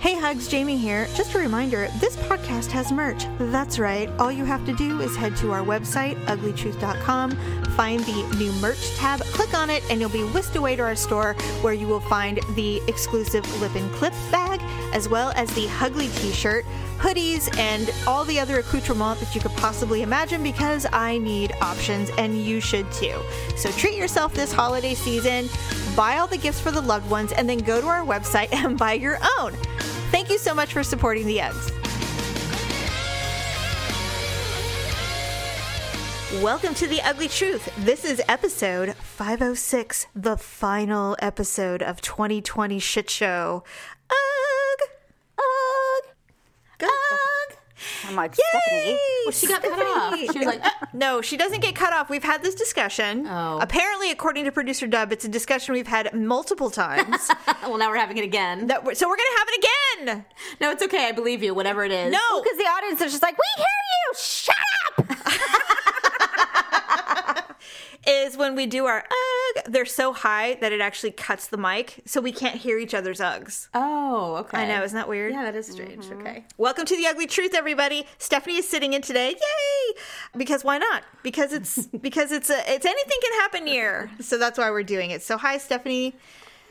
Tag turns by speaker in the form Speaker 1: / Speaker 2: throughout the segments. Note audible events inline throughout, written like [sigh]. Speaker 1: Hey Hugs, Jamie here. Just a reminder this podcast has merch. That's right. All you have to do is head to our website, uglytruth.com, find the new merch tab, click on it, and you'll be whisked away to our store where you will find the exclusive lip and clip bag, as well as the Hugly t shirt, hoodies, and all the other accoutrements that you could possibly imagine because I need options and you should too. So treat yourself this holiday season, buy all the gifts for the loved ones, and then go to our website [laughs] and buy your own. Thank you so much for supporting the Uggs. Welcome to The Ugly Truth. This is episode 506, the final episode of 2020 Shit Show. Ugh! Ugh! Ugh!
Speaker 2: I'm like,
Speaker 1: Yay!
Speaker 2: Stephanie. Well, she got cut off.
Speaker 1: Stephanie!
Speaker 2: She was like,
Speaker 1: [laughs] No, she doesn't get cut off. We've had this discussion.
Speaker 2: Oh.
Speaker 1: Apparently, according to producer Dub, it's a discussion we've had multiple
Speaker 2: [laughs]
Speaker 1: times.
Speaker 2: well, now we're having it again.
Speaker 1: that we're, so we're going to have it again.
Speaker 2: No, it's okay. I believe you, whatever it is.
Speaker 1: No.
Speaker 2: Because the audience is just like, we hear you. Shut up.
Speaker 1: is when we do our ugh, they're so high that it actually cuts the mic, so we can't hear each other's uggs.
Speaker 2: Oh, okay. Mm-hmm.
Speaker 1: I know, isn't that weird?
Speaker 2: Yeah, that is strange. Okay.
Speaker 1: Welcome to the ugly truth, everybody. Stephanie is sitting in today, yay! Because why not? Because
Speaker 2: [laughs]
Speaker 1: it's because it's a it's anything can happen here, so that's why we're doing it. So hi, Stephanie.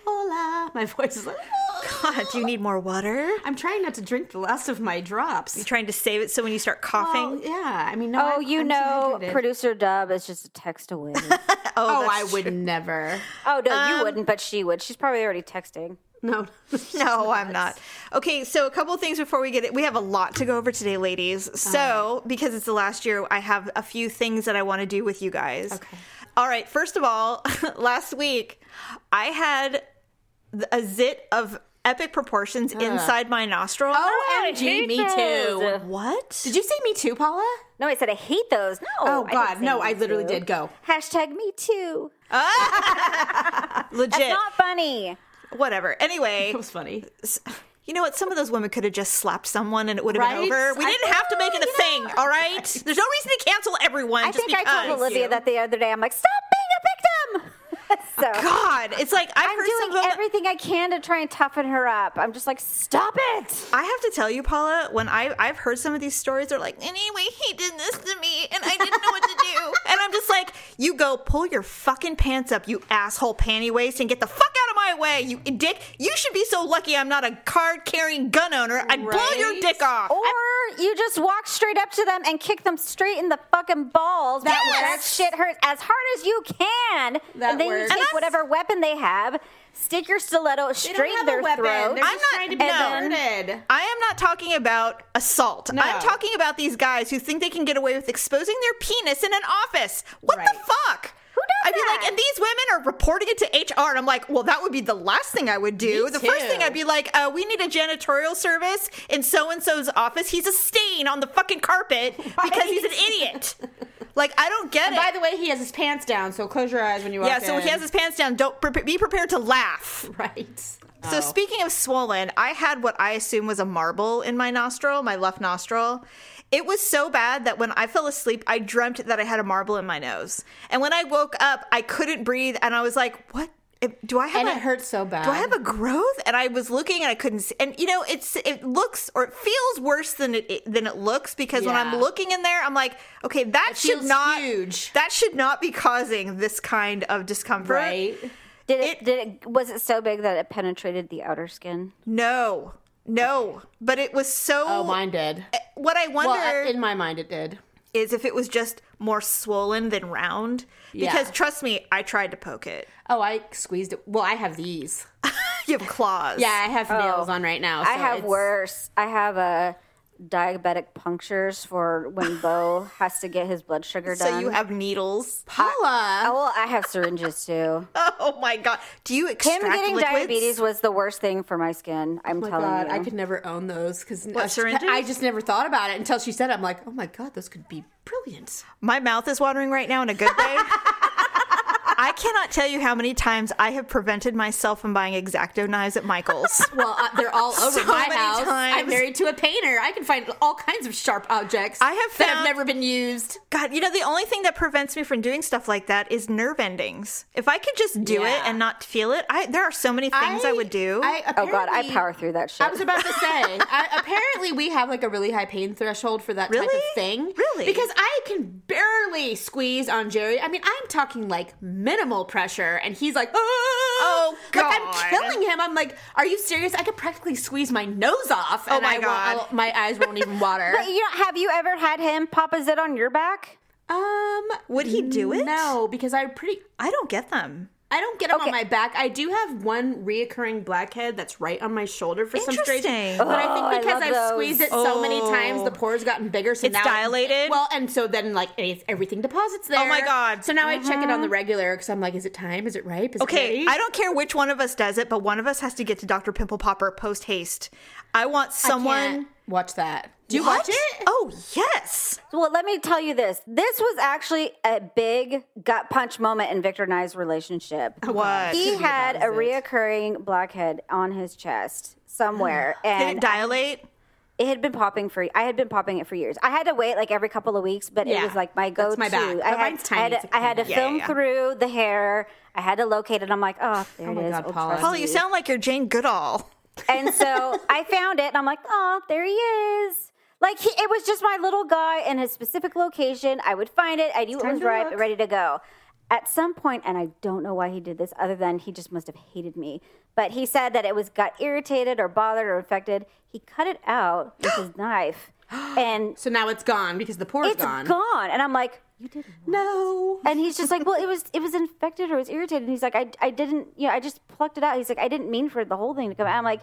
Speaker 2: Hola. My voice is like, "Oh."
Speaker 1: God, do you need more water?
Speaker 2: I'm trying not to drink the last of my drops.
Speaker 1: Trying to save it so when you start
Speaker 2: Well,
Speaker 1: coughing.
Speaker 2: yeah. I mean, no.
Speaker 3: Oh,
Speaker 2: I'm-
Speaker 3: you
Speaker 2: I'm
Speaker 3: know,
Speaker 2: dehydrated.
Speaker 3: producer Dub is just a text away.
Speaker 2: Oh,
Speaker 1: that's
Speaker 2: I would
Speaker 1: [laughs]
Speaker 2: never.
Speaker 3: oh no, you wouldn't, but she would. She's probably already texting.
Speaker 2: No.
Speaker 1: No, I'm not. Okay, so a couple of things before we get it. We have a lot to go over today, ladies. So, because it's the last year, I have a few things that I want to do with you guys. Okay. All right, first of all, [laughs] last week I had th- a zit of epic proportions inside my nostril.
Speaker 3: Oh,
Speaker 2: OMG, me too.
Speaker 1: What?
Speaker 2: Did you say me too, Paula?
Speaker 3: No, I said I hate those. No.
Speaker 2: Oh,
Speaker 3: I didn't
Speaker 2: God.
Speaker 3: say
Speaker 2: No,
Speaker 3: me
Speaker 2: I literally
Speaker 3: too.
Speaker 2: did. Go.
Speaker 3: Hashtag me too.
Speaker 1: Legit.
Speaker 3: Not funny.
Speaker 1: Whatever. Anyway,
Speaker 2: That was funny.
Speaker 1: you know what? Some of those women could have just slapped someone and it would have
Speaker 2: Right?
Speaker 1: been over. We
Speaker 2: I-
Speaker 1: didn't have to make it a thing, all right? There's no reason to cancel everyone
Speaker 3: I
Speaker 1: just
Speaker 3: think
Speaker 1: because.
Speaker 3: I told Olivia
Speaker 2: you-
Speaker 3: that the other day. I'm like, stop being a victim. [laughs] so
Speaker 1: God, it's like I've
Speaker 3: I'm
Speaker 1: heard some
Speaker 3: doing
Speaker 1: people-
Speaker 3: everything I can to try and toughen her up. I'm just like, stop it.
Speaker 1: I have to tell you, Paula, when I, I've heard some of these stories, they're like, anyway, he did this to me and I didn't know what to do.
Speaker 3: [laughs]
Speaker 1: and I'm just like, you go pull your fucking pants up, you asshole panty waist, and get the fuck out of my way, you dick. You should be so lucky I'm not a card carrying gun owner. I'd blow your
Speaker 2: Right?
Speaker 1: dick off.
Speaker 3: Or you just walk straight up to them and kick them straight in the fucking balls. That, that
Speaker 1: Yes!
Speaker 3: shit hurts as hard as you can.
Speaker 2: That
Speaker 3: and then
Speaker 2: works.
Speaker 3: you take
Speaker 2: And
Speaker 1: that's-
Speaker 3: whatever weapon they have, stick your stiletto
Speaker 2: They
Speaker 3: straight
Speaker 2: don't
Speaker 3: in
Speaker 2: have a
Speaker 3: their
Speaker 2: weapon.
Speaker 3: throat.
Speaker 2: They're just
Speaker 1: not-
Speaker 2: trying to be
Speaker 1: and
Speaker 2: guarded.
Speaker 1: I am not talking about assault. I'm talking about these guys who think they can get away with exposing their penis in an office. What the
Speaker 2: Right.
Speaker 1: fuck?
Speaker 3: Who does
Speaker 1: I'd be
Speaker 3: that?
Speaker 1: like, and these women are reporting it to HR. And I'm like, well, that would be the last thing I would do.
Speaker 2: Me
Speaker 1: the first
Speaker 2: too.
Speaker 1: thing I'd be like, uh, we need a janitorial service in so and so's office. He's a stain on the fucking
Speaker 2: [laughs]
Speaker 1: carpet because he's an idiot. like, I don't get it.
Speaker 2: By the way, he has his pants down, so close your eyes when you walk
Speaker 1: yeah, so he has his pants down. Don't pre- be prepared to laugh.
Speaker 2: [laughs] right.
Speaker 1: So speaking of swollen, I had what I assume was a marble in my nostril, my left nostril. It was so bad that when I fell asleep, I dreamt that I had a marble in my nose. And when I woke up, I couldn't breathe and I was like, "What? It- Do I have
Speaker 2: And
Speaker 1: a
Speaker 2: it hurts so bad.
Speaker 1: Do I have a growth?" And I was looking and I couldn't see. And you know, it's it looks or it feels worse than it, it- than it looks because when I'm
Speaker 2: Yeah.
Speaker 1: looking in there, I'm like, "Okay, that
Speaker 2: It
Speaker 1: should
Speaker 2: feels
Speaker 1: not
Speaker 2: huge.
Speaker 1: that should not be causing this kind of discomfort."
Speaker 2: right.
Speaker 3: did it, did it was it so big that it penetrated the outer skin?
Speaker 1: No. No, but it was so
Speaker 2: Oh, mine did.
Speaker 1: What I wonder
Speaker 2: Well, in my mind, it did.
Speaker 1: is if it was just more swollen than round. Because
Speaker 2: Yeah.
Speaker 1: trust me, I tried to poke it.
Speaker 2: Oh, I squeezed it. Well, I have these.
Speaker 1: You have claws.
Speaker 2: Yeah, I
Speaker 1: Oh.
Speaker 2: have nails on right now. So
Speaker 3: I have
Speaker 2: it's-
Speaker 3: worse. I have a diabetic punctures for when Bo has to get his blood sugar done.
Speaker 1: So you have needles. [laughs]
Speaker 3: oh,
Speaker 2: Paula.
Speaker 3: well, I have syringes
Speaker 2: [laughs]
Speaker 3: too.
Speaker 1: Oh my god. Do you
Speaker 3: Him
Speaker 1: extract
Speaker 3: getting
Speaker 1: liquids?
Speaker 3: diabetes was the worst thing for my skin. I'm
Speaker 2: Oh my
Speaker 3: telling
Speaker 2: God,
Speaker 3: you.
Speaker 2: I could never own those because
Speaker 1: syringes?
Speaker 2: I just never thought about it until she said it. I'm like, oh my God, those could be brilliant. [laughs]
Speaker 1: My mouth is watering right now in a good way. I cannot tell you how many times I have prevented myself from buying exacto knives at Michael's.
Speaker 2: Well, uh, they're [laughs] all over my
Speaker 1: many
Speaker 2: house. I'm
Speaker 1: times.
Speaker 2: married to a painter. I can find all kinds of sharp objects.
Speaker 1: I have
Speaker 2: that
Speaker 1: found-
Speaker 2: have never been used.
Speaker 1: God, you know, the only thing that prevents me from doing stuff like that is nerve endings. If I could just do
Speaker 2: Yeah.
Speaker 1: it and not feel it, I there are so many things I, would do.
Speaker 3: Oh god, I
Speaker 2: apparently-
Speaker 3: power through that shit.
Speaker 2: I was about to say. I, apparently, we have like a really high pain threshold for that type
Speaker 1: Really?
Speaker 2: of thing.
Speaker 1: Really?
Speaker 2: Because I can barely squeeze on Jerry. I mean, I'm talking like minimal pressure, and he's like, oh, like
Speaker 1: God.
Speaker 2: I'm killing him. I'm like, are you serious? I could practically squeeze my nose off. and
Speaker 1: Oh my
Speaker 2: I
Speaker 1: God.
Speaker 2: Won't, I'll- my eyes won't
Speaker 1: [laughs]
Speaker 2: even water.
Speaker 3: But you know, have you ever had him pop a zit on your back?
Speaker 2: um,
Speaker 1: would he do it?
Speaker 2: No, because I pretty.
Speaker 1: I don't get them.
Speaker 2: I don't get them
Speaker 3: Okay.
Speaker 2: on my back. I do have one reoccurring blackhead that's right on my shoulder for some strange.
Speaker 1: Interesting.
Speaker 2: But I
Speaker 3: Oh, I
Speaker 2: think because
Speaker 3: love
Speaker 2: I've
Speaker 3: those.
Speaker 2: squeezed it so many times, the pore's gotten bigger. So
Speaker 1: Oh. It's
Speaker 2: now
Speaker 1: dilated?
Speaker 2: well, and so then like it's, everything deposits there.
Speaker 1: Oh, my God. Mm-hmm.
Speaker 2: So now I check it on the regular because I'm like, is it time? Is it ripe? Is it
Speaker 1: Okay,
Speaker 2: ready?
Speaker 1: I don't care which one of us does it, but one of us has to get to Dr. Pimple Popper post haste. I want
Speaker 2: I can't
Speaker 1: someone.
Speaker 2: watch that. Do you
Speaker 1: What?
Speaker 2: watch it?
Speaker 1: Oh, yes.
Speaker 3: Well, let me tell you this. This was actually a big gut punch moment in Victor and I's relationship.
Speaker 2: Oh,
Speaker 1: What?
Speaker 3: He
Speaker 1: Did
Speaker 3: had a reoccurring blackhead on his chest
Speaker 2: [gasps]
Speaker 3: somewhere,
Speaker 1: it
Speaker 3: and
Speaker 1: dilate?
Speaker 3: it had been popping for. I had been popping it for years. I had to wait like every couple of weeks, but it
Speaker 2: Yeah,
Speaker 3: was like my go-to.
Speaker 2: that's my back.
Speaker 3: I
Speaker 2: But
Speaker 3: had,
Speaker 2: mine's tiny,
Speaker 3: I had,
Speaker 2: it's like
Speaker 3: I had to
Speaker 1: Yeah, yeah,
Speaker 3: film
Speaker 1: yeah.
Speaker 3: through the hair. I had to locate it. I'm like, oh, there
Speaker 2: my
Speaker 3: it is.
Speaker 2: God,
Speaker 3: Oh,
Speaker 2: Paula.
Speaker 3: trust
Speaker 1: Paula, you
Speaker 3: me.
Speaker 1: sound like you're Jane
Speaker 2: [laughs]
Speaker 1: Goodall.
Speaker 3: And so I found it, and I'm like, oh, there he is. Like he, it was just my little guy in his specific location. I would find it. I knew it
Speaker 2: time
Speaker 3: was
Speaker 2: to
Speaker 3: ripe,
Speaker 2: look.
Speaker 3: ready to go. At some point, and I don't know why he did this, other than he just must have hated me. But he said that it was got irritated or bothered or infected. He cut it out with his
Speaker 2: [gasps]
Speaker 3: knife, and
Speaker 2: So now it's gone because the pore's
Speaker 3: it's gone. And I'm like, you did. what?"
Speaker 2: No.
Speaker 3: And he's just like, well, it was it was infected or it was irritated. And he's like, I, I didn't, you know, I just plucked it out. He's like, I didn't mean for the whole thing to come out. I'm like,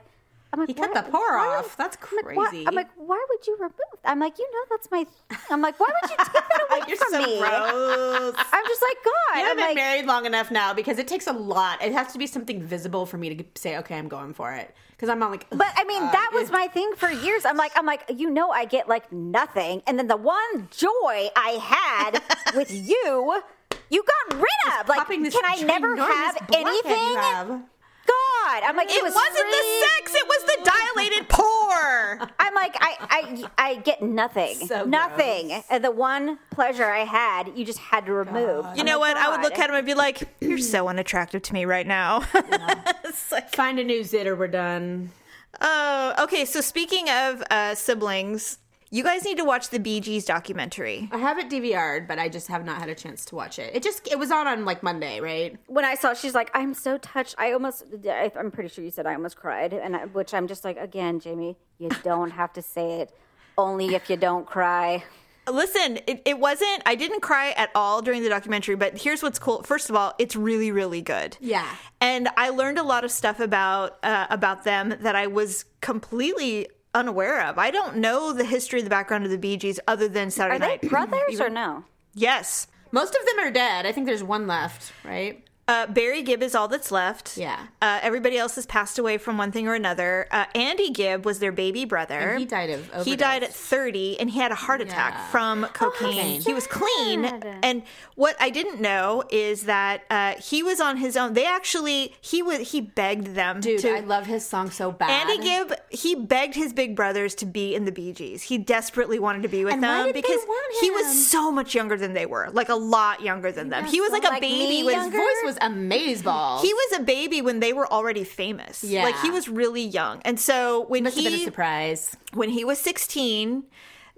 Speaker 3: I'm like,
Speaker 2: He cut
Speaker 3: "Why-
Speaker 2: the pore
Speaker 3: why would-
Speaker 2: off. That's
Speaker 3: like, why-
Speaker 2: crazy.
Speaker 3: I'm like, why would you remove? I'm like, you know, that's my. Thing. I'm like, why would you take that
Speaker 2: [laughs]
Speaker 3: away
Speaker 2: You're
Speaker 3: from
Speaker 2: so
Speaker 3: me?
Speaker 2: gross.
Speaker 3: I'm just like, God.
Speaker 2: [laughs] I
Speaker 3: I'm
Speaker 2: haven't
Speaker 3: like,
Speaker 2: been married long enough now because it takes a lot. It has to be something visible for me to say, okay, I'm going for it. Because I'm not like,
Speaker 3: but I mean, that was my thing for years. I'm like, I'm like, you know, I get like nothing, and then the one joy I
Speaker 2: [laughs]
Speaker 3: had with you, you got rid of. Like,
Speaker 2: popping
Speaker 3: can
Speaker 2: this
Speaker 3: I never
Speaker 2: ginormous
Speaker 3: have
Speaker 2: blackhead you
Speaker 3: anything?
Speaker 2: have.
Speaker 3: God, I'm like, it,
Speaker 1: It
Speaker 3: was
Speaker 1: wasn't the
Speaker 3: free-
Speaker 1: sex, it was the dilated pore.
Speaker 3: I'm like, I, I, I get nothing,
Speaker 2: So
Speaker 3: nothing, and the one pleasure I had, you just had to remove.
Speaker 1: You know what? I would look at him and be like, [clears throat] "You're so unattractive to me right now." [laughs] It's like,
Speaker 2: find a new zitter, we're done.
Speaker 1: oh, okay. So speaking of uh, siblings, you guys need to watch the Bee Gees documentary.
Speaker 2: I have it DVR'd, but I just have not had a chance to watch it. It just, it was on on like Monday, right?
Speaker 3: when I saw, she's like, I'm so touched. I almost, I, I'm pretty sure you said I almost cried, and I, which I'm just like, again, Jamie,
Speaker 1: [laughs]
Speaker 3: you don't have to say it. Only if you don't cry.
Speaker 1: Listen, it, it wasn't. I didn't cry at all during the documentary. But here's what's cool. First of all, it's really, really good.
Speaker 2: Yeah.
Speaker 1: And I learned a lot of stuff about uh, about them that I was completely unaware of. I don't know the history, the background of the Bee Gees, other than Saturday
Speaker 3: Are they
Speaker 1: Night.
Speaker 3: brothers or no?
Speaker 1: yes.
Speaker 2: Most of them are dead. I think there's one left, right?
Speaker 1: Uh, Barry Gibb is all that's left.
Speaker 2: Yeah.
Speaker 1: Uh, everybody else has passed away from one thing or another. Uh, Andy Gibb was their baby brother.
Speaker 2: And he died of
Speaker 1: He
Speaker 2: overdose.
Speaker 1: died at 30 and he had a heart attack
Speaker 2: Yeah. Oh,
Speaker 1: from cocaine. he was clean. And what I didn't know is that uh, he was on his own. They actually, he was, he begged them
Speaker 2: Dude,
Speaker 1: to.
Speaker 2: I love his song so bad.
Speaker 1: Andy Gibb, he begged his big brothers to be in the Bee Gees. He desperately wanted to be with
Speaker 2: And why
Speaker 1: them
Speaker 2: did they
Speaker 1: because
Speaker 2: want
Speaker 1: he
Speaker 2: him?
Speaker 1: was so much younger than they were, like a lot younger than them. he was like a
Speaker 3: like
Speaker 1: baby
Speaker 3: me
Speaker 1: with
Speaker 2: His voice was amazeballs.
Speaker 1: he was a baby when they were already famous.
Speaker 2: Yeah.
Speaker 1: Like he was really young. And so when
Speaker 2: must have been a
Speaker 1: he
Speaker 2: surprise.
Speaker 1: when he was 16,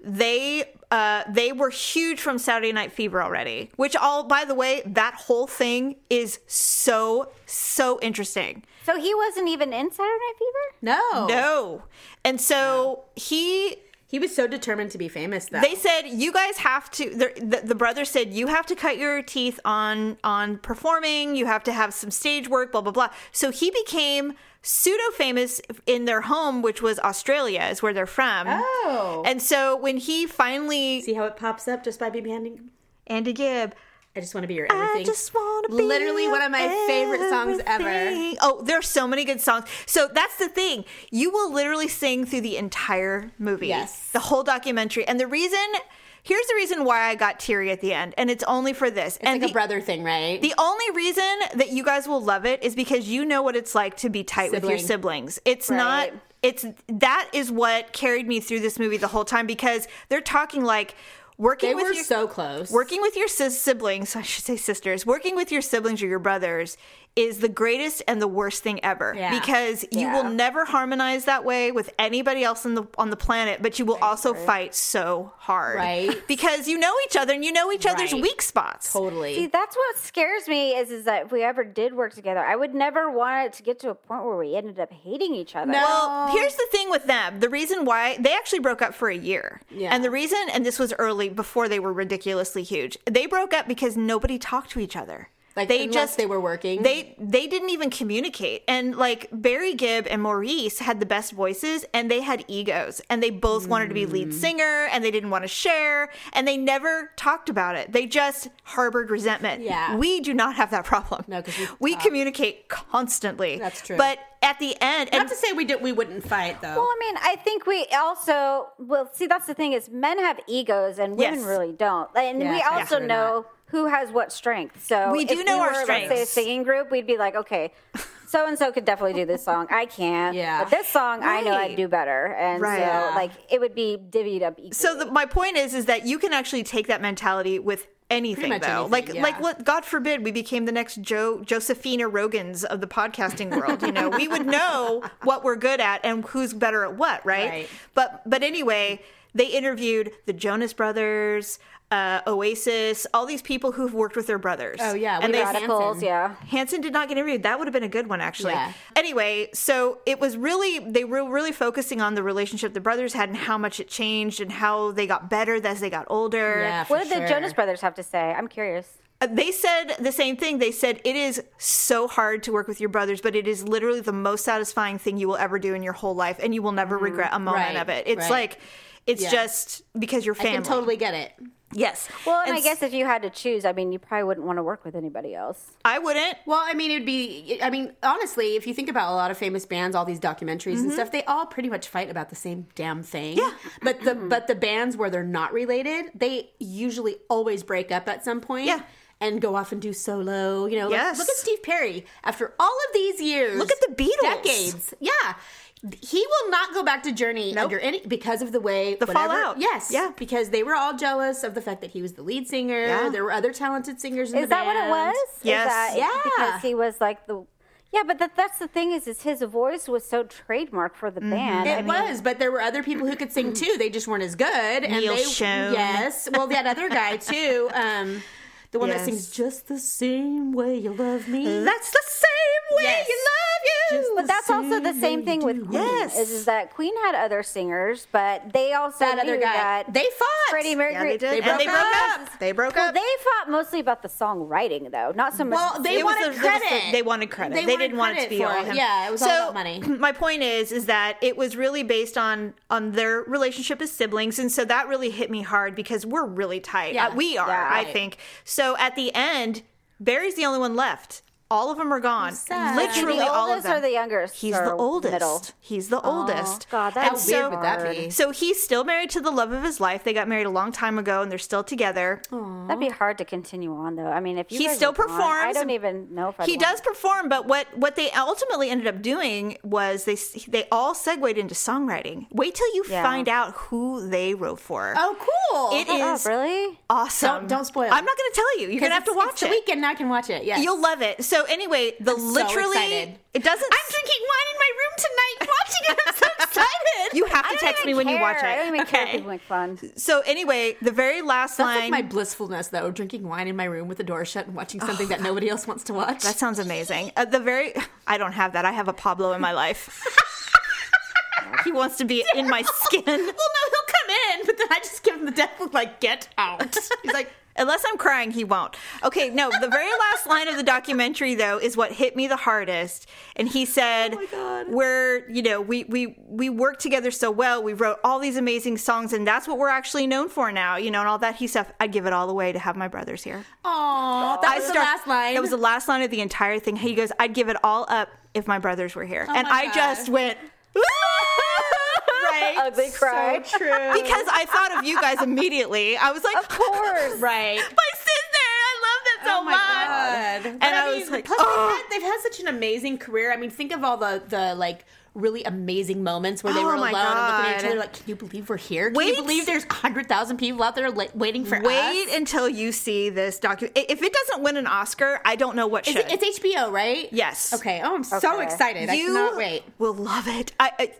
Speaker 1: they uh they were huge from Saturday Night Fever already, which all by the way, that whole thing is so so interesting.
Speaker 3: So he wasn't even in Saturday Night Fever.
Speaker 2: No.
Speaker 1: No. And so he
Speaker 2: He was so determined to be famous, though.
Speaker 1: they said you guys have to the, the, the brother said you have to cut your teeth on on performing you have to have some stage work blah blah blah so he became pseudo famous in their home which was australia is where they're from
Speaker 2: Oh.
Speaker 1: and so when he finally
Speaker 2: See how it pops up just by me handing
Speaker 1: andy gibb
Speaker 2: I just want to be your everything.
Speaker 1: I just want to be
Speaker 2: literally one of my
Speaker 1: your
Speaker 2: favorite songs ever.
Speaker 1: everything. Oh, there are so many good songs. So that's the thing. You will literally sing through the entire movie.
Speaker 2: Yes.
Speaker 1: The whole documentary. And the reason Here's the reason why I got teary at the end, and it's only for this. and
Speaker 2: like a
Speaker 1: the,
Speaker 2: brother thing, right?
Speaker 1: the only reason that you guys will love it is because you know what it's like to be tight with your
Speaker 2: Sibling.
Speaker 1: siblings. It's not
Speaker 3: Right.
Speaker 1: it's that is what carried me through this movie the whole time because they're talking like working
Speaker 2: they
Speaker 1: with
Speaker 2: were
Speaker 1: your
Speaker 2: so close.
Speaker 1: working with your sis- siblings, I should say sisters, working with your siblings or your brothers is the greatest and the worst thing ever
Speaker 2: Yeah.
Speaker 1: because you will never harmonize that way with anybody else on the on the planet, but you will also fight so hard.
Speaker 2: Right.
Speaker 1: [laughs] Because you know each other and you know each other's
Speaker 2: Right.
Speaker 1: weak spots.
Speaker 2: totally.
Speaker 3: See, that's what scares me is is that if we ever did work together, I would never want it to get to a point where we ended up hating each other.
Speaker 1: Well, here's the thing with them. The reason why they actually broke up for a year.
Speaker 2: Yeah.
Speaker 1: And the reason, and this was early before they were ridiculously huge, they broke up because nobody talked to each other.
Speaker 2: Like,
Speaker 1: they
Speaker 2: unless
Speaker 1: just
Speaker 2: they were working.
Speaker 1: They they didn't even communicate. And like Barry Gibb and Maurice had the best voices and they had egos and they both wanted to be
Speaker 2: Mm.
Speaker 1: lead singer and they didn't want to share and they never talked about it. They just harbored resentment.
Speaker 2: Yeah.
Speaker 1: We do not have that problem.
Speaker 2: No, 'cause we talk.
Speaker 1: communicate constantly.
Speaker 2: That's true.
Speaker 1: But at the end and
Speaker 4: Not to say we did we wouldn't fight though.
Speaker 3: Well, I mean, I think we also well see that's the thing is men have egos and women
Speaker 1: Yes.
Speaker 3: really don't, and
Speaker 2: Yeah,
Speaker 3: we
Speaker 2: yeah.
Speaker 3: also
Speaker 2: We're
Speaker 3: know
Speaker 2: not.
Speaker 3: who has what strength. So
Speaker 1: We do
Speaker 3: if
Speaker 1: know
Speaker 3: we
Speaker 1: our
Speaker 3: were, Let's say a
Speaker 1: strengths.
Speaker 3: singing group, we'd be
Speaker 1: [laughs]
Speaker 3: like, okay, so and so could definitely do this song. I can't.
Speaker 2: Yeah.
Speaker 3: but this song I know
Speaker 1: Right.
Speaker 3: I'd do better, and
Speaker 1: Right.
Speaker 3: so like it would be divvied up equally.
Speaker 1: So the, my point is, is that you can actually take that mentality with anything,
Speaker 2: much
Speaker 1: though.
Speaker 2: anything,
Speaker 1: like,
Speaker 2: yeah.
Speaker 1: like what? God forbid we became the next Joe Josephina Rogans of the podcasting world. You know, we would know what we're good at and who's better at what, right?
Speaker 2: Right.
Speaker 1: But but anyway, they interviewed the Jonas Brothers. Uh, Oasis, all these people who've worked with their brothers.
Speaker 2: Oh, yeah,
Speaker 1: and
Speaker 2: we
Speaker 1: they
Speaker 2: got it.
Speaker 3: radicals,
Speaker 2: Hanson.
Speaker 3: yeah.
Speaker 1: Hanson did not get interviewed. That would have been a good one, actually.
Speaker 2: Yeah.
Speaker 1: Anyway, so it was really they were really focusing on the relationship the brothers had and how much it changed and how they got better as they got older.
Speaker 2: Yeah, for
Speaker 3: What did
Speaker 2: sure.
Speaker 3: the Jonas Brothers have to say? I'm curious.
Speaker 1: Uh, They said the same thing. They said it is so hard to work with your brothers, but it is literally the most satisfying thing you will ever do in your whole life, and you will never regret a moment
Speaker 2: Mm-hmm. Right,
Speaker 1: of it. It's
Speaker 2: right.
Speaker 1: like it's
Speaker 2: Yeah.
Speaker 1: just because you're
Speaker 2: I
Speaker 1: family.
Speaker 2: can totally get it.
Speaker 1: yes.
Speaker 3: Well, and, I
Speaker 1: s-
Speaker 3: guess if you had to choose, I mean, you probably wouldn't want to work with anybody else.
Speaker 1: I wouldn't.
Speaker 2: Well, I mean, it'd be. I mean, honestly, if you think about a lot of famous bands, all these documentaries and stuff, they all pretty much fight about the same damn thing.
Speaker 1: Mm-hmm. Yeah. Mm-hmm.
Speaker 2: But the but the bands where they're not related, they usually always break up at some point.
Speaker 1: Yeah.
Speaker 2: And go off and do solo. You know,
Speaker 1: Yes.
Speaker 2: like, look at Steve Perry. After all of these years,
Speaker 1: Look at the Beatles.
Speaker 2: decades. Yeah. He will not go back to Journey
Speaker 1: Nope.
Speaker 2: under any because of the way
Speaker 1: The
Speaker 2: whatever-
Speaker 1: fallout.
Speaker 2: Yes,
Speaker 1: Yeah.
Speaker 2: because they were all jealous of the fact that he was the lead singer.
Speaker 1: Yeah.
Speaker 2: There were other talented singers. In
Speaker 3: Is
Speaker 2: the
Speaker 3: that what it
Speaker 2: band.
Speaker 3: was? Is
Speaker 1: Yes.
Speaker 3: that-
Speaker 2: Yeah.
Speaker 3: Because he was like the. Yeah, but that, that's the thing is, is his voice was so trademark for the band.
Speaker 2: It
Speaker 3: I mean,
Speaker 2: was, but there were other people who
Speaker 1: [clears throat]
Speaker 2: could sing too. They just weren't as good. And
Speaker 1: Neil
Speaker 2: they,
Speaker 1: Schon.
Speaker 2: Yes. Well, that
Speaker 1: [laughs]
Speaker 2: other guy too. Um, the one
Speaker 1: Yes.
Speaker 2: that sings just the same way you love me.
Speaker 1: That's the same way
Speaker 2: Yes.
Speaker 1: you love you.
Speaker 2: Just
Speaker 3: But that's also the same thing with Queen.
Speaker 1: Yes.
Speaker 3: Is, is that Queen had other singers, but they also
Speaker 2: that other
Speaker 3: knew
Speaker 2: guy.
Speaker 3: that
Speaker 2: They fought.
Speaker 3: Freddie Mercury.
Speaker 1: Yeah, they did.
Speaker 2: They
Speaker 1: and they
Speaker 2: broke
Speaker 1: broke
Speaker 2: up.
Speaker 1: up. They broke
Speaker 3: Well,
Speaker 1: up.
Speaker 3: they fought mostly about the songwriting, though, not so much.
Speaker 2: Well, they
Speaker 1: It was
Speaker 2: wanted
Speaker 1: the- it was the-
Speaker 2: credit.
Speaker 1: they wanted credit. They,
Speaker 2: wanted
Speaker 1: didn't want it to be
Speaker 2: credit for
Speaker 1: all
Speaker 2: it.
Speaker 1: him.
Speaker 2: Yeah, it was
Speaker 1: so,
Speaker 2: all about money.
Speaker 1: My point is, is that it was really based on on their relationship as siblings, and so that really hit me hard because we're really tight.
Speaker 2: Yeah.
Speaker 1: Uh, we are,
Speaker 3: Yeah.
Speaker 1: I think. So at the end, Barry's the only one left. All of them are gone.
Speaker 2: sad. Is he the
Speaker 1: Literally,
Speaker 3: the
Speaker 1: all of
Speaker 3: oldest
Speaker 1: them.
Speaker 3: or the youngest?
Speaker 1: He's
Speaker 3: or
Speaker 1: the oldest.
Speaker 3: Middle?
Speaker 1: He's the oldest.
Speaker 3: God,
Speaker 1: And
Speaker 3: that's
Speaker 2: How weird would that be?
Speaker 1: So he's still married to the love of his life. They got married a long time ago, and they're still together.
Speaker 3: That'd be hard to continue on, though. I mean, if you
Speaker 1: He
Speaker 3: guys
Speaker 1: still
Speaker 3: were gone, I
Speaker 1: performs.
Speaker 3: don't even know if I'd
Speaker 1: he
Speaker 3: want
Speaker 1: does perform but what what they ultimately ended up doing was they they all segued into songwriting wait till you
Speaker 3: Yeah.
Speaker 1: find out who they wrote for
Speaker 2: oh, cool.
Speaker 1: It
Speaker 3: Shut up,
Speaker 1: is
Speaker 3: Uh-uh, really.
Speaker 1: awesome
Speaker 2: Don't- don't spoil.
Speaker 1: i'm not going to tell you you're going to have to watch
Speaker 2: The
Speaker 1: it
Speaker 2: weekend now I can watch it. Yes.
Speaker 1: you'll love it so anyway the
Speaker 2: so
Speaker 1: literally
Speaker 2: excited.
Speaker 1: it doesn't
Speaker 2: I'm drinking wine in my room
Speaker 1: [laughs]
Speaker 2: tonight, watching it. I'm so excited.
Speaker 1: you have
Speaker 3: I
Speaker 1: to
Speaker 3: don't
Speaker 1: text me
Speaker 3: even
Speaker 1: when you watch it
Speaker 3: care. I don't even care if
Speaker 1: Okay. [laughs]
Speaker 3: people make fun.
Speaker 1: so anyway the very last
Speaker 2: That's like
Speaker 1: line
Speaker 2: my blissfulness, though. Drinking wine in my room with the door shut and watching something that nobody else wants to watch.
Speaker 1: that sounds amazing at the very i don't have that i have a pablo in my life he wants to be in my skin
Speaker 2: [laughs] Well, no, [laughs] he'll come in, but then I just give him the death look, like, get out.
Speaker 1: [laughs]
Speaker 2: He's like,
Speaker 1: Unless I'm crying, he won't. Okay, no, the very last line of the documentary though is what hit me the hardest. And he said,
Speaker 2: Oh
Speaker 1: "We're, you know, we we we worked together so well. We wrote all these amazing songs and that's what we're actually known for now, you know, and all that he stuff. I'd give it all away to have my brothers here."
Speaker 2: oh, that was the
Speaker 1: start-
Speaker 2: last line.
Speaker 1: That was
Speaker 2: [laughs]
Speaker 1: the last line of the entire thing. He goes, "I'd
Speaker 2: Oh
Speaker 1: give it all up if my brothers were here." and
Speaker 2: my
Speaker 1: I
Speaker 2: God.
Speaker 1: just went,
Speaker 2: [laughs] right.
Speaker 3: loudly cry.
Speaker 2: true.
Speaker 1: [laughs] because I thought of you guys immediately. I was like,
Speaker 3: Of course.
Speaker 1: [laughs]
Speaker 2: right.
Speaker 1: my sister. I love
Speaker 2: Oh
Speaker 1: them so much.
Speaker 2: And
Speaker 1: I
Speaker 2: I,
Speaker 1: was
Speaker 2: was
Speaker 1: like, "Oh."
Speaker 2: like, plus they've, had, they've had such an amazing career. I mean, think of all the the like really amazing moments where they
Speaker 1: Oh
Speaker 2: were
Speaker 1: my
Speaker 2: alone and looking at each
Speaker 1: God.
Speaker 2: other like, "Can you believe we're here? Can
Speaker 1: Wait.
Speaker 2: you believe there's hundred thousand people out there like, waiting for
Speaker 1: Wait
Speaker 2: us?"
Speaker 1: until you see this docu. i- If it doesn't win an Oscar, I don't know what
Speaker 2: Is
Speaker 1: should.
Speaker 2: it, it's HBO, right?
Speaker 1: Yes.
Speaker 2: Okay. Oh, I'm so
Speaker 3: Okay.
Speaker 2: excited. I
Speaker 1: you
Speaker 2: cannot wait.
Speaker 1: will love it. I, I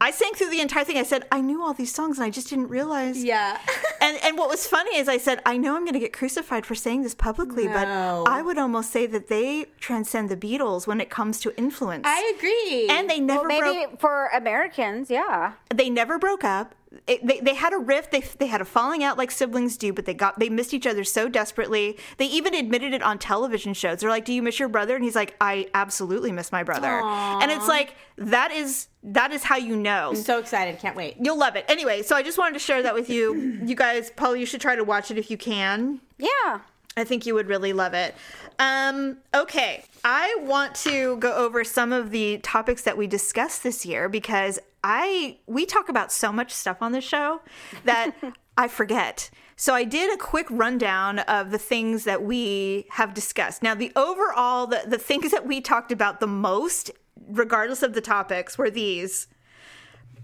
Speaker 1: I sang through the entire thing. I said I knew all these songs and I just didn't realize.
Speaker 2: Yeah. [laughs]
Speaker 1: And and what was funny is I said I know I'm going to get crucified for saying this publicly, but
Speaker 2: No.
Speaker 1: I would almost say that they transcend the Beatles when it comes to influence.
Speaker 2: I agree.
Speaker 1: and they never
Speaker 3: Maybe
Speaker 1: broke.
Speaker 3: for Americans, yeah.
Speaker 1: They never broke up. It, they, they had a rift. They, they had a falling out like siblings do, but they got they missed each other so desperately. They even admitted it on television shows. They're like, "Do you miss your brother?" And he's like, "I absolutely miss my brother." And it's like that is that is how you know.
Speaker 2: I'm so excited. Can't wait.
Speaker 1: You'll love it. Anyway, so I just wanted to share that with you. You guys, probably you should try to watch it if you can.
Speaker 3: Yeah.
Speaker 1: I think you would really love it. Um, okay, I want to go over some of the topics that we discussed this year because I we talk about so much stuff on the show that I forget. So I did a quick rundown of the things that we have discussed. Now, the overall the, the things that we talked about the most, regardless of the topics, were these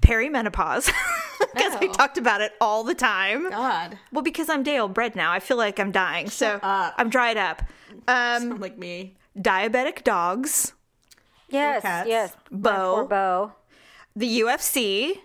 Speaker 1: perimenopause [laughs] because we
Speaker 2: Oh.
Speaker 1: talked about it all the time.
Speaker 2: God.
Speaker 1: Well, because I'm day old bread now, I feel like I'm dying. so I'm dried up. Um,
Speaker 2: Like me.
Speaker 1: diabetic dogs,
Speaker 3: Yes.
Speaker 2: cats.
Speaker 3: Yes. Or
Speaker 1: Bo,
Speaker 3: Bo.
Speaker 1: the UFC,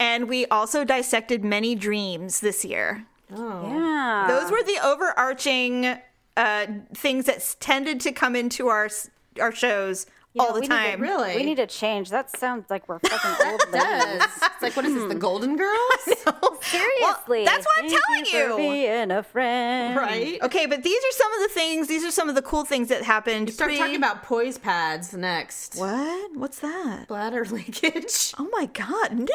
Speaker 1: and we also dissected many dreams this year.
Speaker 2: Oh.
Speaker 3: Yeah.
Speaker 1: Those were the overarching uh, things that s- tended to come into our s- our shows all the
Speaker 3: we need to
Speaker 1: time.
Speaker 2: Really?
Speaker 3: We
Speaker 2: [laughs]
Speaker 3: need to change. That sounds like we're fucking old ladies.
Speaker 2: Yes. it's like what is this? The Golden [laughs] Girls?
Speaker 3: Seriously.
Speaker 1: that's what I'm
Speaker 3: Thank
Speaker 1: telling
Speaker 3: you. For
Speaker 1: you.
Speaker 3: being a
Speaker 1: [laughs]
Speaker 3: friend.
Speaker 2: right.
Speaker 1: Okay, but these are some of the things. These are some of the cool things that happened.
Speaker 2: Start
Speaker 1: pre-
Speaker 2: talking about poise pads next.
Speaker 1: what? What's that?
Speaker 2: Bladder [laughs] leakage.
Speaker 1: Oh my god! No,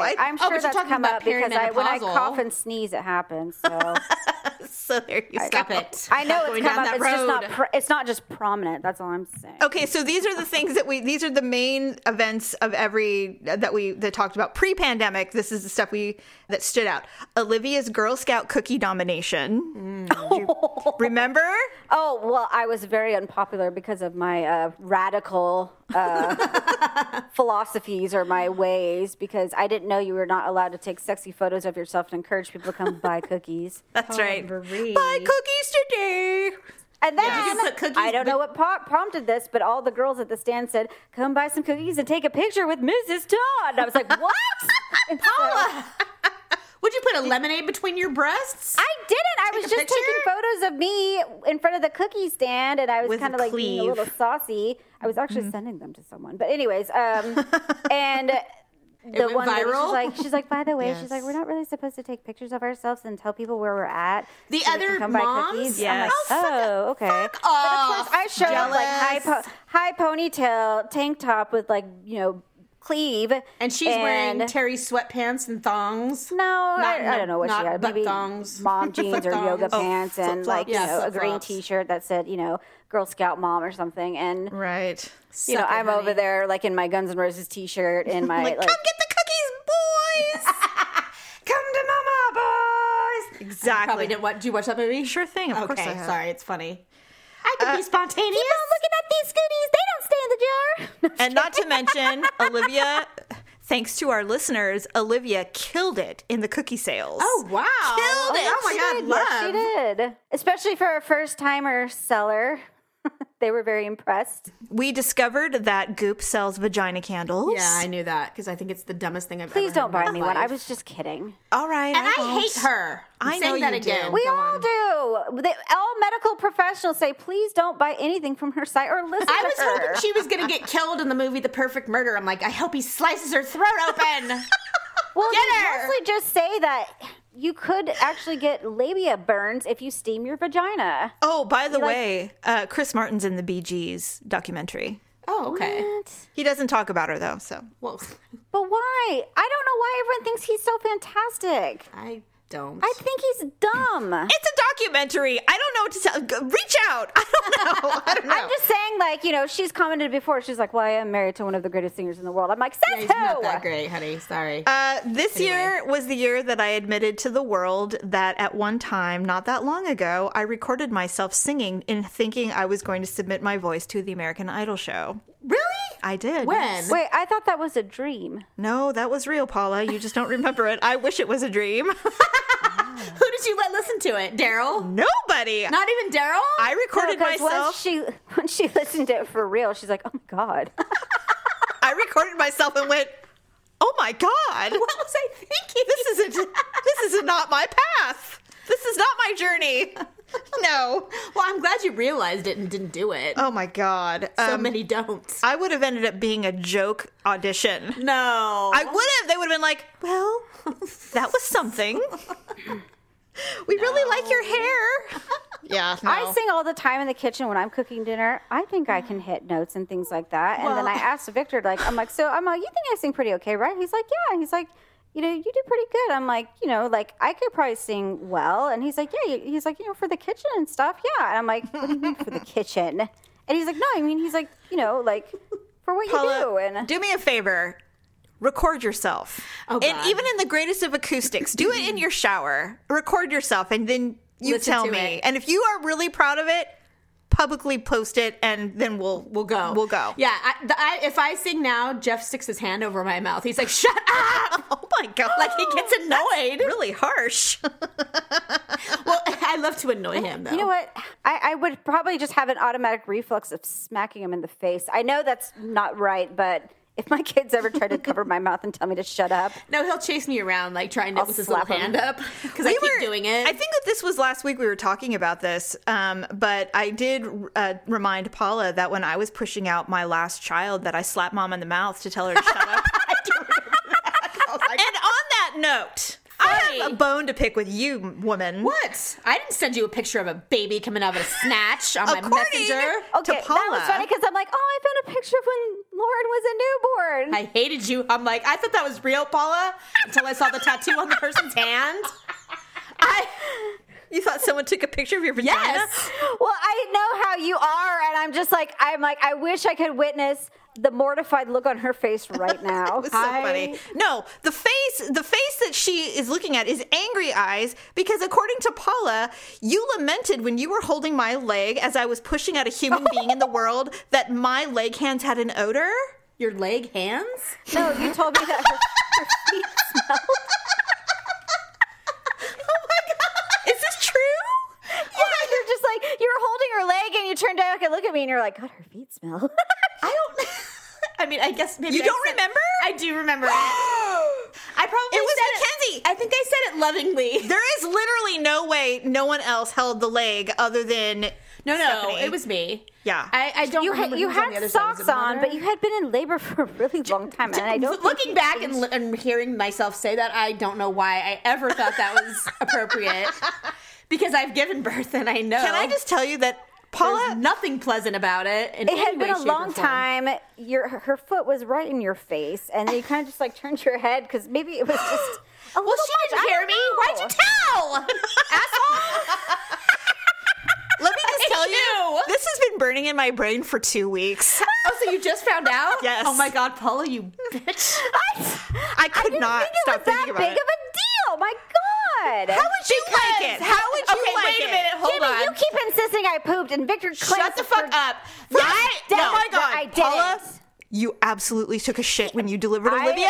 Speaker 1: I,
Speaker 3: I'm sure
Speaker 2: but you're
Speaker 3: that's
Speaker 2: talking
Speaker 3: come
Speaker 2: about
Speaker 3: up because I, when I
Speaker 2: perimenopausal.
Speaker 3: cough and sneeze, it happens. So
Speaker 1: [laughs] so there you go.
Speaker 2: Stop it.
Speaker 3: I know
Speaker 2: Going
Speaker 3: it's come
Speaker 2: down
Speaker 3: up.
Speaker 2: that
Speaker 3: It's just not.
Speaker 2: road.
Speaker 3: Pr- it's not just prominent. That's all I'm saying.
Speaker 1: Okay, so these are the things that we these are the main events of every that we that talked about pre-pandemic. This is the stuff we that stood out. Olivia's Girl Scout cookie nomination.
Speaker 2: Mm,
Speaker 1: Do you- [laughs] remember?
Speaker 3: Oh well, I was very unpopular because of my uh, radical uh,
Speaker 2: [laughs]
Speaker 3: philosophies or my ways. Because I didn't know you were not allowed to take sexy photos of yourself and encourage people to come
Speaker 2: [laughs]
Speaker 3: buy cookies.
Speaker 1: That's right.
Speaker 2: Potpourri.
Speaker 1: Buy cookies today.
Speaker 3: And then
Speaker 2: you put cookies
Speaker 3: I don't know what po- prompted this, but all the girls at the stand said, "Come buy some cookies and take a picture with Mrs. Todd." And I was
Speaker 2: [laughs]
Speaker 3: like, "What?" And so-
Speaker 2: Would you put a lemonade between your breasts?
Speaker 3: I didn't. I was
Speaker 2: a
Speaker 3: just
Speaker 2: picture?
Speaker 3: taking photos of me in front of the cookie stand, and I was
Speaker 1: With
Speaker 3: kind of like being a
Speaker 1: Cleve.
Speaker 3: little saucy. I was actually sending them to someone, but anyways, um,
Speaker 2: [laughs]
Speaker 3: and the
Speaker 2: went
Speaker 3: one lady,
Speaker 2: viral?
Speaker 3: she's like, she's like, by the way, she's like,
Speaker 2: Yes.
Speaker 3: we're not really supposed to take pictures of ourselves and tell people where we're at.
Speaker 2: The
Speaker 3: so they can
Speaker 2: other
Speaker 3: come
Speaker 2: moms?
Speaker 3: buy cookies. I'm
Speaker 1: Yes. Oh,
Speaker 3: like, oh, okay. But of course,
Speaker 2: off.
Speaker 3: I showed up like high,
Speaker 2: Jealous.
Speaker 3: po- high ponytail, tank top with like you know. Cleave
Speaker 2: And she's wearing
Speaker 3: and-
Speaker 2: Terry's sweatpants and thongs.
Speaker 3: no, I,
Speaker 2: Not-
Speaker 3: I don't know what
Speaker 2: not
Speaker 3: she had.
Speaker 2: butt
Speaker 3: Maybe [laughs]
Speaker 2: thongs.
Speaker 3: mom jeans or yoga
Speaker 2: Thongs. Oh,
Speaker 3: pants and
Speaker 1: flip-flops.
Speaker 3: like you
Speaker 2: Yeah,
Speaker 3: know a green
Speaker 2: flip-flops.
Speaker 3: T-shirt that said you know Girl Scout mom or something. And
Speaker 1: Right.
Speaker 3: you know
Speaker 2: Suck it,
Speaker 3: I'm
Speaker 2: honey.
Speaker 3: over there like in my Guns N' Roses [laughs] T-shirt and my
Speaker 1: Like,
Speaker 3: like,
Speaker 1: come get the cookies, boys.
Speaker 2: [laughs] Come to mama, boys.
Speaker 1: Exactly.
Speaker 2: Probably didn't watch. Do you watch that movie?
Speaker 1: Sure thing, of
Speaker 2: okay,
Speaker 1: course I have.
Speaker 2: sorry, it's funny. Uh, I could be spontaneous.
Speaker 3: looking at these goodies. They don't stay in the jar. [laughs]
Speaker 1: And not to
Speaker 2: [laughs]
Speaker 1: mention Olivia thanks to our listeners, Olivia killed it in the cookie sales.
Speaker 2: Oh wow!
Speaker 1: Killed it.
Speaker 2: Oh my
Speaker 1: She
Speaker 2: god,
Speaker 1: did.
Speaker 2: love.
Speaker 3: Yes, [laughs] she did, especially for a first timer seller. [laughs] they were very impressed.
Speaker 1: We discovered that Goop sells vagina candles.
Speaker 2: Yeah, I knew that because I think it's the dumbest thing I've
Speaker 3: Please
Speaker 2: ever.
Speaker 3: don't buy
Speaker 2: heard in
Speaker 3: me
Speaker 2: my
Speaker 3: one. I
Speaker 2: life.
Speaker 3: was just kidding.
Speaker 1: All right.
Speaker 2: And I
Speaker 1: won't.
Speaker 2: hate her. I'm
Speaker 1: I know
Speaker 2: saying that
Speaker 1: you do.
Speaker 2: again.
Speaker 1: We
Speaker 3: We all do. They, all medical professionals say, please don't buy anything from her site or listen
Speaker 2: I
Speaker 3: to
Speaker 2: was
Speaker 3: her.
Speaker 2: hoping she was gonna get killed in the movie The Perfect Murder. I'm like, I hope he slices her throat open.
Speaker 3: well,
Speaker 2: Get
Speaker 3: they
Speaker 2: her.
Speaker 3: mostly just say that you could actually get labia burns if you steam your vagina.
Speaker 1: Oh, by the way, uh, Chris Martin's in the Bee Gees documentary.
Speaker 2: oh, okay.
Speaker 3: What?
Speaker 1: He doesn't talk about her though, so
Speaker 2: Well, [laughs]
Speaker 3: But why? I don't know why everyone thinks he's so fantastic.
Speaker 2: I don't.
Speaker 3: I think he's
Speaker 1: It's
Speaker 3: dumb.
Speaker 1: a documentary. I don't know what to tell. G- Reach out. [laughs] I don't know. I don't know.
Speaker 3: I'm just saying, like, you know, she's commented before. She's like, well, I am married to one of the greatest singers in the world. I'm like, says
Speaker 2: He's
Speaker 3: who?
Speaker 2: not that great, honey. Sorry.
Speaker 1: Uh, this year was the year that I admitted to the world that at one time, not that long ago, I recorded myself singing in thinking I was going to submit my voice to the American Idol show.
Speaker 2: really?
Speaker 1: I did.
Speaker 2: When?
Speaker 3: Wait, I thought that was a dream.
Speaker 1: No, that was real, Paula. You just don't remember it. I wish it was a dream. [laughs]
Speaker 2: Who did you let listen to it? Daryl?
Speaker 1: Nobody.
Speaker 2: Not even Daryl? [laughs]
Speaker 1: I recorded
Speaker 3: Because once
Speaker 1: myself.
Speaker 3: she [laughs] when she listened to it for real, she's like, oh my god.
Speaker 1: I recorded myself and went, "Oh my god,
Speaker 2: What was I thinking?
Speaker 1: this isn't [laughs] this is not my path. This is not my journey." [laughs] No.
Speaker 2: Well, I'm glad you realized it and didn't do it.
Speaker 1: Oh my god.
Speaker 2: so
Speaker 1: Um,
Speaker 2: many don't.
Speaker 1: I would have ended up being a joke audition.
Speaker 2: No.
Speaker 1: I would have. They would have been like, well, that was something. We really like your hair. [laughs] Yeah, no.
Speaker 3: I sing all the time in the kitchen when I'm cooking dinner. I think I can hit notes and things like that. And then I asked Victor, like, I'm like, so I'm like, you think I sing pretty okay, right? He's like, yeah. And he's like, you know, you do pretty good. I'm like, you know, like I could probably sing well. And he's like, yeah. you- He's like, you know, for the kitchen and stuff, yeah. And I'm like, what do you mean for the kitchen? And he's like, no, I mean, he's like, you know, like for what you do.
Speaker 1: Paula,
Speaker 3: And
Speaker 1: do me a favor. Record yourself.
Speaker 2: Oh,
Speaker 1: and
Speaker 2: God.
Speaker 1: even in the greatest of acoustics, do it in your shower. Record yourself and then you
Speaker 2: Listen
Speaker 1: tell
Speaker 2: to
Speaker 1: me.
Speaker 2: it.
Speaker 1: And if you are really proud of it, publicly post it and then we'll
Speaker 2: We'll go.
Speaker 1: We'll go.
Speaker 2: Yeah. I, the, I, if I sing now, Jeff sticks his hand over my mouth. He's like, "Shut up!"
Speaker 1: Oh my god.
Speaker 2: Like he gets annoyed.
Speaker 1: really harsh.
Speaker 2: well, [laughs] I love to annoy him though.
Speaker 3: You know what? I, I would probably just have an automatic reflex of smacking him in the face. I know that's not right, but if my kids ever try
Speaker 2: [laughs]
Speaker 3: to cover my mouth and tell me to shut up,
Speaker 2: No, he'll chase me around like trying to
Speaker 3: I'll
Speaker 2: with his little
Speaker 3: slap him.
Speaker 2: hand up because I keep
Speaker 1: We were-
Speaker 2: doing it.
Speaker 1: I think that this was last week we were talking about this, um, but I did uh, remind Paula that when I was pushing out my last child, that I slapped mom in the mouth to tell her to shut
Speaker 2: [laughs]
Speaker 1: up. and on that note, I have a bone to pick with you, woman.
Speaker 2: what? I didn't send you a picture of a baby coming out of a snatch on my
Speaker 1: According
Speaker 2: messenger.
Speaker 3: okay,
Speaker 1: to Paula,
Speaker 3: that was funny because I'm like, oh, I found a picture of when Lauren was a newborn.
Speaker 2: I hated you. I'm like, I thought that was real, Paula, until I saw the tattoo on the person's hand. I
Speaker 1: you thought someone took a picture of your vagina.
Speaker 2: yes.
Speaker 3: [gasps] well, I know how you are, and I'm just like, I'm like, I wish I could witness the mortified look on her face
Speaker 2: [laughs]
Speaker 3: right now.
Speaker 1: [laughs] It was so funny. No, the face the face that she is looking at is angry eyes because according to Paula, you lamented when you were holding my leg as I was pushing out a
Speaker 2: [laughs]
Speaker 1: human being in the world that my leg hands had an odor.
Speaker 2: Your leg hands?
Speaker 3: [laughs] No, you told me that.
Speaker 2: [laughs]
Speaker 3: Her- [laughs]
Speaker 1: Is this [laughs] true?
Speaker 3: yeah, you're just like you were holding her leg, and you turned back and look at me, and you're like, God, her feet smell. [laughs]
Speaker 2: I don't. I mean, I guess maybe
Speaker 1: You
Speaker 2: I
Speaker 1: don't
Speaker 2: said-
Speaker 1: remember?
Speaker 2: I do remember. it. [gasps] I probably
Speaker 1: It was
Speaker 2: said
Speaker 1: Mackenzie.
Speaker 2: I think I said it lovingly.
Speaker 1: There is literally no way no one else held the leg other than
Speaker 2: No, no,
Speaker 1: Stephanie.
Speaker 2: it was me.
Speaker 1: Yeah.
Speaker 2: I, I don't.
Speaker 3: You
Speaker 2: remember
Speaker 3: had you
Speaker 2: who was on
Speaker 3: had
Speaker 2: the other side. Was it
Speaker 3: socks on,
Speaker 2: Mother?
Speaker 3: but you had been in labor [laughs] for a really long time, and I don't.
Speaker 2: looking back and, li- and hearing myself say that i don't know why i ever thought that [laughs] was appropriate because i've given birth and i know
Speaker 1: Can I just tell you that Paula
Speaker 2: there's nothing pleasant about it in
Speaker 3: It had
Speaker 2: any way,
Speaker 3: been a
Speaker 2: shape, or
Speaker 3: long
Speaker 2: form.
Speaker 3: time. Your her foot was right in your face, and then you kind of just like turned your head because maybe it
Speaker 2: [gasps]
Speaker 3: was just. A
Speaker 2: well she didn't hear me why'd you tell
Speaker 1: let me just tell
Speaker 3: [laughs]
Speaker 1: you
Speaker 2: Ew.
Speaker 1: this has been burning in my brain for 2 weeks.
Speaker 2: oh so you just found out
Speaker 1: Yes.
Speaker 2: oh my god paula you bitch
Speaker 1: I could
Speaker 3: didn't
Speaker 1: not
Speaker 3: think it
Speaker 1: stop
Speaker 3: was
Speaker 1: thinking
Speaker 3: that
Speaker 1: about
Speaker 3: big
Speaker 1: it.
Speaker 3: of a deal. My God.
Speaker 1: How would you like it? How would you
Speaker 2: okay
Speaker 1: like
Speaker 2: wait
Speaker 1: it?
Speaker 2: a minute hold
Speaker 3: Jimmy,
Speaker 2: on
Speaker 3: you keep insisting I pooped, and Victor
Speaker 2: shut the fuck up right
Speaker 3: damn
Speaker 2: oh my
Speaker 3: it,
Speaker 2: god
Speaker 3: I didn't.
Speaker 1: Paula, you absolutely took a shit when you delivered
Speaker 3: I-
Speaker 1: Olivia.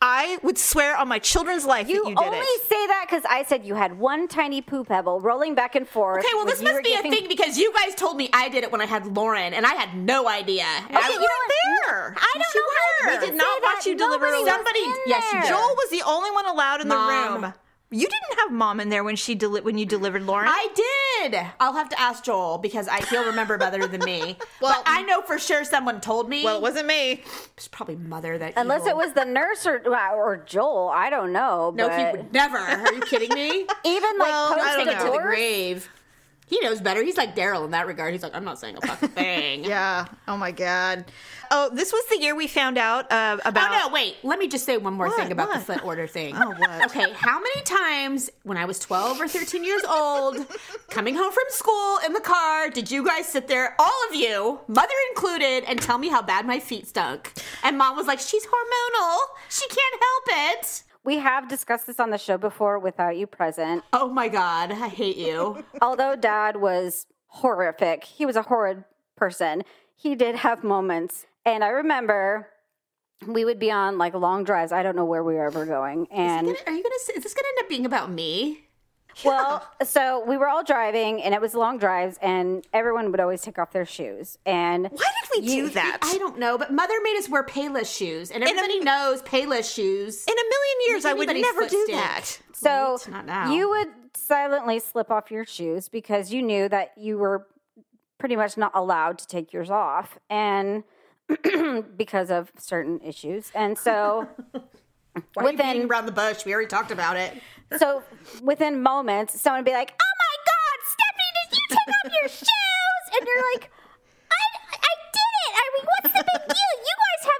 Speaker 1: I would swear on my children's life
Speaker 3: You,
Speaker 1: that you did
Speaker 3: only
Speaker 1: it.
Speaker 3: say that because I said you had one tiny poo pebble rolling back and forth.
Speaker 2: [laughs] Okay, well,
Speaker 3: when
Speaker 2: this
Speaker 3: you were
Speaker 2: must be
Speaker 3: giving-
Speaker 2: a thing because you guys told me I did it when I had Lauren, and I had no idea. And I
Speaker 1: Okay,
Speaker 2: was-
Speaker 1: you
Speaker 3: know
Speaker 1: weren't there.
Speaker 3: I don't
Speaker 1: You
Speaker 3: know how
Speaker 1: were.
Speaker 3: you
Speaker 1: We
Speaker 3: can
Speaker 1: did not
Speaker 3: say
Speaker 1: watch
Speaker 3: that.
Speaker 1: you deliver
Speaker 3: Nobody was
Speaker 1: somebody.
Speaker 3: in
Speaker 2: Yes, you
Speaker 3: there.
Speaker 2: did.
Speaker 1: Joel was the only one allowed in
Speaker 2: Mom.
Speaker 1: the room. You didn't have mom in there when she deli- when you delivered Lauren.
Speaker 2: I did. I'll have to ask Joel because I he'll remember better than me.
Speaker 1: Well-
Speaker 2: but I know for sure someone told me.
Speaker 1: well, it wasn't me.
Speaker 2: It's probably mother that.
Speaker 3: Unless it
Speaker 2: evil-
Speaker 3: was the nurse or, or Joel, I don't know.
Speaker 2: No,
Speaker 3: but
Speaker 2: he would never. Are you kidding me?
Speaker 3: Even like
Speaker 1: Well, I
Speaker 3: post
Speaker 1: don't
Speaker 3: the
Speaker 1: know.
Speaker 2: To the
Speaker 3: doors?
Speaker 2: grave. He knows better. He's like Daryl in that regard. He's like, I'm not saying a
Speaker 1: [laughs]
Speaker 2: fucking thing.
Speaker 1: Yeah. Oh my god. Oh, this was the year we found out uh, about.
Speaker 2: Oh no, wait. Let me just say one more
Speaker 1: What?
Speaker 2: thing about the
Speaker 1: What?
Speaker 2: foot order thing.
Speaker 1: Oh, what?
Speaker 2: Okay, how many times when I was 12 or 13 years old, coming home from school in the car, did you guys sit there, all of you, mother included, and tell me how bad my feet stunk? And mom was like, "She's hormonal. She can't help it."
Speaker 3: We have discussed this on the show before without you present.
Speaker 2: Oh my god, I
Speaker 1: [laughs]
Speaker 2: hate you.
Speaker 3: Although Dad was horrific, he was a horrid person. He did have moments. And I remember we would be on like long drives. I don't know where we were ever going. And
Speaker 2: Are you gonna? say- Is this gonna end up being about me?
Speaker 3: Well, so we were all driving, and it was long drives, and everyone would always take off their shoes. And
Speaker 1: Why did we do that?
Speaker 2: I don't know, but mother made us wear Payless shoes, and
Speaker 1: a-
Speaker 2: everybody knows Payless shoes.
Speaker 1: In a million years,
Speaker 2: Make
Speaker 1: I would
Speaker 2: anybody's
Speaker 1: never
Speaker 2: foot
Speaker 1: do
Speaker 2: stink.
Speaker 1: that.
Speaker 3: so
Speaker 2: Wait, not now.
Speaker 3: you would silently slip off your shoes because you knew that you were pretty much not allowed to take yours off, and [clears throat] because of certain issues. And
Speaker 2: [laughs]
Speaker 3: so
Speaker 2: Why are you beating around the bush? We already talked about it.
Speaker 3: So within moments, someone would be like, "Oh my God, Stephanie, did you take off
Speaker 2: [laughs]
Speaker 3: your shoes?" And you're like, "I, I did it. I mean, what's the big deal? You guys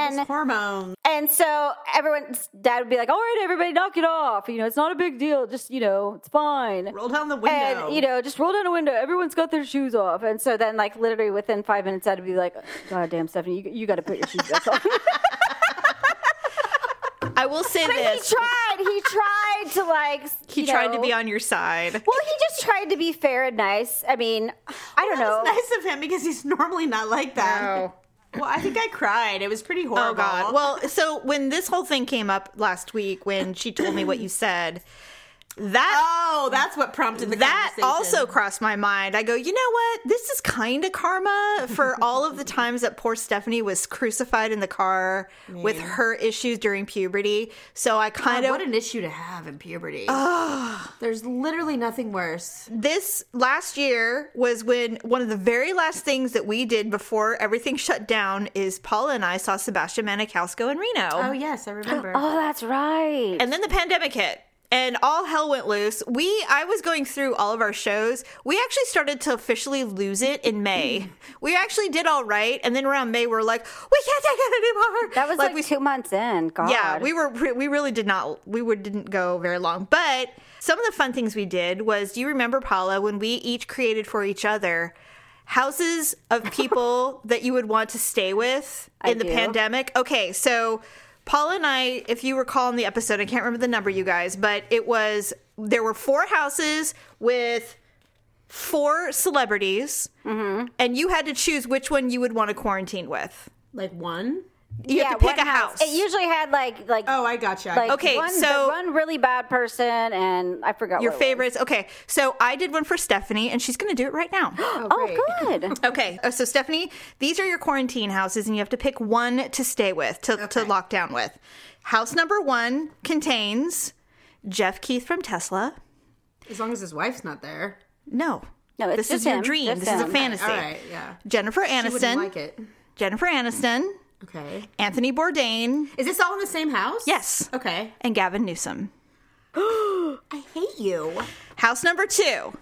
Speaker 3: have yours off, and it's not that bad." And
Speaker 2: Hormones.
Speaker 3: and so everyone's dad would be like, "All right, everybody, knock it off. You know, it's not a big deal. Just you know, it's fine."
Speaker 2: Roll down the window.
Speaker 3: and you know, just roll down a window. Everyone's got their shoes off, and so then, like, literally within five minutes, I'd be like, "God damn, Stephanie, you, you got to put your shoes back on." [laughs]
Speaker 1: I will say
Speaker 3: But he
Speaker 1: this.
Speaker 3: tried. He tried to like.
Speaker 1: He
Speaker 3: you
Speaker 1: tried to
Speaker 3: know-
Speaker 1: be on your side.
Speaker 3: Well, he just tried to be fair and nice. I mean, I don't know.
Speaker 2: That was nice of him because he's normally not like that. Well, I think I cried. It was pretty horrible.
Speaker 1: Oh God! Well, so when this whole thing came up last week, when she told me what you said, that
Speaker 2: oh, that's what prompted the
Speaker 1: that
Speaker 2: conversation.
Speaker 1: also crossed my mind. I go, you know what? This is kind of karma for all of the times that poor Stephanie was crucified in the
Speaker 2: [laughs]
Speaker 1: car with her issues during puberty. So I kind
Speaker 2: God,
Speaker 1: of
Speaker 2: what an issue to have in puberty. There's literally nothing worse.
Speaker 1: this last year was when one of the very last things that we did before everything shut down is Paula and I saw Sebastian Maniscalco in Reno.
Speaker 2: Oh yes, I remember.
Speaker 3: [gasps] oh, that's right.
Speaker 1: And then the pandemic hit and all hell went loose. We I was going through all of our shows. We actually started to officially lose it in
Speaker 3: Mm.
Speaker 1: May. we actually did all right and then around May we are like, we can't take it anymore.
Speaker 3: that was like,
Speaker 1: we
Speaker 3: two months in. God.
Speaker 1: yeah, we were pre- we really did not we were didn't go very long. But some of the fun things we did was do you remember Paula when we each created for each other houses of
Speaker 3: [laughs]
Speaker 1: people that you would want to stay with in the
Speaker 3: do.
Speaker 1: pandemic? Okay, so Paula and I, if you recall in the episode, I can't remember the number you guys, but it was there were four houses with four celebrities
Speaker 3: Mm-hmm.
Speaker 1: and you had to choose which one you would want to quarantine with.
Speaker 2: Like one.
Speaker 1: You
Speaker 3: yeah,
Speaker 1: have to pick
Speaker 3: one
Speaker 1: a house.
Speaker 3: It usually had like like
Speaker 2: Oh, I gotcha. I
Speaker 3: like
Speaker 2: gotcha.
Speaker 1: Okay,
Speaker 3: one, the
Speaker 1: so-
Speaker 3: one really bad person, and I forgot
Speaker 1: Your
Speaker 3: what it was.
Speaker 1: favorites. Okay. So I did one for Stephanie, and she's going to do it right now.
Speaker 3: Oh,
Speaker 1: [laughs]
Speaker 3: good.
Speaker 1: okay. Uh, So, Stephanie, these are your quarantine houses, and you have to pick one to stay with, to, to lock down with. House number one contains Jeff Keith from Tesla.
Speaker 2: as long as his wife's not there.
Speaker 1: No.
Speaker 3: No, it's
Speaker 1: this
Speaker 3: just
Speaker 1: is your
Speaker 3: him.
Speaker 1: dream.
Speaker 3: Just
Speaker 1: this is a
Speaker 3: him.
Speaker 1: fantasy.
Speaker 2: All right, yeah.
Speaker 1: Jennifer
Speaker 2: She wouldn't
Speaker 1: Aniston.
Speaker 2: like it.
Speaker 1: Jennifer Aniston.
Speaker 2: Okay.
Speaker 1: Anthony Bourdain
Speaker 2: Is this all in the same house?
Speaker 1: Yes.
Speaker 2: Okay.
Speaker 1: and Gavin Newsom.
Speaker 2: I hate you.
Speaker 1: House number two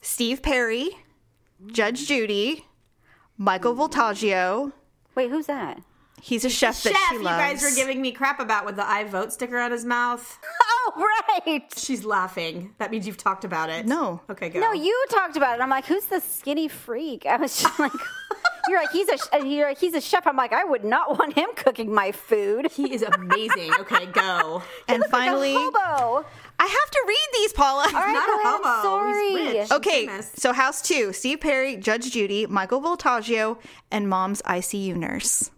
Speaker 1: Steve Perry, Judge Judy, Michael Voltaggio,
Speaker 3: Wait, who's that?
Speaker 1: He's a chef that
Speaker 2: Chef,
Speaker 1: she
Speaker 2: you
Speaker 1: loves.
Speaker 2: guys are giving me crap about with the I vote sticker on his mouth.
Speaker 3: Oh, right.
Speaker 2: She's laughing. That means you've talked about it.
Speaker 1: No.
Speaker 2: Okay, go.
Speaker 3: No, you talked about it. I'm like, who's the skinny freak? I was just like, [laughs] you're like he's a sh- and you're like he's a chef. I'm like, I would not want him cooking my food.
Speaker 2: He is amazing. Okay,
Speaker 3: [laughs]
Speaker 2: go.
Speaker 1: and
Speaker 3: Like a
Speaker 1: finally,
Speaker 3: hobo.
Speaker 1: I have to read these, Paula.
Speaker 3: All right,
Speaker 2: not
Speaker 3: go
Speaker 2: a
Speaker 3: ahead. I'm
Speaker 2: hobo. He's
Speaker 3: Sorry.
Speaker 2: rich.
Speaker 1: [laughs] Okay,
Speaker 2: famous.
Speaker 1: so House Two: Steve Perry, Judge Judy, Michael Voltaggio, and Mom's ICU nurse.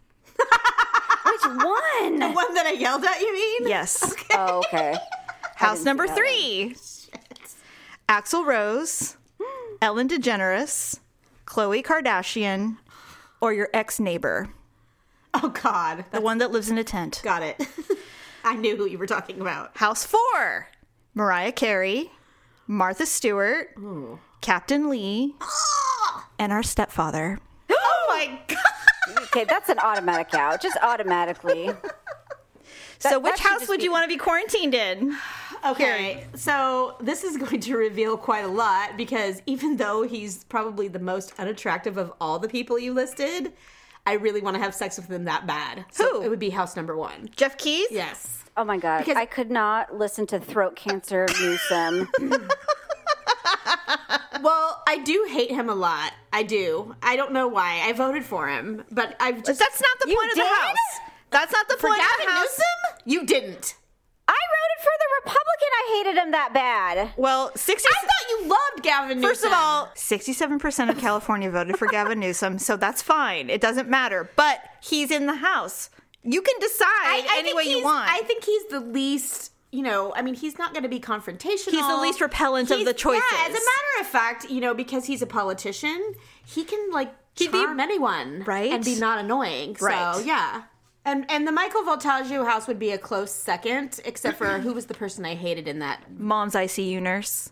Speaker 3: Which
Speaker 1: [laughs]
Speaker 3: one?
Speaker 2: One that I yelled at, you mean?
Speaker 1: Yes.
Speaker 3: Oh, okay.
Speaker 1: House number three: Axel Rose, Ellen DeGeneres, Khloe Kardashian, or your ex neighbor,
Speaker 2: Oh God,
Speaker 1: the one that lives in a tent.
Speaker 2: got it. [laughs] I knew who you were talking about.
Speaker 1: House Four: Mariah Carey, Martha Stewart, Captain Lee, and our stepfather.
Speaker 2: Oh my God.
Speaker 3: Okay, that's an automatic out. Just automatically.
Speaker 1: so, which
Speaker 3: that should
Speaker 1: house
Speaker 3: just
Speaker 1: would
Speaker 3: be-
Speaker 1: you want to be quarantined in?
Speaker 2: Okay, so this is [laughs] going to reveal quite a lot because even though he's probably the most unattractive of all the people you listed, I really want to have sex with him that bad. So
Speaker 1: Who?
Speaker 2: it would be house number one.
Speaker 1: Jeff Keys? [laughs]
Speaker 2: Yes.
Speaker 3: Oh my god,
Speaker 2: Because-
Speaker 3: I could not listen to throat cancer Newsom.
Speaker 2: Well, I do hate him a lot. I do. I don't know why. I voted for him, but I've
Speaker 1: But
Speaker 2: just
Speaker 1: That's not the point of the
Speaker 3: did?
Speaker 1: house. That's not the
Speaker 2: for
Speaker 1: point of
Speaker 2: Gavin
Speaker 1: the house.
Speaker 2: Newsom. You didn't.
Speaker 3: I voted for the Republican. I hated him that bad.
Speaker 1: Well, 60
Speaker 2: I thought you loved Gavin Newsom.
Speaker 1: First of all, 67% of California voted for Gavin Newsom, so that's fine. It doesn't matter. But he's in the house. You can decide any
Speaker 2: think
Speaker 1: way you
Speaker 2: he's-
Speaker 1: want.
Speaker 2: I think he's the least. You know, I mean, he's not going to be confrontational.
Speaker 1: He's the least repellent of the choices.
Speaker 2: Yeah, as a matter of fact, you know, because he's a politician, he can like
Speaker 1: He'd be-
Speaker 2: charm anyone,
Speaker 1: Right.
Speaker 2: and be not annoying.
Speaker 1: Right.
Speaker 2: So yeah. And, and the Michael Voltaggio house would be a close second, except for who was the person I hated in that.
Speaker 1: Mom's ICU nurse.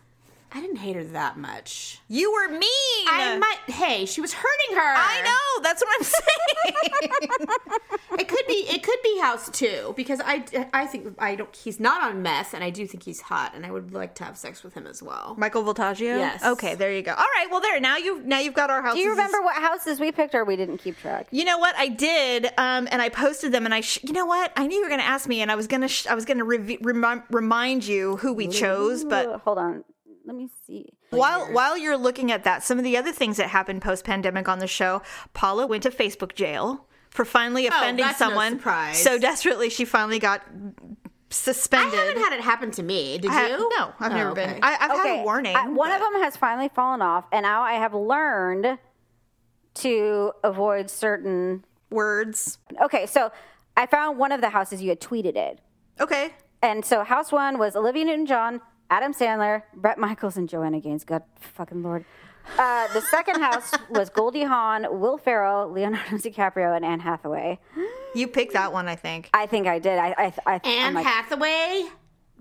Speaker 2: I didn't hate her that much.
Speaker 1: You were mean.
Speaker 2: I might. Hey, she was hurting her.
Speaker 1: I know. That's what I'm [laughs] saying.
Speaker 2: It could be. It could be house two because I. I think I don't. He's not on meth, and I do think he's hot, and I would like to have sex with him as well.
Speaker 1: Michael Voltaggio.
Speaker 2: Yes.
Speaker 1: Okay. There you go. All right. Well, there. Now you. Now you've got our house.
Speaker 3: Do you remember what houses we picked or we didn't keep track?
Speaker 1: You know what I did, um, and I posted them, and I, sh- you know what, I knew you were going to ask me, and I was going to, sh- I was going to rev remi- remind you who we chose, but
Speaker 3: Uh, Hold on. Let me see.
Speaker 1: While while you're looking at that, some of the other things that happened post pandemic on the show, Paula went to Facebook jail for finally offending
Speaker 2: Oh, that's no
Speaker 1: someone
Speaker 2: surprise.
Speaker 1: so desperately she finally got
Speaker 2: I
Speaker 1: suspended.
Speaker 2: haven't had it happen to me. Did
Speaker 1: I-
Speaker 2: you?
Speaker 1: no, I've
Speaker 2: Oh,
Speaker 1: never
Speaker 2: okay.
Speaker 1: been. I, I've had a warning.
Speaker 3: I- one of them has finally fallen off, and now I have learned to avoid certain.
Speaker 1: words.
Speaker 3: Okay, so I found one of the houses you had tweeted it.
Speaker 1: Okay.
Speaker 3: And so house one was Olivia Newton John, Adam Sandler, Brett Michaels, and Joanna Gaines. God fucking lord. Uh, the second [laughs] house was Goldie Hawn, Will Ferrell, Leonardo [laughs] DiCaprio, and Anne Hathaway.
Speaker 1: You picked that one, I think,
Speaker 3: I think I did. I, I, I oh
Speaker 2: Anne
Speaker 3: I'm like,
Speaker 2: Hathaway.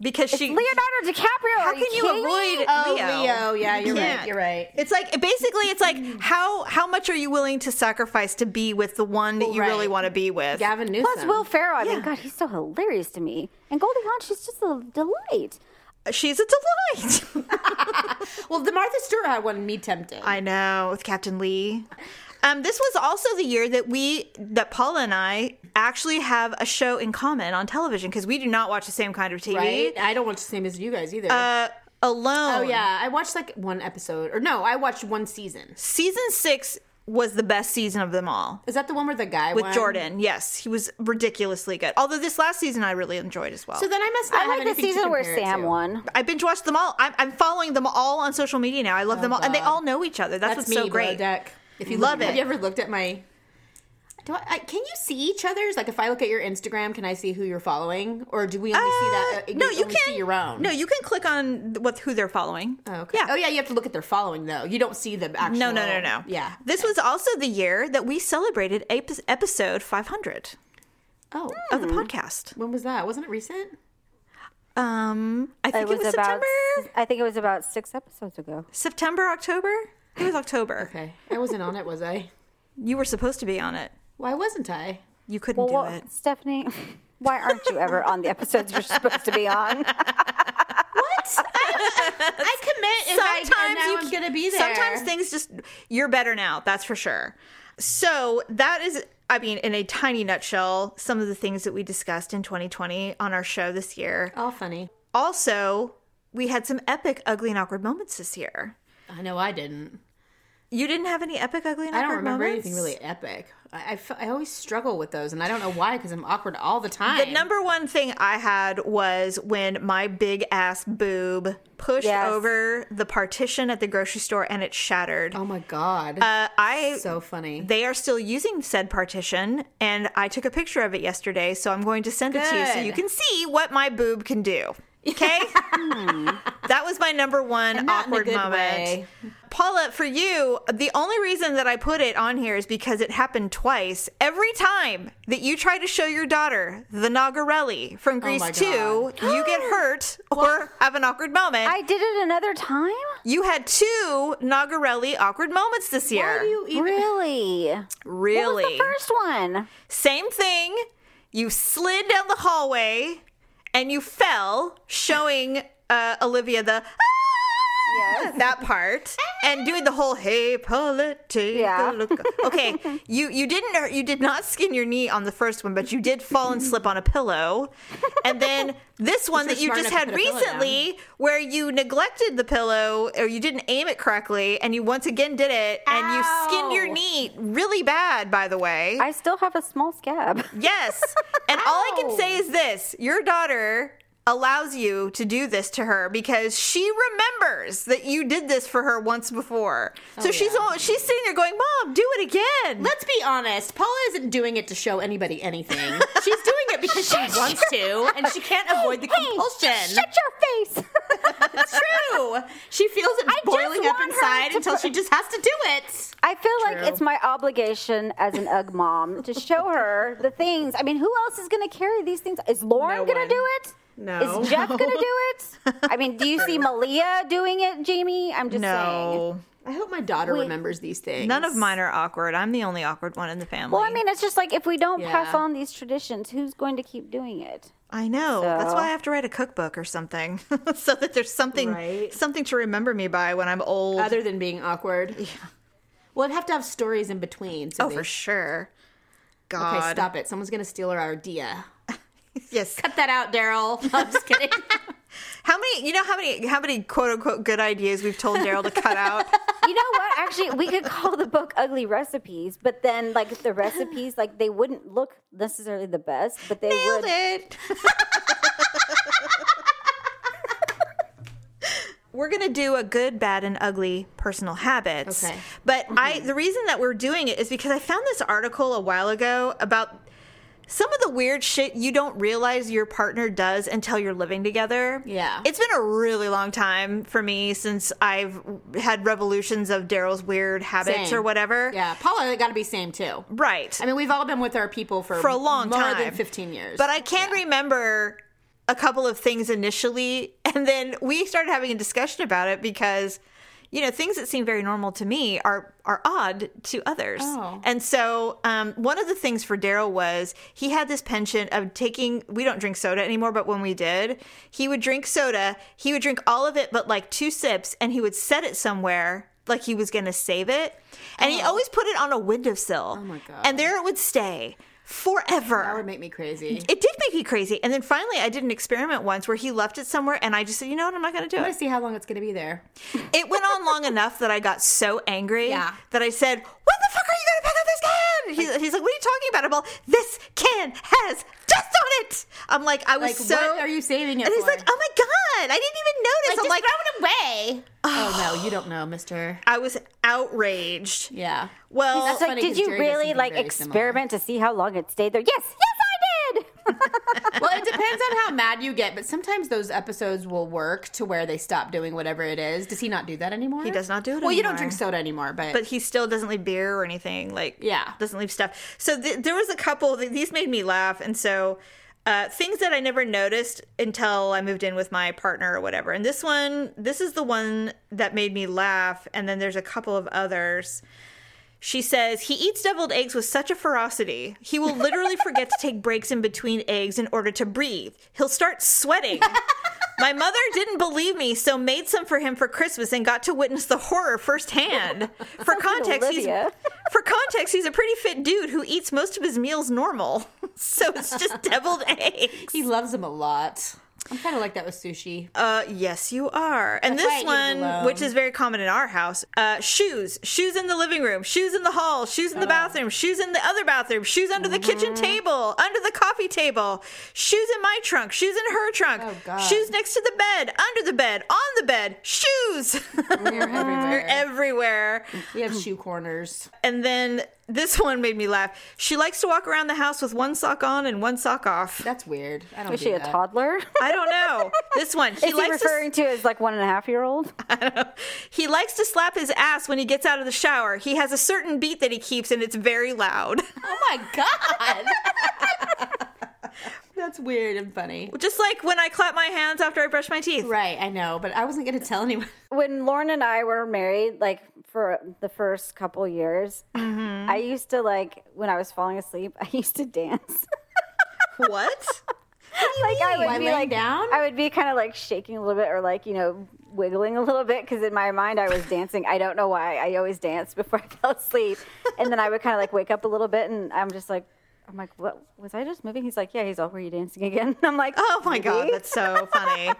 Speaker 1: because she.
Speaker 3: Leonardo DiCaprio.
Speaker 1: how
Speaker 3: are
Speaker 1: can you
Speaker 3: kidding me?
Speaker 1: avoid
Speaker 2: Oh,
Speaker 1: Leo?
Speaker 2: Leo. Yeah, you're
Speaker 1: can't.
Speaker 2: right. You're right.
Speaker 1: It's like basically, it's like how how much are you willing to sacrifice to be with the one that you really
Speaker 2: Right.
Speaker 1: want to be with?
Speaker 2: Gavin Newsom.
Speaker 3: Plus Will Ferrell. I mean,
Speaker 1: Yeah.
Speaker 3: God, he's so hilarious to me. And Goldie Hawn, she's just a delight.
Speaker 1: She's a delight. [laughs]
Speaker 2: Well, the Martha Stewart had one me tempted.
Speaker 1: I know with Captain Lee. Um, this was also the year that we that Paula and I actually have a show in common on television because we do not watch the same kind of TV.
Speaker 2: right? I don't watch the same as you guys either.
Speaker 1: Uh, Alone.
Speaker 2: oh yeah, I watched like one episode, or no, I watched one season.
Speaker 1: Season six was the best season of them all
Speaker 2: Is that the one where the guy
Speaker 1: with
Speaker 2: won?
Speaker 1: Jordan. Yes, he was ridiculously good. Although this last season I really enjoyed as well.
Speaker 2: So then I must
Speaker 3: I
Speaker 2: not have
Speaker 3: like the
Speaker 2: anything to
Speaker 3: season where
Speaker 2: compare it
Speaker 3: Sam
Speaker 2: to.
Speaker 3: won.
Speaker 1: I binge watched them all. I'm, I'm following them all on social media now. I love them all, and they
Speaker 2: Oh, God.
Speaker 1: all know each other. That's,
Speaker 2: That's
Speaker 1: what's
Speaker 2: me,
Speaker 1: so great.
Speaker 2: Deck. If you
Speaker 1: Love
Speaker 2: look,
Speaker 1: it.
Speaker 2: Have you ever looked at my? Do I, I, can you see each other's? Like, if I look at your Instagram, can I see who you're following, or do we only see that?
Speaker 1: Uh, no, you
Speaker 2: only see
Speaker 1: can
Speaker 2: your own.
Speaker 1: No, you can click on what who they're following.
Speaker 2: Oh, okay.
Speaker 1: Yeah.
Speaker 2: Oh yeah, you have to look at their following though. You don't see the actual.
Speaker 1: No, no, no, no.
Speaker 2: Yeah.
Speaker 1: This was also the year that we celebrated ep- episode 500
Speaker 2: Oh,
Speaker 1: of the podcast.
Speaker 2: when was that? Wasn't it recent?
Speaker 1: Um, I think it was,
Speaker 3: about.
Speaker 1: September,
Speaker 3: I think it was about six episodes ago.
Speaker 1: September, October. It was October.
Speaker 2: Okay, I wasn't on it, was I?
Speaker 1: You were supposed to be on it.
Speaker 2: Why wasn't I?
Speaker 1: You couldn't
Speaker 3: Well,
Speaker 1: do
Speaker 3: what-
Speaker 1: it.
Speaker 3: Stephanie, [laughs] why aren't you ever on the episodes you're supposed to be on?
Speaker 2: I commit. Sometimes and now I'm
Speaker 1: ca-
Speaker 2: gonna be there.
Speaker 1: Sometimes things just you're better now. That's for sure. So that is, I mean, in a tiny nutshell, some of the things that we discussed in 2020 on our show this year.
Speaker 2: all funny.
Speaker 1: Also, we had some epic, ugly, and awkward moments this year.
Speaker 2: I know I didn't.
Speaker 1: You didn't have any epic, ugly, and
Speaker 2: I
Speaker 1: awkward
Speaker 2: don't remember
Speaker 1: moments?
Speaker 2: anything really epic. I, I, f- I always struggle with those, and I don't know why because I'm awkward all the time.
Speaker 1: The number one thing I had was when my big ass boob pushed
Speaker 3: Yes.
Speaker 1: over the partition at the grocery store and it shattered.
Speaker 2: Oh my god.
Speaker 1: Uh, I
Speaker 2: so funny.
Speaker 1: they are still using said partition, and I took a picture of it yesterday, so I'm going to send it to you so
Speaker 2: Good.
Speaker 1: you can see what my boob can
Speaker 2: [laughs]
Speaker 1: do. Okay, that was my number one
Speaker 2: Hmm. not in a
Speaker 1: awkward
Speaker 2: good
Speaker 1: moment.
Speaker 2: way.
Speaker 1: Paula, for you, the only reason that I put it on here is because it happened twice. Every time that you try to show your daughter the Nagarelli from Grease
Speaker 2: Oh my
Speaker 1: 2, you
Speaker 2: [gasps]
Speaker 1: get hurt or have an awkward moment.
Speaker 3: [laughs] I did it another time.
Speaker 1: you had two Nagarelli awkward moments this year.
Speaker 2: Why do you even?
Speaker 3: Really? What was
Speaker 1: really?
Speaker 3: the first one?
Speaker 1: Same thing. you slid down the hallway and you fell, showing uh, Olivia the
Speaker 3: Yes.
Speaker 1: that part and doing the whole hey Paula take a
Speaker 3: Yeah.
Speaker 1: look. Okay, you you didn't you did not skin your knee on the first one, but you did fall and slip on a pillow, and then this one that you
Speaker 2: smart
Speaker 1: just
Speaker 2: enough to
Speaker 1: had
Speaker 2: put a pillow down.
Speaker 1: recently, where you neglected the pillow or you didn't aim it correctly, and you once again did it, and you skinned your
Speaker 2: Ow.
Speaker 1: knee really bad. By the way,
Speaker 3: I still have a small scab.
Speaker 1: Yes. And all I can say is this your daughter allows you to do this to her because she remembers that you did this for her once before. so she's all, she's sitting there going, Mom, do it again.
Speaker 2: Let's be honest. Paula isn't doing it to show anybody anything. [laughs] She's doing it because she wants to, and she can't avoid the compulsion.
Speaker 3: Shut your face. [laughs]
Speaker 2: It's true. [laughs] She feels it
Speaker 3: just
Speaker 2: boiling up
Speaker 3: want her
Speaker 2: inside
Speaker 3: to
Speaker 2: until
Speaker 3: put-
Speaker 2: she just has to do it.
Speaker 3: I feel like it's my obligation as an UGG mom to show her the things. I mean, who else is going to carry these things? Is Lauren
Speaker 5: No
Speaker 3: going
Speaker 5: one.
Speaker 3: to do it?
Speaker 1: No.
Speaker 3: Is Jeff going to do it? I mean, do you see Malia doing it, Jamie? I'm just saying.
Speaker 1: No.
Speaker 2: I hope my daughter
Speaker 3: We-
Speaker 2: remembers these things.
Speaker 1: None of mine are awkward. I'm the only awkward one in the family.
Speaker 3: Well, I mean, it's just like if we don't pass
Speaker 2: Yeah.
Speaker 3: on these traditions, who's going to keep doing it?
Speaker 1: I know. That's why
Speaker 3: So-
Speaker 1: I have to write a cookbook or something [laughs] so that there's something
Speaker 2: Right.
Speaker 1: something to remember me by when I'm old.
Speaker 2: other than being awkward. Yeah. Well, I'd have to have stories in between. So
Speaker 1: oh,
Speaker 2: they-
Speaker 1: for sure. God.
Speaker 2: Okay, stop it. Someone's gonna steal our idea.
Speaker 1: Yes.
Speaker 2: Cut that out, Daryl. [laughs] No, I'm just kidding.
Speaker 1: How many you know how many how many quote unquote good ideas we've told Daryl to cut out?
Speaker 3: You know what? Actually, we could call the book "Ugly Recipes," but then like the recipes, like they wouldn't look necessarily the best, but they
Speaker 1: Nailed
Speaker 3: would.
Speaker 1: it. we're gonna do a good, bad, and ugly personal habits.
Speaker 2: Okay. Mm-hmm.
Speaker 1: But I the reason that we're doing it is because I found this article a while ago about some of the weird shit you don't realize your partner does until you're living together.
Speaker 2: Yeah.
Speaker 1: It's been a really long time for me since I've had revolutions of Daryl's weird habits
Speaker 2: Same.
Speaker 1: or whatever.
Speaker 2: yeah, Paula got to be same too.
Speaker 1: Right.
Speaker 2: I mean, we've all been with our people for
Speaker 1: for a long
Speaker 2: more
Speaker 1: time,
Speaker 2: than fifteen years.
Speaker 1: But I can remember a couple of things initially, [laughs] and then we started having a discussion about it because you know things that seem very normal to me are are odd to others.
Speaker 2: Oh.
Speaker 1: And so um, one of the things for Daryl was he had this penchant of taking. We don't drink soda anymore, but when we did, he would drink soda. He would drink all of it, but like two sips, and he would set it somewhere. Like he was gonna save it, and he always put it on a windowsill. Oh
Speaker 2: my God.
Speaker 1: And there it would stay forever.
Speaker 2: that would make me crazy.
Speaker 1: It did make me crazy. And then finally, I did an experiment once where he left it somewhere, and I just said, you know what, I'm not going to do
Speaker 2: I
Speaker 1: it.
Speaker 2: want to see how long it's gonna be there.
Speaker 1: It went on long enough that I got so angry
Speaker 2: Yeah.
Speaker 1: that I said, when the fuck are you going to pick up this can? He's, he's like, what are you talking about? I'm all, this can has dust on it. I'm like, I was
Speaker 2: Like,
Speaker 1: so.
Speaker 2: what are you saving it
Speaker 1: And he's
Speaker 2: for?
Speaker 1: like, oh my God, I didn't even notice. I'm like,
Speaker 2: it away. Oh no, you don't know, Mister.
Speaker 1: I was outraged.
Speaker 2: Yeah.
Speaker 1: Well,
Speaker 2: That's
Speaker 3: It's like,
Speaker 2: funny
Speaker 3: did
Speaker 2: 'cause
Speaker 3: you
Speaker 2: Jerry does
Speaker 3: really
Speaker 2: something
Speaker 3: like
Speaker 2: very similar.
Speaker 3: experiment to see how long it stayed there? Yes, yes, I [laughs] did.
Speaker 2: Well, it depends on how mad you get, but sometimes those episodes will work to where they stop doing whatever it is. Does he not do that anymore?
Speaker 1: He does not do it
Speaker 2: Well, you don't
Speaker 1: anymore.
Speaker 2: drink soda anymore, but,
Speaker 1: but he still doesn't leave beer or anything like
Speaker 2: Yeah.
Speaker 1: doesn't leave stuff so th- there was a couple th- these made me laugh and so uh, things that i never noticed until i moved in with my partner or whatever and this one this is the one that made me laugh and then there's a couple of others she says he eats deviled eggs with such a ferocity he will literally forget to take breaks in between eggs in order to breathe he'll start sweating my mother didn't believe me, so made some for him for Christmas and got to witness the horror firsthand. For context, he's
Speaker 3: Olivia.
Speaker 1: [laughs] for context, he's a pretty fit dude who eats most of his meals normal. [laughs] So it's just deviled eggs.
Speaker 2: he loves them a lot. I'm kind of like that with sushi.
Speaker 1: Uh, yes, you are. And
Speaker 2: That's
Speaker 1: this
Speaker 2: why I eat it
Speaker 1: one,
Speaker 2: alone.
Speaker 1: which is very common in our house, uh, shoes, shoes in the living room, shoes in the hall, shoes
Speaker 2: Oh.
Speaker 1: in the bathroom, shoes in the other bathroom, shoes under the kitchen
Speaker 2: Mm-hmm.
Speaker 1: table, under the coffee table, shoes in my trunk, shoes in her trunk,
Speaker 2: Oh, God.
Speaker 1: shoes next to the bed, under the bed, on the bed, shoes. [laughs]
Speaker 2: They're everywhere.
Speaker 1: everywhere.
Speaker 2: we have shoe corners.
Speaker 1: And then this one made me laugh. She likes to walk around the house with one sock on and one sock off.
Speaker 2: That's weird. I don't.
Speaker 3: Was
Speaker 2: do
Speaker 3: she a
Speaker 2: that.
Speaker 3: toddler?
Speaker 1: I don't know. This
Speaker 3: [laughs]
Speaker 1: one, he
Speaker 3: Is he
Speaker 1: likes
Speaker 3: referring to as like one and a half year old?
Speaker 1: He likes to slap his ass when he gets out of the shower. He has a certain beat that he keeps, and it's very loud. [laughs]
Speaker 2: Oh my god. [laughs] That's weird and funny.
Speaker 1: Just like when I clap my hands after I brush my teeth.
Speaker 2: Right, I know, but I wasn't gonna tell anyone.
Speaker 3: [laughs] when Lauren and I were married, like for the first couple
Speaker 1: Mm-hmm.
Speaker 3: [laughs] years, I used to like when I was falling asleep, I used to dance.
Speaker 1: What?
Speaker 3: like I would
Speaker 2: Why
Speaker 3: be
Speaker 2: laying
Speaker 3: like
Speaker 2: down?
Speaker 3: I would be kind of like shaking a little bit or like you know wiggling a little bit because in my mind I was dancing. I don't know why. I always danced before [laughs] I fell asleep, and then I would kind of like wake up a little bit and I'm just like. I'm like, what was I just moving? He's like, yeah, he's all, were you dancing again? [laughs] I'm like,
Speaker 1: [laughs] Oh my God,
Speaker 3: "Maybe."
Speaker 1: that's so funny.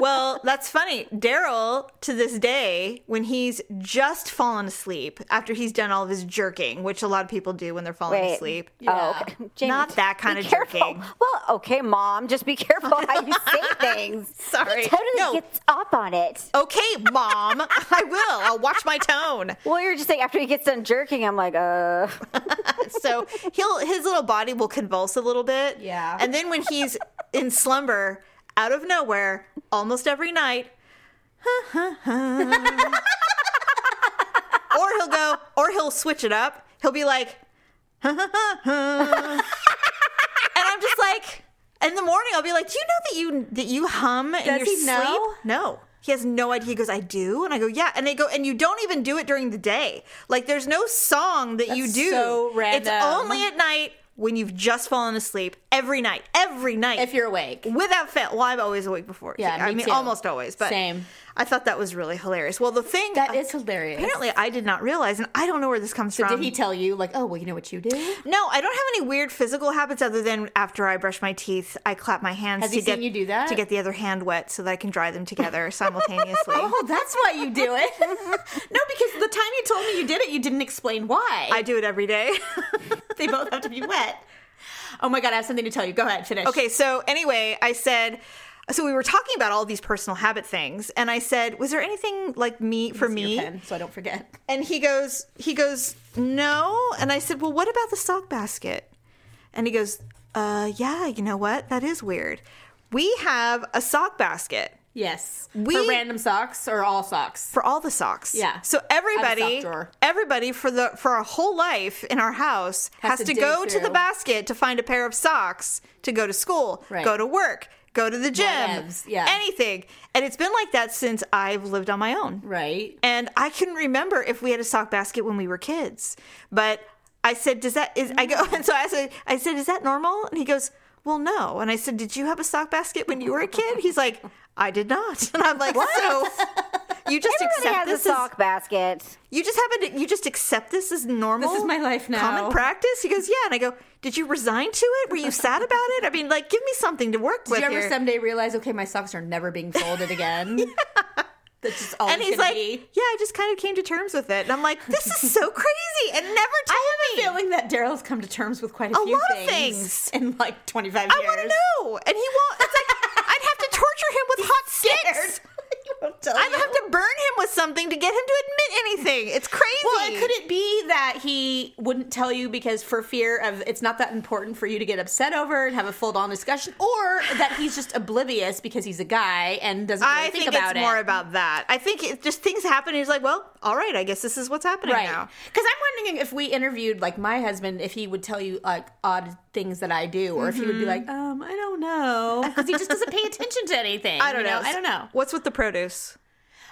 Speaker 1: well, that's funny. Daryl, to this day, when he's just fallen asleep after he's done all of his jerking, which a lot of people do when they're falling
Speaker 3: Wait.
Speaker 1: asleep.
Speaker 3: Oh, okay. [laughs] Jamie,
Speaker 1: Not that
Speaker 3: be
Speaker 1: kind of
Speaker 3: careful.
Speaker 1: jerking.
Speaker 3: [laughs] Well, okay, mom, just be careful how you
Speaker 1: [laughs]
Speaker 3: say things.
Speaker 1: Sorry.
Speaker 3: He totally
Speaker 1: No.
Speaker 3: gets up on it.
Speaker 1: Okay, mom, I will. I'll watch my tone.
Speaker 3: Well, you're just saying after he gets done jerking, I'm like, uh,
Speaker 1: [laughs] So he'll his little body will convulse a little bit.
Speaker 5: Yeah.
Speaker 1: And then when he's in slumber, out of nowhere, almost every night, [laughs] or he'll go, or he'll switch it up. He'll be like, [laughs] and I'm just like, in the morning, I'll be like, do you know that you that you hum in
Speaker 2: Does
Speaker 1: your
Speaker 2: he
Speaker 1: sleep?
Speaker 2: know?
Speaker 1: No. He has no idea. He goes, I do. And I go, yeah. And they go, and you don't even do it during the day. Like, there's no song that you do.
Speaker 2: so
Speaker 1: It's
Speaker 2: random.
Speaker 1: only at night when you've just fallen asleep. Every night. Every night.
Speaker 2: if you're awake.
Speaker 1: Without fail. Well, I'm always awake before.
Speaker 2: Yeah,
Speaker 1: I
Speaker 2: me
Speaker 1: mean,
Speaker 2: too.
Speaker 1: almost always. But
Speaker 2: Same.
Speaker 1: I thought that was really hilarious. Well, the thing
Speaker 2: That is hilarious.
Speaker 1: Apparently, I did not realize, and I don't know where this comes
Speaker 2: Did
Speaker 1: from.
Speaker 2: he tell you like, oh well, you know what you do?
Speaker 1: No, I don't have any weird physical habits other than after I brush my teeth, I clap my hands.
Speaker 2: Has
Speaker 1: to
Speaker 2: he
Speaker 1: get,
Speaker 2: seen you do that?
Speaker 1: to get the other hand wet so that I can dry them
Speaker 2: [laughs]
Speaker 1: together simultaneously?
Speaker 2: Oh, that's why you do it. no, because the time you told me you did it, you didn't explain why.
Speaker 1: I [laughs] do it every day.
Speaker 2: they both have to be wet. Oh my god, I have something to tell you. Go ahead, finish.
Speaker 1: okay, so anyway, I said. So we were talking about all these personal habit things, and I said, "Was there anything like me for me?"
Speaker 2: Your pen, so I don't forget.
Speaker 1: And he goes, he goes, no. And I said, well, what about the stock basket? And he goes, uh, yeah, you know what? That is weird. We have a sock basket
Speaker 2: Yes,
Speaker 1: We-
Speaker 2: for random socks or all socks.
Speaker 1: for all the socks.
Speaker 2: Yeah.
Speaker 1: So
Speaker 2: I have a
Speaker 1: everybody,
Speaker 2: sock drawer.
Speaker 1: everybody for the for our whole life in our house has,
Speaker 2: Has
Speaker 1: to,
Speaker 2: to
Speaker 1: go
Speaker 2: dig
Speaker 1: to the
Speaker 2: through.
Speaker 1: basket to find a pair of socks to go to school,
Speaker 2: Right.
Speaker 1: go to work, go to the gym,
Speaker 2: Whatevs, yeah.
Speaker 1: anything. And it's been like that since I've lived on my own.
Speaker 2: Right.
Speaker 1: And I couldn't remember if we had a sock basket when we were kids. But I said, "Does that is I
Speaker 2: Mm.
Speaker 1: go?" And [laughs] so I said, "I said, is that normal?" And he goes, "Well, no." And I said, "Did you have a sock basket when you were a kid?" He's like, "I did not." [laughs] And I'm like,
Speaker 2: [laughs]
Speaker 1: "So you just
Speaker 3: everybody
Speaker 1: accept
Speaker 3: has a
Speaker 1: this
Speaker 3: sock
Speaker 1: as
Speaker 3: basket.
Speaker 1: you just have it you just accept this as normal.
Speaker 2: This is my life now.
Speaker 1: Common practice." He goes, "Yeah." And I go, "Did you resign to it? Were you sad about it? I mean, like, give me something to work with
Speaker 2: Did you ever
Speaker 1: here."
Speaker 2: someday realize, okay, my socks are never being
Speaker 1: [laughs]
Speaker 2: folded again? That's just all
Speaker 1: and
Speaker 2: it's
Speaker 1: he's
Speaker 2: gonna
Speaker 1: like,
Speaker 2: be.
Speaker 1: "Yeah, I just kind of came to terms with it." And I'm like, "This is so [laughs] crazy!" And never told me.
Speaker 2: feeling that Daryl's come to terms with quite a,
Speaker 1: A
Speaker 2: few
Speaker 1: lot of things.
Speaker 2: things, in like 25
Speaker 1: I
Speaker 2: years.
Speaker 1: want to know. And he won't. It's like I'd have to torture him with hot
Speaker 2: [laughs]
Speaker 1: sticks. I'd have to burn him with something to get him to admit anything. It's crazy.
Speaker 2: Well, and could it be that he wouldn't tell you because for fear of it's not that important for you to get upset over and have a full-on discussion, or that he's just oblivious because he's a guy and doesn't really
Speaker 1: I think,
Speaker 2: about
Speaker 1: it's
Speaker 2: it?
Speaker 1: more about that. I think it's just things happen. And he's like, well, all right, I guess this is what's happening now.
Speaker 2: Because I'm wondering if we interviewed like my husband, if he would tell you like odd things that I do, or if he would be
Speaker 1: Mm-hmm.
Speaker 2: like, um, I don't know, because he just doesn't pay attention to anything.
Speaker 1: Oh. I don't
Speaker 2: you
Speaker 1: know.
Speaker 2: I don't know.
Speaker 1: What's with the produce?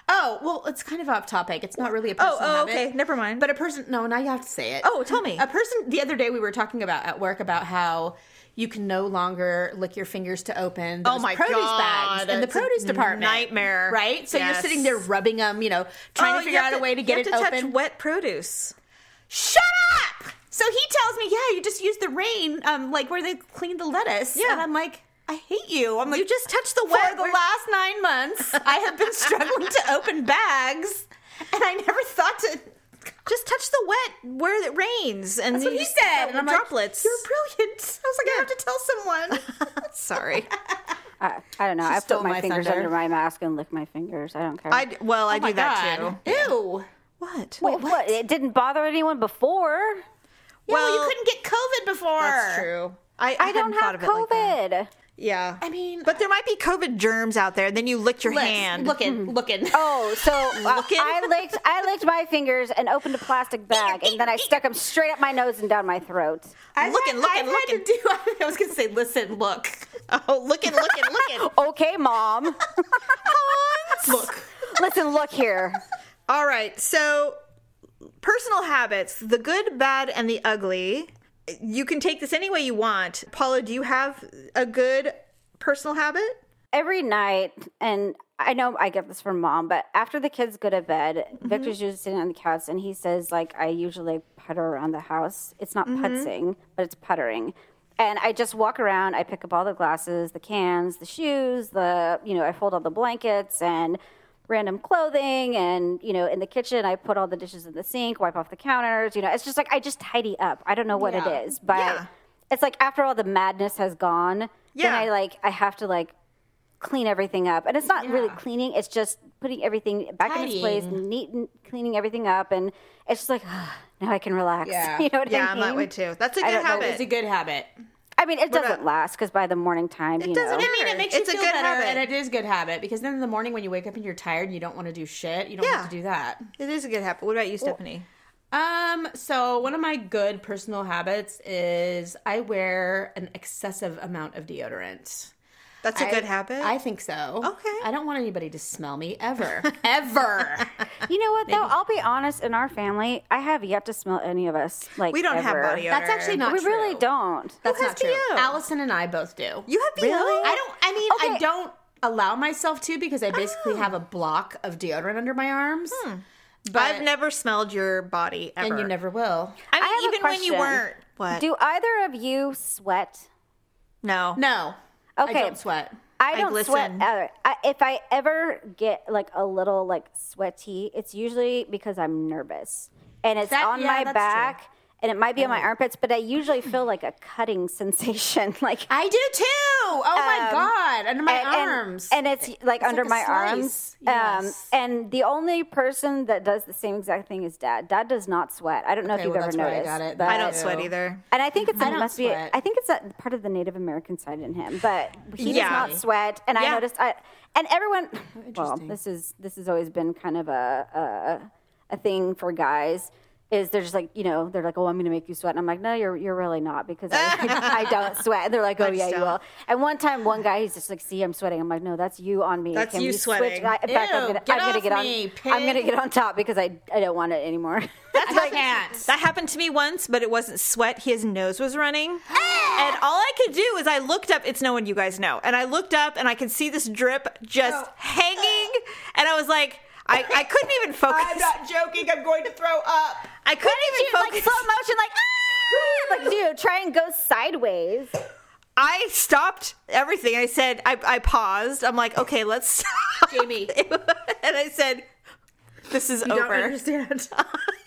Speaker 2: Oh, well, it's kind of off topic. It's not really a personal
Speaker 1: Oh, oh,
Speaker 2: habit.
Speaker 1: okay. Never mind.
Speaker 2: But a person, no, now you have to say it.
Speaker 1: Oh, tell me.
Speaker 2: A person, the other day we were talking about at work about how you can no longer lick your fingers to open those
Speaker 1: Oh my
Speaker 2: produce
Speaker 1: God,
Speaker 2: bags in the
Speaker 1: it's a
Speaker 2: produce department.
Speaker 1: nightmare.
Speaker 2: Right? So
Speaker 1: Yes.
Speaker 2: you're sitting there rubbing them, you know, trying
Speaker 1: Oh,
Speaker 2: to
Speaker 1: you
Speaker 2: figure
Speaker 1: have
Speaker 2: out a way to get
Speaker 1: you
Speaker 2: it
Speaker 1: have to
Speaker 2: open.
Speaker 1: touch wet produce.
Speaker 2: Shut up! So he tells me, yeah, you just use the rain, um, like where they clean the lettuce.
Speaker 1: Yeah.
Speaker 2: And I'm like, I hate you. I'm like,
Speaker 1: You just touched the
Speaker 2: for
Speaker 1: wet.
Speaker 2: the last nine months, I have been struggling to open bags, and I never thought to.
Speaker 1: just touch the wet where it rains, and
Speaker 2: That's
Speaker 1: you
Speaker 2: what he
Speaker 1: just-
Speaker 2: said. And I'm like,
Speaker 1: droplets.
Speaker 2: You're brilliant. I was like, I have to tell
Speaker 1: [laughs]
Speaker 2: someone. Oh
Speaker 1: Sorry.
Speaker 3: I, I don't know. I
Speaker 2: stole
Speaker 3: put my,
Speaker 2: my
Speaker 3: fingers
Speaker 2: thunder.
Speaker 3: under my mask and lick my fingers. I don't
Speaker 1: [laughs]
Speaker 3: care.
Speaker 1: I well,
Speaker 2: Oh
Speaker 1: I do that too.
Speaker 2: Ew.
Speaker 1: What?
Speaker 3: Wait, what? It didn't bother anyone before.
Speaker 2: Well, you couldn't get COVID before.
Speaker 1: That's true. I,
Speaker 3: I
Speaker 1: hadn't
Speaker 3: don't
Speaker 1: thought of
Speaker 3: have
Speaker 1: it like that.
Speaker 3: COVID.
Speaker 1: yeah. I
Speaker 2: mean-
Speaker 1: but there might be COVID germs out there. Then you licked your
Speaker 2: Lips,
Speaker 1: hand.
Speaker 2: Looking, looking.
Speaker 3: oh, so uh, I licked I licked my fingers and opened a plastic bag and then I stuck them straight up my nose and down my throat.
Speaker 2: I've
Speaker 1: looking,
Speaker 2: had-
Speaker 1: looking,
Speaker 2: I've had to
Speaker 1: [laughs]
Speaker 2: do- I was going to say, listen, look.
Speaker 1: [laughs] Oh, looking, looking, looking.
Speaker 3: Okay, mom.
Speaker 2: Look.
Speaker 3: [laughs] Listen, look here.
Speaker 1: All right. So, personal habits: the good, bad, and the ugly. you can take this any way you want. Paula, do you have a good personal habit?
Speaker 3: every night, and I know I get this from mom, but after the kids go to bed,
Speaker 1: Mm-hmm.
Speaker 3: Victor's usually sitting on the couch and he says, like, I usually putter around the house. It's not
Speaker 1: Mm-hmm.
Speaker 3: putzing, but it's puttering. And I just walk around, I pick up all the glasses, the cans, the shoes, the, you know, I fold all the blankets and random clothing. And, you know, in the kitchen, I put all the dishes in the sink, wipe off the counters. You know, it's just like I just tidy up. I don't know what it is, but
Speaker 1: Yeah.
Speaker 3: it's like after all the madness has gone, then
Speaker 1: Yeah.
Speaker 3: I like, I have to like clean everything up. And it's not really cleaning, it's just putting everything back in its place, neat and cleaning everything up. And it's just like, "Ah, now I can relax. [laughs]
Speaker 2: Yeah.
Speaker 3: You know what
Speaker 1: Yeah,
Speaker 3: I
Speaker 1: I'm
Speaker 3: mean?
Speaker 1: that way too. That's a good
Speaker 3: don't know.
Speaker 1: habit.
Speaker 2: It's a good habit.
Speaker 3: I mean, it doesn't
Speaker 1: about-
Speaker 3: last because by the morning time, you
Speaker 1: doesn't
Speaker 3: know.
Speaker 1: matter.
Speaker 2: I mean, it makes
Speaker 1: It's a
Speaker 2: you feel
Speaker 1: good
Speaker 2: better,
Speaker 1: habit.
Speaker 2: and it is a good habit because then in the morning when you wake up and you're tired and you don't want to do shit, you don't
Speaker 1: Yeah.
Speaker 2: have to do that.
Speaker 1: it is a good habit. What about you, Stephanie?
Speaker 2: Um, so one of my good personal habits is I wear an excessive amount of deodorant.
Speaker 1: That's a
Speaker 2: I-
Speaker 1: good habit.
Speaker 2: I think so.
Speaker 1: Okay.
Speaker 2: I don't want anybody to smell me ever, [laughs] ever.
Speaker 1: [laughs]
Speaker 3: You know what, though? I'll be honest, in our family, I have yet to smell any of us. Like,
Speaker 1: we don't have
Speaker 3: ever.
Speaker 1: body odor.
Speaker 2: That's actually not.
Speaker 3: We
Speaker 2: true.
Speaker 3: really don't.
Speaker 2: That's
Speaker 1: has
Speaker 2: not true.
Speaker 1: BO?
Speaker 2: Allison and I both do.
Speaker 1: You have BO?
Speaker 3: Really?
Speaker 2: I don't. I mean,
Speaker 3: Okay.
Speaker 2: I don't allow myself to because I basically have a block of deodorant under my arms,
Speaker 1: I've never smelled your body ever.
Speaker 2: and you never will.
Speaker 1: I mean,
Speaker 3: I have a
Speaker 1: even when you
Speaker 3: question.
Speaker 1: weren't. What?
Speaker 3: Do either of you sweat?
Speaker 1: no.
Speaker 2: No,
Speaker 3: Okay.
Speaker 2: I don't sweat.
Speaker 3: I don't sweat
Speaker 1: glisten.
Speaker 3: either. I, if I ever get like a little like sweaty, it's usually because I'm nervous and it's
Speaker 2: That-
Speaker 3: on
Speaker 2: yeah,
Speaker 3: my
Speaker 2: that's Oh.
Speaker 3: back and it might be on my armpits, but I usually feel like a cutting [laughs] sensation, like
Speaker 2: I do too. Oh my
Speaker 3: Um,
Speaker 2: god, under my arms.
Speaker 3: and it's like under
Speaker 2: like a
Speaker 3: my arms.
Speaker 2: slice. Yes.
Speaker 3: Um, and the only person that does the same exact thing is Dad. Dad does not sweat. I don't know if
Speaker 2: Okay,
Speaker 3: you've
Speaker 2: well,
Speaker 3: ever
Speaker 2: that's where I
Speaker 3: noticed.
Speaker 2: got it.
Speaker 3: but-
Speaker 1: I don't sweat either.
Speaker 3: And I think it's it
Speaker 2: don't
Speaker 3: must
Speaker 2: sweat.
Speaker 3: be I think it's a part of the Native American side in him, but he
Speaker 1: Yeah.
Speaker 3: does not sweat. And I
Speaker 1: Yeah.
Speaker 3: noticed I and everyone well, this is this has always been kind of a a, a thing for guys. Is they're just like you know they're like oh I'm gonna make you sweat and I'm like no you're you're really not because I, [laughs] I don't sweat and they're like oh yeah you
Speaker 1: don't.
Speaker 3: will and one time one guy he's just like see I'm sweating I'm like no that's you on me
Speaker 1: That's
Speaker 3: Can
Speaker 1: you
Speaker 3: we switch?
Speaker 1: sweating.
Speaker 3: I, in fact, I'm
Speaker 2: Ew,
Speaker 3: gonna,
Speaker 2: get
Speaker 3: I'm gonna
Speaker 2: off
Speaker 3: get on
Speaker 2: me,
Speaker 3: I'm gonna
Speaker 2: pig.
Speaker 3: get on top because I I don't want it anymore [laughs]
Speaker 1: That's
Speaker 2: I can't.
Speaker 1: That happened to me once, but it wasn't sweat. His nose was running. And all I could do is I looked up, it's no one you guys know. And I looked up and I could see this drip just hanging. And I was like, I, I couldn't even focus. i
Speaker 2: joking. I'm going to throw up.
Speaker 1: couldn't
Speaker 3: you
Speaker 1: even
Speaker 3: like
Speaker 1: focus.
Speaker 3: slow motion, like ah, like dude, try and go sideways.
Speaker 1: I stopped everything. I said, I, I paused. I'm like, okay, let's stop. [laughs]
Speaker 2: Jamie.
Speaker 1: and I said, this is
Speaker 2: You don't
Speaker 1: over.
Speaker 2: understand [laughs]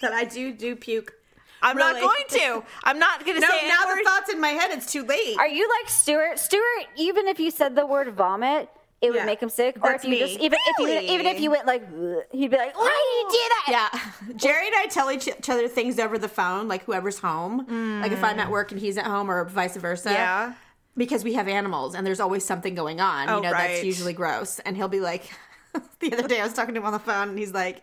Speaker 2: that I do do puke.
Speaker 1: I'm not
Speaker 2: really.
Speaker 1: going to. I'm not going to
Speaker 2: No,
Speaker 1: say
Speaker 2: now
Speaker 1: any
Speaker 2: the
Speaker 1: more
Speaker 2: thought's in my head. It's too late.
Speaker 3: Are you like Stuart? Stuart, even if you said the word vomit, it would
Speaker 2: Yeah.
Speaker 3: make him sick. Or
Speaker 1: That's
Speaker 3: if you
Speaker 1: me.
Speaker 3: just even if
Speaker 1: Really?
Speaker 3: you even if you went like "Ugh," he'd be like, why did you do that?
Speaker 2: Yeah. Jerry and I tell each each other things over the phone, like whoever's home. Like if I'm at work and he's at home or vice versa.
Speaker 1: Mm. Yeah.
Speaker 2: Because we have animals and there's always something going on.
Speaker 1: Oh,
Speaker 2: you know,
Speaker 1: right.
Speaker 2: that's usually gross. And he'll be like, [laughs] the other day I was talking to him on the phone and he's like,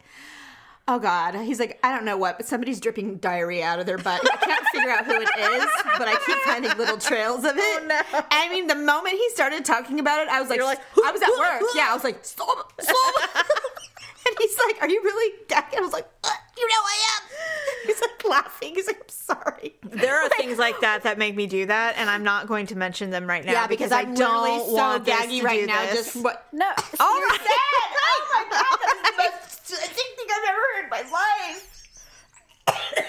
Speaker 2: Oh God. He's like, I don't know what, but somebody's dripping diarrhea out of their butt. I can't figure out who it is, but I keep finding little trails of it. I mean, the moment he started talking about it, I was like,
Speaker 1: Oh, You're like,
Speaker 2: I was at work. Yeah, I was like, stop, [laughs] stop. and he's like, Are you really? gagging?" I was like, "Uh, You know I am. [laughs] He's like laughing. He's like, I'm sorry.
Speaker 1: There
Speaker 2: [laughs]
Speaker 1: are things like that that make me do that, and I'm not going to mention them right now.
Speaker 2: Yeah, because, I'm
Speaker 1: I
Speaker 2: literally
Speaker 1: don't
Speaker 2: so
Speaker 1: want this
Speaker 2: gaggy
Speaker 1: to
Speaker 2: right
Speaker 1: do
Speaker 2: now.
Speaker 1: this.
Speaker 2: Just what? [laughs]
Speaker 1: [laughs]
Speaker 3: No.
Speaker 1: all right.
Speaker 2: Oh my God, that is the most sick thing I've ever heard in my life.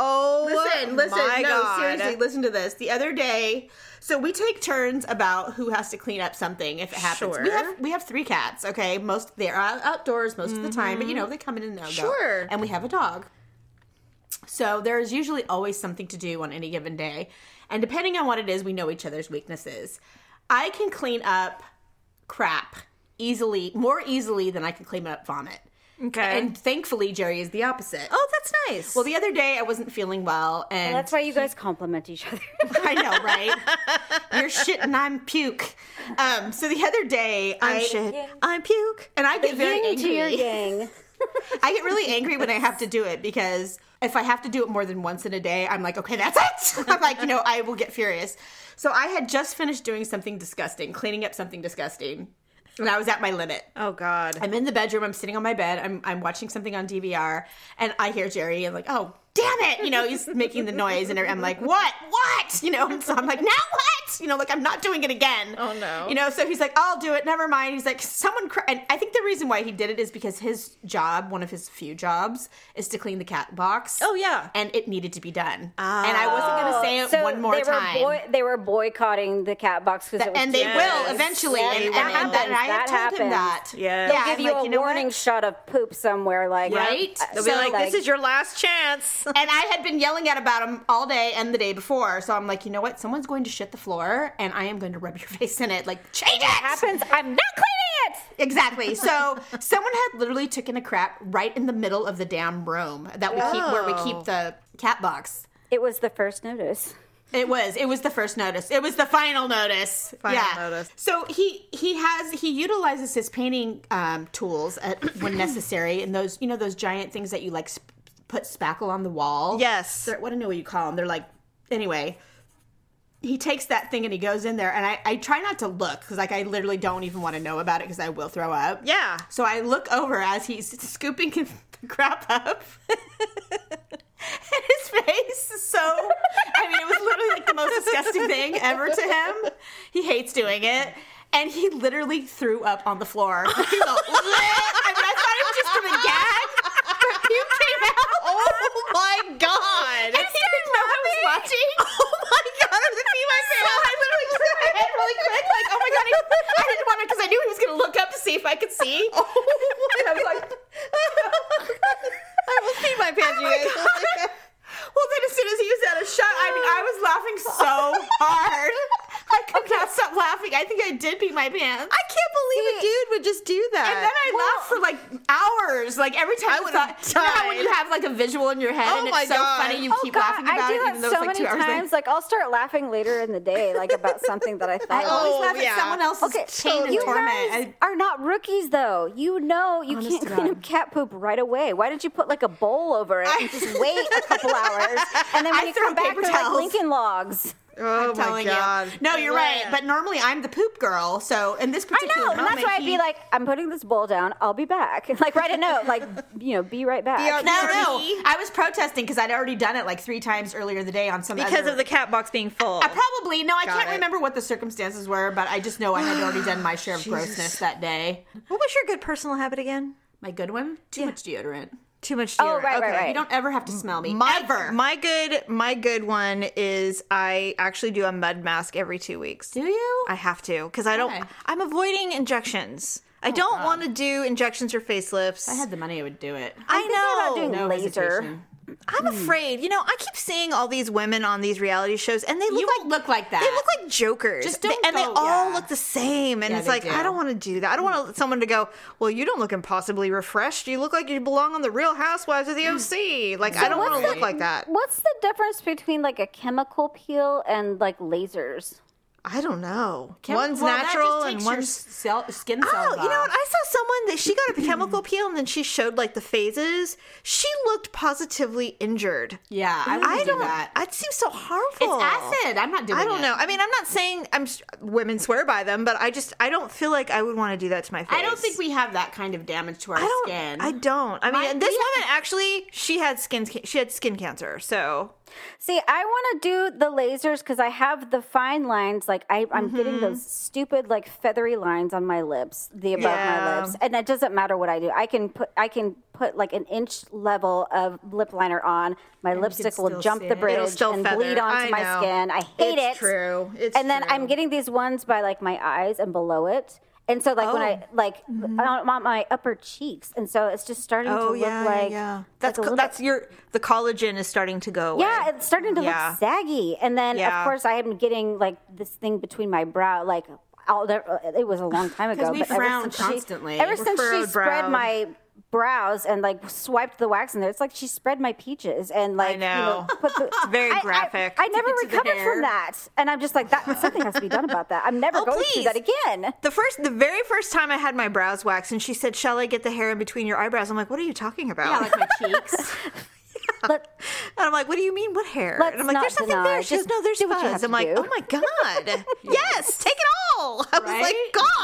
Speaker 1: Oh,
Speaker 2: Listen, listen,
Speaker 1: my
Speaker 2: no,
Speaker 1: God.
Speaker 2: seriously, listen to this. The other day, so we take turns about who has to clean up something if it happens. We
Speaker 1: Sure.
Speaker 2: have we have three cats, okay? Most they're out- outdoors most of the time, but you know, they come in and out.
Speaker 1: Mm-hmm. Sure.
Speaker 2: And we have a dog. So there is usually always something to do on any given day. And depending on what it is, we know each other's weaknesses. I can clean up crap easily, more easily than I can clean up vomit.
Speaker 1: Okay.
Speaker 2: And thankfully, Jerry is the opposite.
Speaker 1: oh, that's nice.
Speaker 2: Well, the other day I wasn't feeling well, and
Speaker 3: That's why you guys compliment each other.
Speaker 2: I know,
Speaker 1: [laughs]
Speaker 2: right? You're shit and I'm puke. Um, so the other day,
Speaker 1: I'm
Speaker 2: I,
Speaker 1: shit.
Speaker 2: I'm puke, and I get [laughs] very
Speaker 3: Yin to your
Speaker 2: angry.
Speaker 3: yang.
Speaker 2: [laughs] I get really angry when I have to do it because if I have to do it more than once in a day, I'm like, okay, that's it. [laughs] I'm like, you know, I will get furious. So I had just finished doing something disgusting, cleaning up something disgusting. and I was at my limit.
Speaker 1: Oh God.
Speaker 2: I'm in the bedroom. I'm sitting on my bed. I'm I'm watching something on DVR, and I hear Jerry and like, oh damn it, you know, he's making the noise, and I'm like, what, what, you know, and so I'm like, now what, you know, like I'm not doing it again.
Speaker 1: Oh, no.
Speaker 2: you know, so he's like, I'll do it. Never mind. He's like, someone, cr-. and I think the reason why he did it is because his job, one of his few jobs, is to clean the cat box.
Speaker 1: Oh, yeah. Oh.
Speaker 2: and it needed to be done. And I wasn't gonna say it
Speaker 3: So
Speaker 2: one more
Speaker 3: they were
Speaker 2: time.
Speaker 3: boy- they were boycotting the cat box because it was
Speaker 2: and they
Speaker 3: too-
Speaker 1: Yes.
Speaker 2: will eventually,
Speaker 3: Yes,
Speaker 2: and, and,
Speaker 3: that
Speaker 2: and that- and I have
Speaker 3: happens. That
Speaker 2: told him that.
Speaker 3: happens.
Speaker 1: Yeah.
Speaker 2: yeah.
Speaker 1: They'll
Speaker 3: give
Speaker 2: I'm
Speaker 3: you
Speaker 2: like,
Speaker 3: a
Speaker 2: know what?
Speaker 3: warning shot of poop somewhere, like
Speaker 2: Right?
Speaker 3: uh,
Speaker 1: They'll be
Speaker 3: so,
Speaker 1: like, this is your last
Speaker 2: [laughs]
Speaker 1: chance.
Speaker 2: and I had been yelling at about him all day and the day before. So I'm like, you know what? Someone's going to shit the floor, and I am going to rub your [laughs] face in it. Like, change it.
Speaker 3: happens. I'm not cleaning it.
Speaker 2: Exactly. So [laughs] someone had literally taken a crap right in the middle of the damn room that we keep where we keep the
Speaker 3: Oh.
Speaker 2: cat box.
Speaker 3: It was the first notice.
Speaker 2: It was. It was the first notice. It was the final notice.
Speaker 1: Final
Speaker 2: yeah.
Speaker 1: notice.
Speaker 2: So he he has he utilizes his painting um, tools at, when necessary, and those you know those giant things that you like sp- put spackle on the wall.
Speaker 1: Yes.
Speaker 2: They're, what I don't know what you call them. They're like anyway. He takes that thing and he goes in there, and I, I try not to look because like I literally don't even want to know about it because I will throw up.
Speaker 1: Yeah.
Speaker 2: So I look over as he's scooping the [laughs] crap up. [laughs] and his face is so I mean, it was literally like the most disgusting thing ever to him. He hates doing it. And he literally threw up on the floor. He was all, "Bleh." I mean, I thought he was just gonna gag, [laughs] but puke came out.
Speaker 1: Oh my God.
Speaker 2: And he didn't know I was watching. [laughs] Oh my god, I'm gonna pee my pants. [laughs] So I literally threw my head really quick, like, oh my god, I, I didn't want to because I knew he was gonna look up to see if I could see. [laughs] Oh and I was like, [laughs] I will pee my pants, you guys. [laughs] Well, then as soon as he was out of shot, I mean, I was laughing so hard. Oh. [laughs] I could not stop laughing. I think I did pee my pants.
Speaker 1: I can't believe a dude would just do that.
Speaker 2: And then I laughed for like hours. Like every time I
Speaker 1: would've
Speaker 2: thought, you know how when
Speaker 1: died.
Speaker 2: you have like a visual in your head
Speaker 1: Oh
Speaker 2: and
Speaker 1: my
Speaker 2: it's so
Speaker 1: God.
Speaker 2: funny you
Speaker 1: Oh
Speaker 2: keep
Speaker 3: God,
Speaker 2: laughing about
Speaker 3: I do
Speaker 2: it,
Speaker 3: that
Speaker 2: even though
Speaker 3: so
Speaker 2: it's like two
Speaker 3: many
Speaker 2: hours later.
Speaker 3: times. Like I'll start laughing later in the day, like about [laughs] something that I thought.
Speaker 2: I
Speaker 3: of.
Speaker 2: always
Speaker 1: Oh,
Speaker 2: laugh
Speaker 1: yeah.
Speaker 2: at someone else's
Speaker 3: Okay,
Speaker 2: pain and
Speaker 3: you
Speaker 2: torment.
Speaker 3: guys
Speaker 2: I-
Speaker 3: are not rookies, though. You know you
Speaker 2: Honest
Speaker 3: can't
Speaker 2: to
Speaker 3: clean
Speaker 2: God.
Speaker 3: up cat poop right away. Why don't you put like a bowl over it and just wait a
Speaker 2: [laughs]
Speaker 3: couple hours, and then when
Speaker 2: I
Speaker 3: you
Speaker 2: throw
Speaker 3: come back,
Speaker 2: paper
Speaker 3: they're like
Speaker 2: towels.
Speaker 3: Lincoln logs.
Speaker 1: oh
Speaker 2: I'm telling
Speaker 1: my God.
Speaker 2: you. No, you're right. But normally I'm the poop girl. So in this
Speaker 3: I
Speaker 2: particular
Speaker 3: know, and
Speaker 2: moment,
Speaker 3: that's why I'd
Speaker 2: he-
Speaker 3: be like, I'm putting this bowl down. I'll be back. [laughs] Like write a note, like you know, be right back.
Speaker 1: our-
Speaker 2: No, no. I was protesting because I'd already done it like three times earlier in the day on some
Speaker 1: because
Speaker 2: other-
Speaker 1: of the cat box being full.
Speaker 2: I probably no. I
Speaker 1: Got
Speaker 2: can't
Speaker 1: it.
Speaker 2: remember what the circumstances were, but I just know I had
Speaker 3: [gasps]
Speaker 2: already done my share of grossness that day.
Speaker 1: what was your good personal habit again?
Speaker 2: My good one, too much deodorant.
Speaker 1: Too much.
Speaker 3: Oh,
Speaker 1: deodorant.
Speaker 3: right, right,
Speaker 1: okay.
Speaker 3: right.
Speaker 2: You don't ever have to smell me
Speaker 1: My,
Speaker 2: ever.
Speaker 1: my good, my good one is I actually do a mud mask every two weeks.
Speaker 2: Do you?
Speaker 1: I have to because I don't.
Speaker 2: Okay.
Speaker 1: I'm avoiding injections. I don't want to do injections or facelifts.
Speaker 2: If Oh, I had the money, I would do it.
Speaker 1: I know.
Speaker 3: about doing
Speaker 2: No
Speaker 3: laser.
Speaker 2: hesitation.
Speaker 1: I'm
Speaker 2: Hmm.
Speaker 1: afraid. You know, I keep seeing all these women on these reality shows, and they look
Speaker 2: You
Speaker 1: like
Speaker 2: won't look like that.
Speaker 1: they look like jokers.
Speaker 2: Just
Speaker 1: They-
Speaker 2: don't
Speaker 1: and they
Speaker 2: go-
Speaker 1: all
Speaker 2: yeah.
Speaker 1: look the same. And
Speaker 2: Yeah,
Speaker 1: it's
Speaker 2: they
Speaker 1: like,
Speaker 2: do.
Speaker 1: I don't want to do that. I don't want someone to go, Well, you don't look impossibly refreshed. You look like you belong on the Real Housewives of the OC. Like, I don't
Speaker 3: what's
Speaker 1: want to look
Speaker 3: the-
Speaker 1: like that.
Speaker 3: What's the difference between like a chemical peel and like lasers?
Speaker 1: I don't know.
Speaker 2: Chem-
Speaker 1: one's
Speaker 2: well, that just
Speaker 1: natural and
Speaker 2: takes your
Speaker 1: one's.
Speaker 2: cell, skin cells
Speaker 1: Oh, you know
Speaker 2: off.
Speaker 1: what? I saw someone that she
Speaker 2: [clears throat]
Speaker 1: got a chemical peel and then she showed like the phases. She looked positively injured.
Speaker 2: Yeah, I wouldn't
Speaker 1: I
Speaker 2: do
Speaker 1: don't.
Speaker 2: that.
Speaker 1: It seems so harmful.
Speaker 2: It's acid. I'm not doing.
Speaker 1: I don't
Speaker 2: it.
Speaker 1: know. I mean, I'm not saying I'm s- women swear by them, but I just I don't feel like I would want to do that to my face.
Speaker 2: I don't think we have that kind of damage to our
Speaker 1: I don't.
Speaker 2: skin.
Speaker 1: I don't. I mean,
Speaker 2: My-
Speaker 1: and this
Speaker 2: we have-
Speaker 1: woman actually she had skin ca- she had skin cancer. So
Speaker 3: See, I want to do the lasers because I have the fine lines. Like I, I'm
Speaker 1: Mm-hmm.
Speaker 3: getting those stupid, like feathery lines on my lips, the above
Speaker 1: Yeah.
Speaker 3: my lips, and it doesn't matter what I do. I can put, I can put like an inch level of lip liner on. My lipstick will
Speaker 2: still
Speaker 3: jump
Speaker 2: see
Speaker 3: the
Speaker 2: it.
Speaker 3: bridge
Speaker 1: It'll still
Speaker 3: and
Speaker 1: feather.
Speaker 3: bleed onto
Speaker 1: I
Speaker 3: my
Speaker 1: know.
Speaker 3: skin. I hate
Speaker 1: It's
Speaker 3: it.
Speaker 1: true. It's
Speaker 3: and then
Speaker 1: true.
Speaker 3: I'm getting these ones by like my eyes and below it. And so, like when I
Speaker 1: Oh.
Speaker 3: like on, on my upper cheeks, and so it's just starting to
Speaker 1: Mm-hmm. oh
Speaker 3: look
Speaker 1: yeah,
Speaker 3: like
Speaker 1: yeah.
Speaker 3: like
Speaker 1: That's
Speaker 3: a
Speaker 1: co-
Speaker 3: little-
Speaker 1: that's your the collagen is starting to go away.
Speaker 3: yeah, it's starting to
Speaker 1: Yeah.
Speaker 3: look saggy. And then,
Speaker 1: Yeah.
Speaker 3: of course, I am getting like this thing between my brow. Like, I'll, never- it was a long time ago.
Speaker 2: we
Speaker 3: but ever
Speaker 2: frown
Speaker 3: since she-
Speaker 2: constantly.
Speaker 3: ever
Speaker 2: We're
Speaker 3: since she
Speaker 1: furrowed brow.
Speaker 3: spread my brows and like swiped the wax in there, it's like she spread my peaches and like
Speaker 1: know.
Speaker 3: you know, put
Speaker 1: [laughs]
Speaker 3: the, it's
Speaker 1: very graphic.
Speaker 3: I,
Speaker 1: To
Speaker 3: never
Speaker 2: get to the
Speaker 3: recovered
Speaker 2: hair.
Speaker 3: from that, and I'm just like that. Something has to be done about that. I'm never
Speaker 1: Oh,
Speaker 3: going
Speaker 1: please.
Speaker 3: to do that again.
Speaker 1: The first, the very first time I had my brows waxed, and she said, "Shall I get the hair in between your eyebrows?" I'm like, "What are you talking about?"
Speaker 2: yeah, like my cheeks.
Speaker 3: Let,
Speaker 1: [laughs] And I'm like, what do you mean? What hair?
Speaker 3: Let's
Speaker 1: and I'm like,
Speaker 3: not
Speaker 1: there's nothing
Speaker 3: deny.
Speaker 1: there. She goes,
Speaker 3: Just
Speaker 1: no, there's
Speaker 3: do what you have
Speaker 1: fuzz.
Speaker 3: to
Speaker 1: I'm like,
Speaker 3: do.
Speaker 1: oh
Speaker 3: [laughs]
Speaker 1: my God. yes, take it all. [laughs] I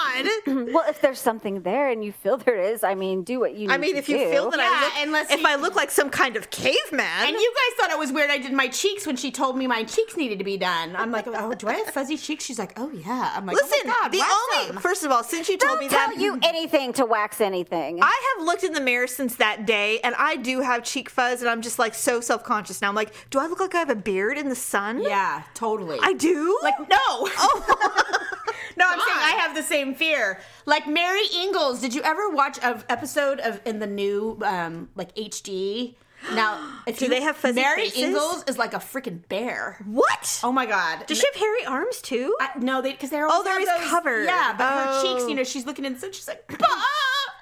Speaker 3: [clears throat]
Speaker 1: was like, God.
Speaker 3: well, if there's something there and you feel there is, I mean, do what you. Need
Speaker 1: I mean,
Speaker 3: to
Speaker 1: if you
Speaker 3: do.
Speaker 1: feel that
Speaker 2: Yeah,
Speaker 1: I look,
Speaker 2: unless
Speaker 1: if
Speaker 2: you-
Speaker 1: I look like some kind of caveman,
Speaker 2: And you guys thought it was weird I did my cheeks when she told me my cheeks needed to be done. I'm like, oh, do I have fuzzy cheeks? She's like, oh, yeah. I'm like,
Speaker 1: listen.
Speaker 2: oh my God,
Speaker 1: the
Speaker 2: wax
Speaker 1: only
Speaker 2: them.
Speaker 1: first of all, since you told
Speaker 3: Don't
Speaker 1: me
Speaker 3: tell
Speaker 1: that,
Speaker 3: you anything to wax anything.
Speaker 1: I have looked in the mirror since that day, and I do have cheek fuzz, and I'm just like so self conscious now. I'm like, do I look like I have a beard in the sun?
Speaker 2: Yeah, totally.
Speaker 1: I do. [laughs]
Speaker 2: Like, no. no, I'm saying I have the same fear. Like Mary Ingalls, did you ever watch an episode of in the new um like HD?
Speaker 1: [gasps]
Speaker 2: Now, if
Speaker 1: Do
Speaker 2: you,
Speaker 1: they have fuzzy
Speaker 2: Mary
Speaker 1: faces?
Speaker 2: Ingalls is like a freaking bear.
Speaker 1: what?
Speaker 2: Oh my god.
Speaker 1: Does she have hairy arms too?
Speaker 2: I, no, they because they're
Speaker 1: Oh,
Speaker 2: all
Speaker 1: they're always covered.
Speaker 2: Yeah, but her cheeks,
Speaker 1: Oh.
Speaker 2: you know, she's looking inside. She's like, "Bah!"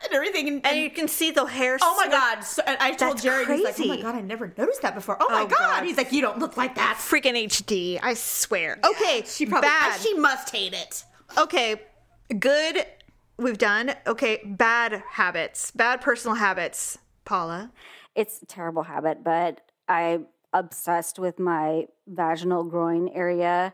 Speaker 2: and everything, and,
Speaker 1: and you can see the hair.
Speaker 2: oh my
Speaker 1: swirl-
Speaker 2: god. So, and I told
Speaker 1: That's
Speaker 2: Jared, he's like, oh my
Speaker 1: crazy.
Speaker 2: god, I never noticed that before. Oh my
Speaker 1: Oh,
Speaker 2: god.
Speaker 1: God.
Speaker 2: he's like, you don't look like that.
Speaker 1: freaking HD. I swear. Okay,
Speaker 2: She probably
Speaker 1: bad.
Speaker 2: she must hate it.
Speaker 1: okay, good. We've done. Okay, bad habits, bad personal habits. Paula,
Speaker 3: it's a terrible habit, but I'm obsessed with my vaginal groin area.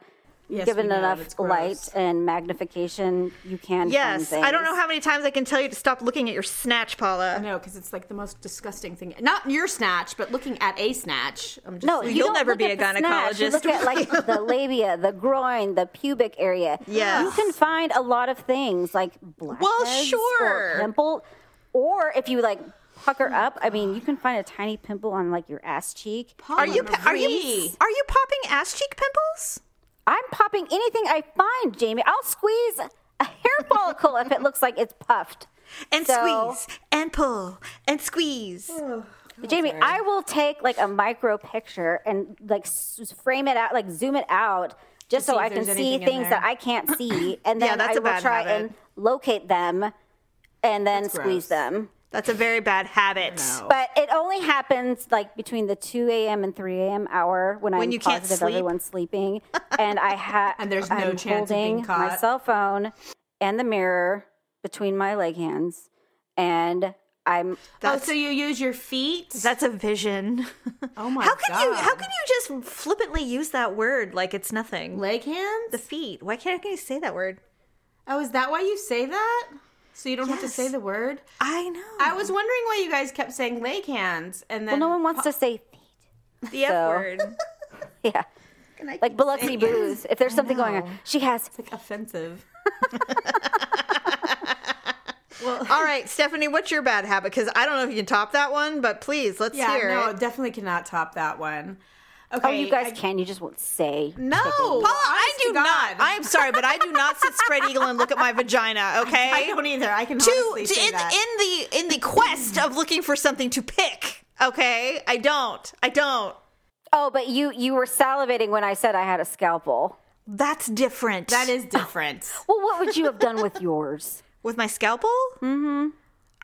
Speaker 3: Given
Speaker 2: we know, it's
Speaker 3: enough
Speaker 2: gross.
Speaker 3: light and magnification, you can.
Speaker 1: yes,
Speaker 3: find
Speaker 1: I don't know
Speaker 3: things.
Speaker 1: how many times I can tell you to stop looking at your snatch, Paula.
Speaker 2: No, because it's like the most disgusting thing. Not your snatch, but looking at a snatch. I'm just
Speaker 3: No,
Speaker 2: like,
Speaker 3: you
Speaker 1: You'll
Speaker 3: don't
Speaker 1: never
Speaker 3: look
Speaker 1: be
Speaker 3: at
Speaker 1: a
Speaker 3: the snatch. You
Speaker 1: gynecologist.
Speaker 3: Look
Speaker 1: [laughs]
Speaker 3: at like the labia, the groin, the pubic area.
Speaker 1: Yes.
Speaker 3: you can find a lot of things like blackheads
Speaker 1: sure.
Speaker 3: or pimple, or if you like pucker up. I mean, you can find a tiny pimple on like your ass cheek.
Speaker 1: Are you
Speaker 2: Paula,
Speaker 1: are you
Speaker 2: Marie.
Speaker 1: are you popping ass cheek pimples?
Speaker 3: I'm popping anything I find, Jamie. I'll squeeze a hair [laughs] follicle if it looks like it's puffed.
Speaker 1: And
Speaker 3: So-
Speaker 1: squeeze and pull and squeeze.
Speaker 3: Jamie, I will take like a micro picture and like s- frame it out, like zoom it out, just so
Speaker 2: see if
Speaker 3: I can
Speaker 2: there's
Speaker 3: see
Speaker 2: anything in
Speaker 3: things
Speaker 2: there.
Speaker 3: that I
Speaker 2: [clears throat]
Speaker 3: can't see, and
Speaker 1: Yeah,
Speaker 3: then
Speaker 1: that's
Speaker 3: I
Speaker 1: a
Speaker 3: will
Speaker 1: bad
Speaker 3: try
Speaker 1: habit.
Speaker 3: and locate them, and then
Speaker 2: gross.
Speaker 3: squeeze them.
Speaker 1: That's a very bad habit.
Speaker 3: But it only happens like between the 2 a.m. and 3 a.m. hour when, I'm
Speaker 1: you can't
Speaker 3: positive
Speaker 1: sleep.
Speaker 3: everyone's
Speaker 2: [laughs]
Speaker 3: sleeping, and I have
Speaker 2: And there's no
Speaker 3: I'm
Speaker 2: chance of being
Speaker 3: holding my
Speaker 2: caught.
Speaker 3: cell phone and the mirror between my leg hands, and I'm
Speaker 2: Oh, so you use your feet?
Speaker 1: That's a vision.
Speaker 2: oh my
Speaker 1: how can
Speaker 2: god.
Speaker 1: you how can you just flippantly use that word like it's nothing?
Speaker 2: leg hands?
Speaker 1: The feet. Why can't I say that word?
Speaker 2: oh, is that why you say that? So you don't have to say
Speaker 1: Yes.
Speaker 2: the word?
Speaker 1: I know.
Speaker 2: I was wondering why you guys kept saying leg hands and then
Speaker 3: well, no one wants to say [laughs]
Speaker 1: the F
Speaker 3: So-
Speaker 1: word.
Speaker 3: Yeah. Like Biloxi booze. If there's something going on, she has.
Speaker 2: offensive.
Speaker 1: All right, Stephanie, what's your bad habit? Because I don't know if you can top that one, but please let's
Speaker 2: Yeah,
Speaker 1: hear
Speaker 2: no,
Speaker 1: it.
Speaker 2: definitely cannot top that one. Okay.
Speaker 3: Oh, you guys
Speaker 2: I-
Speaker 3: can. You just won't say.
Speaker 2: No,
Speaker 1: Paula, Oh, I do not. I am sorry, but I do not sit spread eagle and look at my vagina. Okay,
Speaker 2: I don't either. I can
Speaker 1: to,
Speaker 2: honestly
Speaker 1: to-
Speaker 2: say
Speaker 1: in,
Speaker 2: that.
Speaker 1: in the in the quest of looking for something to pick. Okay, I don't. I don't.
Speaker 3: Oh, but you you were salivating when I said I had a scalpel.
Speaker 1: That's different. [laughs]
Speaker 2: that is different.
Speaker 3: Well, what would you have done with yours?
Speaker 1: with my scalpel. Mm-hmm.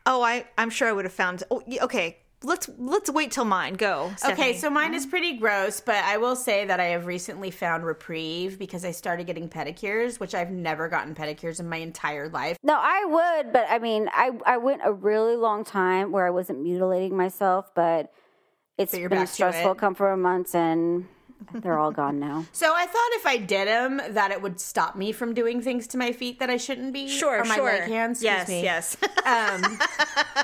Speaker 1: Oh, I I'm sure I would have found. Oh, y- okay. Let's let's wait till mine. Go. Stephanie.
Speaker 2: Okay, so mine is pretty gross, but I will say that I have recently found reprieve because I started getting pedicures, which I've never gotten pedicures in my entire life.
Speaker 3: No, I would, but I mean, I I went a really long time where I wasn't mutilating myself, but it's
Speaker 2: you're
Speaker 3: been
Speaker 2: back to
Speaker 3: stressful
Speaker 2: it.
Speaker 3: come for a month and they're all gone
Speaker 2: [laughs]
Speaker 3: now.
Speaker 2: So I thought if I did them, that it would stop me from doing things to my feet that I shouldn't be.
Speaker 1: sure,
Speaker 2: or my
Speaker 1: sure.
Speaker 2: leg hands. excuse
Speaker 1: yes,
Speaker 2: me.
Speaker 1: yes. [laughs]
Speaker 2: Um, so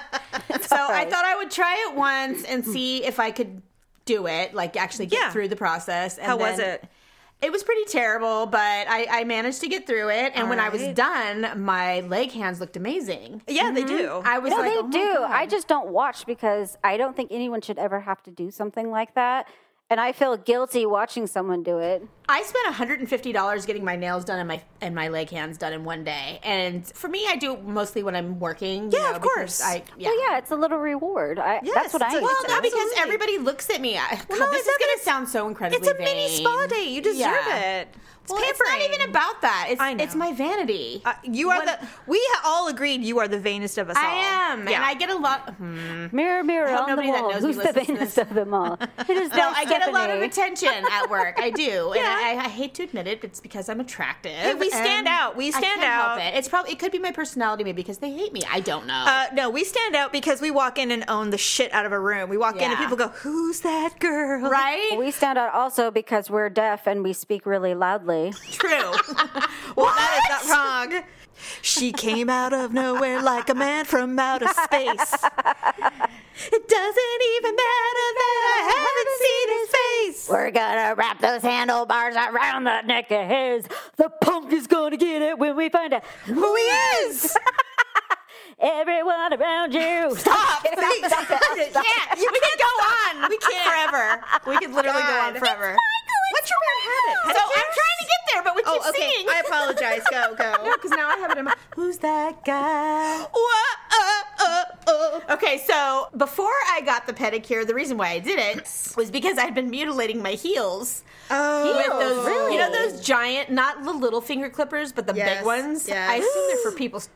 Speaker 2: I
Speaker 3: alright.
Speaker 2: thought I would try it once and see if I could do it, like actually get
Speaker 1: Yeah.
Speaker 2: through the process. And
Speaker 1: How was
Speaker 2: then-
Speaker 1: it?
Speaker 2: It was pretty terrible, but I, I managed to get through it. And when I was
Speaker 1: Alright.
Speaker 2: done, my leg hands looked amazing.
Speaker 1: Yeah, they do.
Speaker 2: I was
Speaker 3: No,
Speaker 2: like,
Speaker 3: they
Speaker 2: "Oh my
Speaker 3: do.
Speaker 2: God."
Speaker 3: I just don't watch because I don't think anyone should ever have to do something like that. And I feel guilty watching someone do it.
Speaker 2: I spent $150 getting my nails done and my and my leg hands done in one day. And for me, I do it mostly when I'm working. you
Speaker 1: Yeah,
Speaker 2: know,
Speaker 1: of
Speaker 2: because
Speaker 1: course.
Speaker 2: I, yeah.
Speaker 3: Well, yeah, it's a little reward. I,
Speaker 1: Yes,
Speaker 3: that's what
Speaker 1: it's
Speaker 3: I.
Speaker 1: a-
Speaker 3: used
Speaker 2: Well,
Speaker 3: to
Speaker 2: no,
Speaker 3: do.
Speaker 2: because everybody looks at me. I, God,
Speaker 1: no, it's
Speaker 2: this is
Speaker 1: not
Speaker 2: going
Speaker 1: that
Speaker 2: to sound so incredibly
Speaker 1: it's a mini
Speaker 2: vain.
Speaker 1: spa day. You deserve
Speaker 2: Yeah.
Speaker 1: it. It's
Speaker 2: Well, it's
Speaker 1: pampering.
Speaker 2: not even about that. It's,
Speaker 1: I know.
Speaker 2: it's my vanity.
Speaker 1: Uh, you are the. We ha- all agreed you are the vainest of us all.
Speaker 2: I am,
Speaker 1: Yeah. Mm-hmm.
Speaker 2: and I get a lot. hmm.
Speaker 3: Mirror, mirror
Speaker 2: hope
Speaker 3: on the
Speaker 2: nobody that
Speaker 3: wall,
Speaker 2: knows me
Speaker 3: who's the
Speaker 2: listens to this. [laughs]
Speaker 3: vainest of them all? It is
Speaker 2: No, I get get a lot of
Speaker 1: [laughs]
Speaker 3: happening.
Speaker 2: attention at work. I do, and I, I hate to admit it, but it's because I'm attractive.
Speaker 1: we stand
Speaker 2: and
Speaker 1: out. We
Speaker 2: I
Speaker 1: stand
Speaker 2: can't help
Speaker 1: out.
Speaker 2: it. It's probably it could be my personality, maybe because they hate me. I don't know.
Speaker 1: Uh, no, we stand out because we walk in and own the shit out of a room. We walk in and
Speaker 2: Yeah.
Speaker 1: people go, "Who's that girl?"
Speaker 2: right?
Speaker 3: We stand out also because we're deaf and we speak really loudly.
Speaker 1: [laughs] True. well, that is not wrong. She came out of nowhere like a man from outer space. It doesn't even matter that I haven't seen his face.
Speaker 3: We're gonna wrap those handlebars around the neck of his. The punk is gonna get it when we find out.
Speaker 1: Who he is?
Speaker 3: [laughs] Everyone around you.
Speaker 1: Stop. Please.
Speaker 2: [laughs]
Speaker 1: yeah, you can go on. We can forever.
Speaker 5: We could literally
Speaker 1: God.
Speaker 5: go on forever.
Speaker 1: What's your bad habit?
Speaker 2: so I'm trying to get there, but we keep
Speaker 1: Oh, okay.
Speaker 2: seeing.
Speaker 1: I apologize. Go, go.
Speaker 5: Because now I have it in my. Who's that guy?
Speaker 2: uh, Okay, so before I got the pedicure, the reason why I did it was because I'd been mutilating my heels.
Speaker 1: Oh,
Speaker 2: With those, You know those giant, not the little finger clippers, but the
Speaker 1: Yes,
Speaker 2: big ones.
Speaker 1: yes.
Speaker 2: I assume they're for people's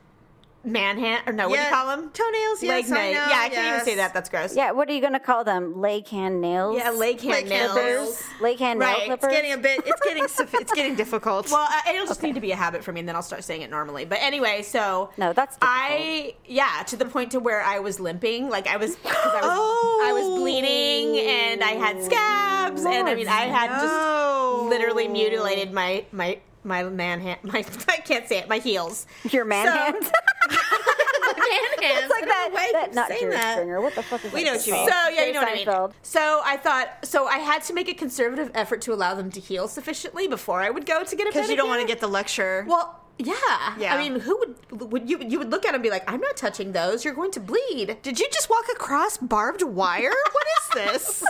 Speaker 2: manhand or no, what do you
Speaker 1: Yeah.
Speaker 2: call them?
Speaker 1: Toenails, yes,
Speaker 2: leg
Speaker 1: I
Speaker 2: nail.
Speaker 1: know,
Speaker 2: yeah, I can't
Speaker 1: yes.
Speaker 2: even say that. That's gross.
Speaker 3: yeah, what are you gonna call them? Leg hand nails?
Speaker 2: yeah leg hand
Speaker 1: Leg
Speaker 2: nails.
Speaker 1: clippers.
Speaker 3: Leg hand nail
Speaker 2: Right, it's
Speaker 3: clippers?
Speaker 1: It's getting a bit. It's getting. soph- it's getting difficult.
Speaker 2: Well, uh, it'll just need to be a habit for me, and then I'll start saying it normally. But anyway, so
Speaker 3: No, that's difficult.
Speaker 2: I yeah to the point to where I was limping, like I was 'cause I was, I
Speaker 3: [gasps] Oh.
Speaker 2: was bleeding and I had scabs, and I mean I had
Speaker 1: no.
Speaker 2: just literally mutilated my my my man hand my [laughs] I can't say it my heels
Speaker 3: [laughs] Your man
Speaker 2: So-
Speaker 1: [laughs]
Speaker 3: hand?
Speaker 2: [laughs] man hands.
Speaker 1: like that. Way
Speaker 3: that, not
Speaker 1: saying
Speaker 3: Jerry
Speaker 1: that.
Speaker 3: Springer. What the fuck is
Speaker 1: We
Speaker 3: that
Speaker 1: know what you
Speaker 3: called?
Speaker 1: mean.
Speaker 2: So yeah, you know what I
Speaker 3: Jerry Seinfeld.
Speaker 2: mean. So I thought, so I had to make a conservative effort to allow them to heal sufficiently before I would go to get a pedicure.
Speaker 1: Because you don't want to get the lecture.
Speaker 2: Well, yeah.
Speaker 1: Yeah.
Speaker 2: I mean, who would would you you would look at him and be like, "I'm not touching those. You're going to bleed."
Speaker 1: Did you just walk across barbed wire? What
Speaker 3: [laughs]
Speaker 1: is this?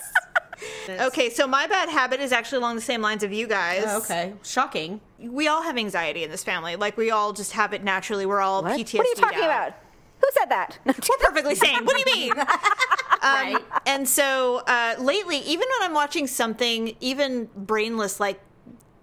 Speaker 1: [laughs] Okay, so my bad habit is actually along the same lines of you guys.
Speaker 2: Oh,
Speaker 3: Oh,
Speaker 2: Okay. Shocking.
Speaker 1: We all have anxiety in this family. Like we all just have it naturally. We're all
Speaker 3: What?
Speaker 1: PTSD.
Speaker 3: What are you talking
Speaker 1: down.
Speaker 3: about? Who
Speaker 1: [laughs]
Speaker 3: said that?
Speaker 1: We're
Speaker 2: [laughs]
Speaker 1: perfectly sane. What do you mean?
Speaker 2: right.
Speaker 1: and so uh, lately, even when I'm watching something, even brainless like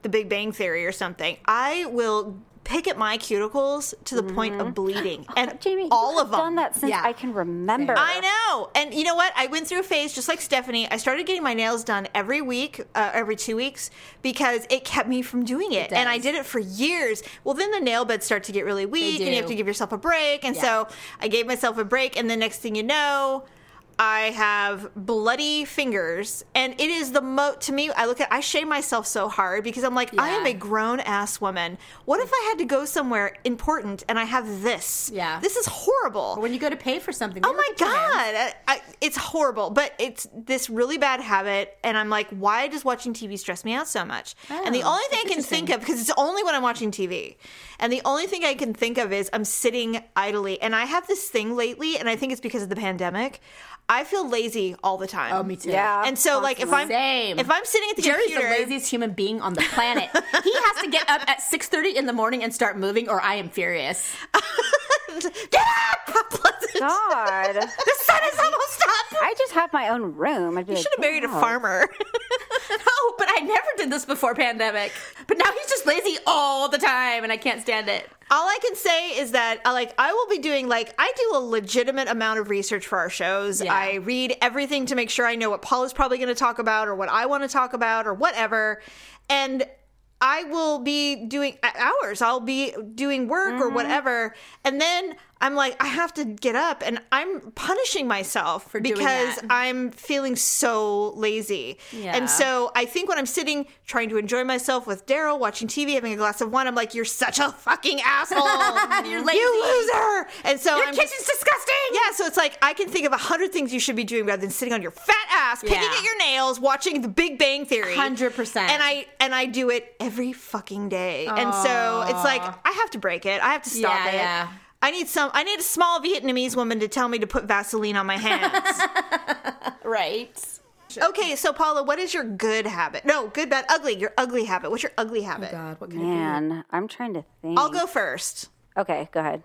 Speaker 1: The Big Bang Theory or something, I will pick at my cuticles to the point
Speaker 3: [gasps]
Speaker 1: of bleeding, and
Speaker 3: Mm-hmm. Jamie,
Speaker 1: all
Speaker 3: you have
Speaker 1: of them.
Speaker 3: done that since
Speaker 2: Yeah.
Speaker 3: I can remember.
Speaker 1: I know. And you know what? I went through a phase just like Stephanie. I started getting my nails done every week, uh, every two weeks, because it kept me from doing it. and I
Speaker 2: does.
Speaker 1: did it for years. Well, then the nail beds start to get really weak, and you have
Speaker 2: do.
Speaker 1: to give yourself a break. And
Speaker 2: Yeah.
Speaker 1: so I gave myself a break. And the next thing you know, I have bloody fingers, and it is the mo. To me, I look at I shame myself so hard because I'm like, I am
Speaker 2: Yeah.
Speaker 1: a grown ass woman. What if I had to go somewhere important and I have this?
Speaker 2: Yeah.
Speaker 1: this is horrible.
Speaker 2: When you go to pay for something.
Speaker 1: Oh my god, I, I, it's horrible. But it's this really bad habit, and I'm like, why does watching TV stress me out so much? and the only thing I can think of, because it's only when I'm watching TV, and the only thing I can think of is I'm sitting idly, and I have this thing lately, and I think it's because of the pandemic. I feel lazy all the time. Oh, me
Speaker 2: too.
Speaker 3: Yeah. Oh
Speaker 1: And so, like, if I'm
Speaker 2: Same.
Speaker 1: if I'm sitting at the
Speaker 2: Jerry's
Speaker 1: computer,
Speaker 2: the laziest human being on the planet. he has to get up at 6:30 in the morning and start moving or I am furious.
Speaker 1: get up! [laughs] Pleasant.
Speaker 3: God.
Speaker 1: [laughs] The sun is almost up.
Speaker 3: I just have my own room. I'd be
Speaker 1: I
Speaker 3: like,
Speaker 1: should have married a
Speaker 3: "Wow."
Speaker 1: farmer.
Speaker 2: [laughs] No, but I never did this before pandemic. But now he's just lazy all the time and I can't stand it.
Speaker 1: all I can say is that uh, like I will be doing like I do a legitimate amount of research for our shows.
Speaker 2: Yeah.
Speaker 1: I read everything to make sure I know what Paul is probably going to talk about or what I want to talk about or whatever. And I will be doing uh, hours. I'll be doing work
Speaker 2: Mm-hmm.
Speaker 1: or whatever. And then I'm like I have to get up and I'm punishing myself
Speaker 2: doing
Speaker 1: because
Speaker 2: that.
Speaker 1: I'm feeling so lazy.
Speaker 2: Yeah.
Speaker 1: And so I think when I'm sitting trying to enjoy myself with Daryl, watching TV, having a glass of wine, I'm like, you're such a fucking
Speaker 2: [laughs]
Speaker 1: asshole.
Speaker 2: Oh, You're lazy.
Speaker 1: you loser. And so
Speaker 2: Your
Speaker 1: I'm
Speaker 2: kitchen's
Speaker 1: just-
Speaker 2: disgusting.
Speaker 1: yeah, so it's like I can think of a hundred things you should be doing rather than sitting on your fat ass, picking
Speaker 2: Yeah.
Speaker 1: at your nails, watching The Big Bang Theory.
Speaker 2: 100%.
Speaker 1: And I and I do it every fucking day. And so it's like I have to break it. I have to stop
Speaker 2: Yeah,
Speaker 1: it.
Speaker 2: yeah.
Speaker 1: I need some. I need a small Vietnamese woman to tell me to put Vaseline on my hands.
Speaker 2: Right.
Speaker 1: Okay, so Paula, what is your good habit? No, good, bad, ugly. Your ugly habit. What's your
Speaker 2: Oh,
Speaker 1: ugly habit?
Speaker 3: Man, I'm trying to think.
Speaker 1: I'll go first.
Speaker 3: Okay, go ahead.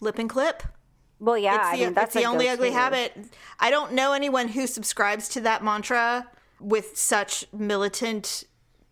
Speaker 1: Lip and clip.
Speaker 3: Well, yeah,
Speaker 1: It's
Speaker 3: I
Speaker 1: the,
Speaker 3: mean that's
Speaker 1: it's the
Speaker 3: a
Speaker 1: only ugly
Speaker 3: go-to.
Speaker 1: habit. I don't know anyone who subscribes to that mantra with such militant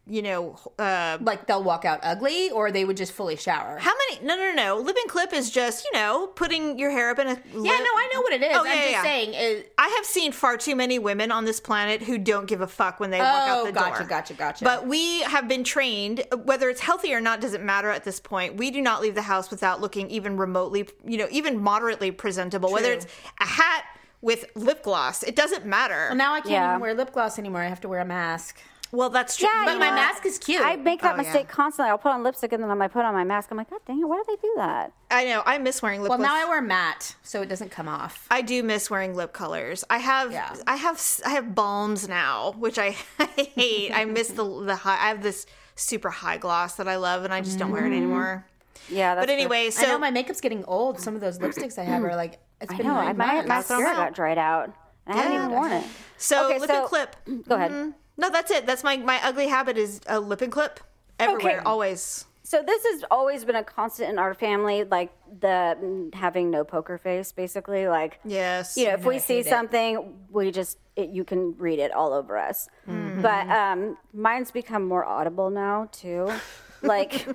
Speaker 1: you know, uh,
Speaker 2: Like they'll walk out ugly, or they would just fully shower.
Speaker 1: how many? No, no, no. no. Lip and clip is just you know putting your hair up in a.
Speaker 2: yeah, no, I know what it is.
Speaker 1: Oh,
Speaker 2: I'm
Speaker 1: yeah,
Speaker 2: just
Speaker 1: yeah.
Speaker 2: saying. uh, It,
Speaker 1: I have seen far too many women on this planet who don't give a fuck when they walk out
Speaker 2: Oh,
Speaker 1: the
Speaker 2: gotcha,
Speaker 1: door.
Speaker 2: gotcha, gotcha.
Speaker 1: But we have been trained, whether it's healthy or not, doesn't matter at this point. We do not leave the house without looking even remotely, you know, even moderately presentable. Whether
Speaker 2: True.
Speaker 1: it's a hat with lip gloss, it doesn't matter.
Speaker 2: now I can't
Speaker 3: Yeah.
Speaker 2: even wear lip gloss anymore. I have to wear a mask.
Speaker 1: well, that's true.
Speaker 3: Yeah,
Speaker 2: But
Speaker 3: you
Speaker 2: my
Speaker 3: know,
Speaker 2: mask is cute.
Speaker 3: I make that
Speaker 1: Oh, yeah.
Speaker 3: mistake constantly. I'll put on lipstick and then I might put on my mask. I'm like, God dang it, why do they do that?
Speaker 1: I know. I miss wearing lip.
Speaker 2: well,
Speaker 1: gloss.
Speaker 2: now I wear matte, so it doesn't come off.
Speaker 1: I do miss wearing lip colors. I have
Speaker 2: Yeah.
Speaker 1: I have s- I have balms now, which I, [laughs] hate. I miss the the high. I have this super high gloss that I love, and I just don't wear it
Speaker 2: Mm-hmm.
Speaker 1: anymore.
Speaker 3: Yeah, that's
Speaker 1: But anyway, so
Speaker 2: I know my makeup's getting old. Some of those lipsticks I have are like it's
Speaker 3: I
Speaker 2: been
Speaker 3: know.
Speaker 2: nine
Speaker 3: I, my
Speaker 2: months.
Speaker 3: mascara
Speaker 1: That's all.
Speaker 3: got dried out. And I haven't even worn it.
Speaker 1: so
Speaker 3: okay,
Speaker 1: lip
Speaker 3: so-
Speaker 1: and clip.
Speaker 3: Go ahead.
Speaker 1: No, that's it. That's my my ugly habit is a lip and clip everywhere,
Speaker 3: Okay.
Speaker 1: always.
Speaker 3: So this has always been a constant in our family, like the mm, having no poker face, basically. Like,
Speaker 1: Yes.
Speaker 3: you know, if we see something, we just it, you can read it all over us.
Speaker 2: Mm-hmm.
Speaker 3: But um, mine's become more audible now too.
Speaker 2: [laughs]
Speaker 3: Like,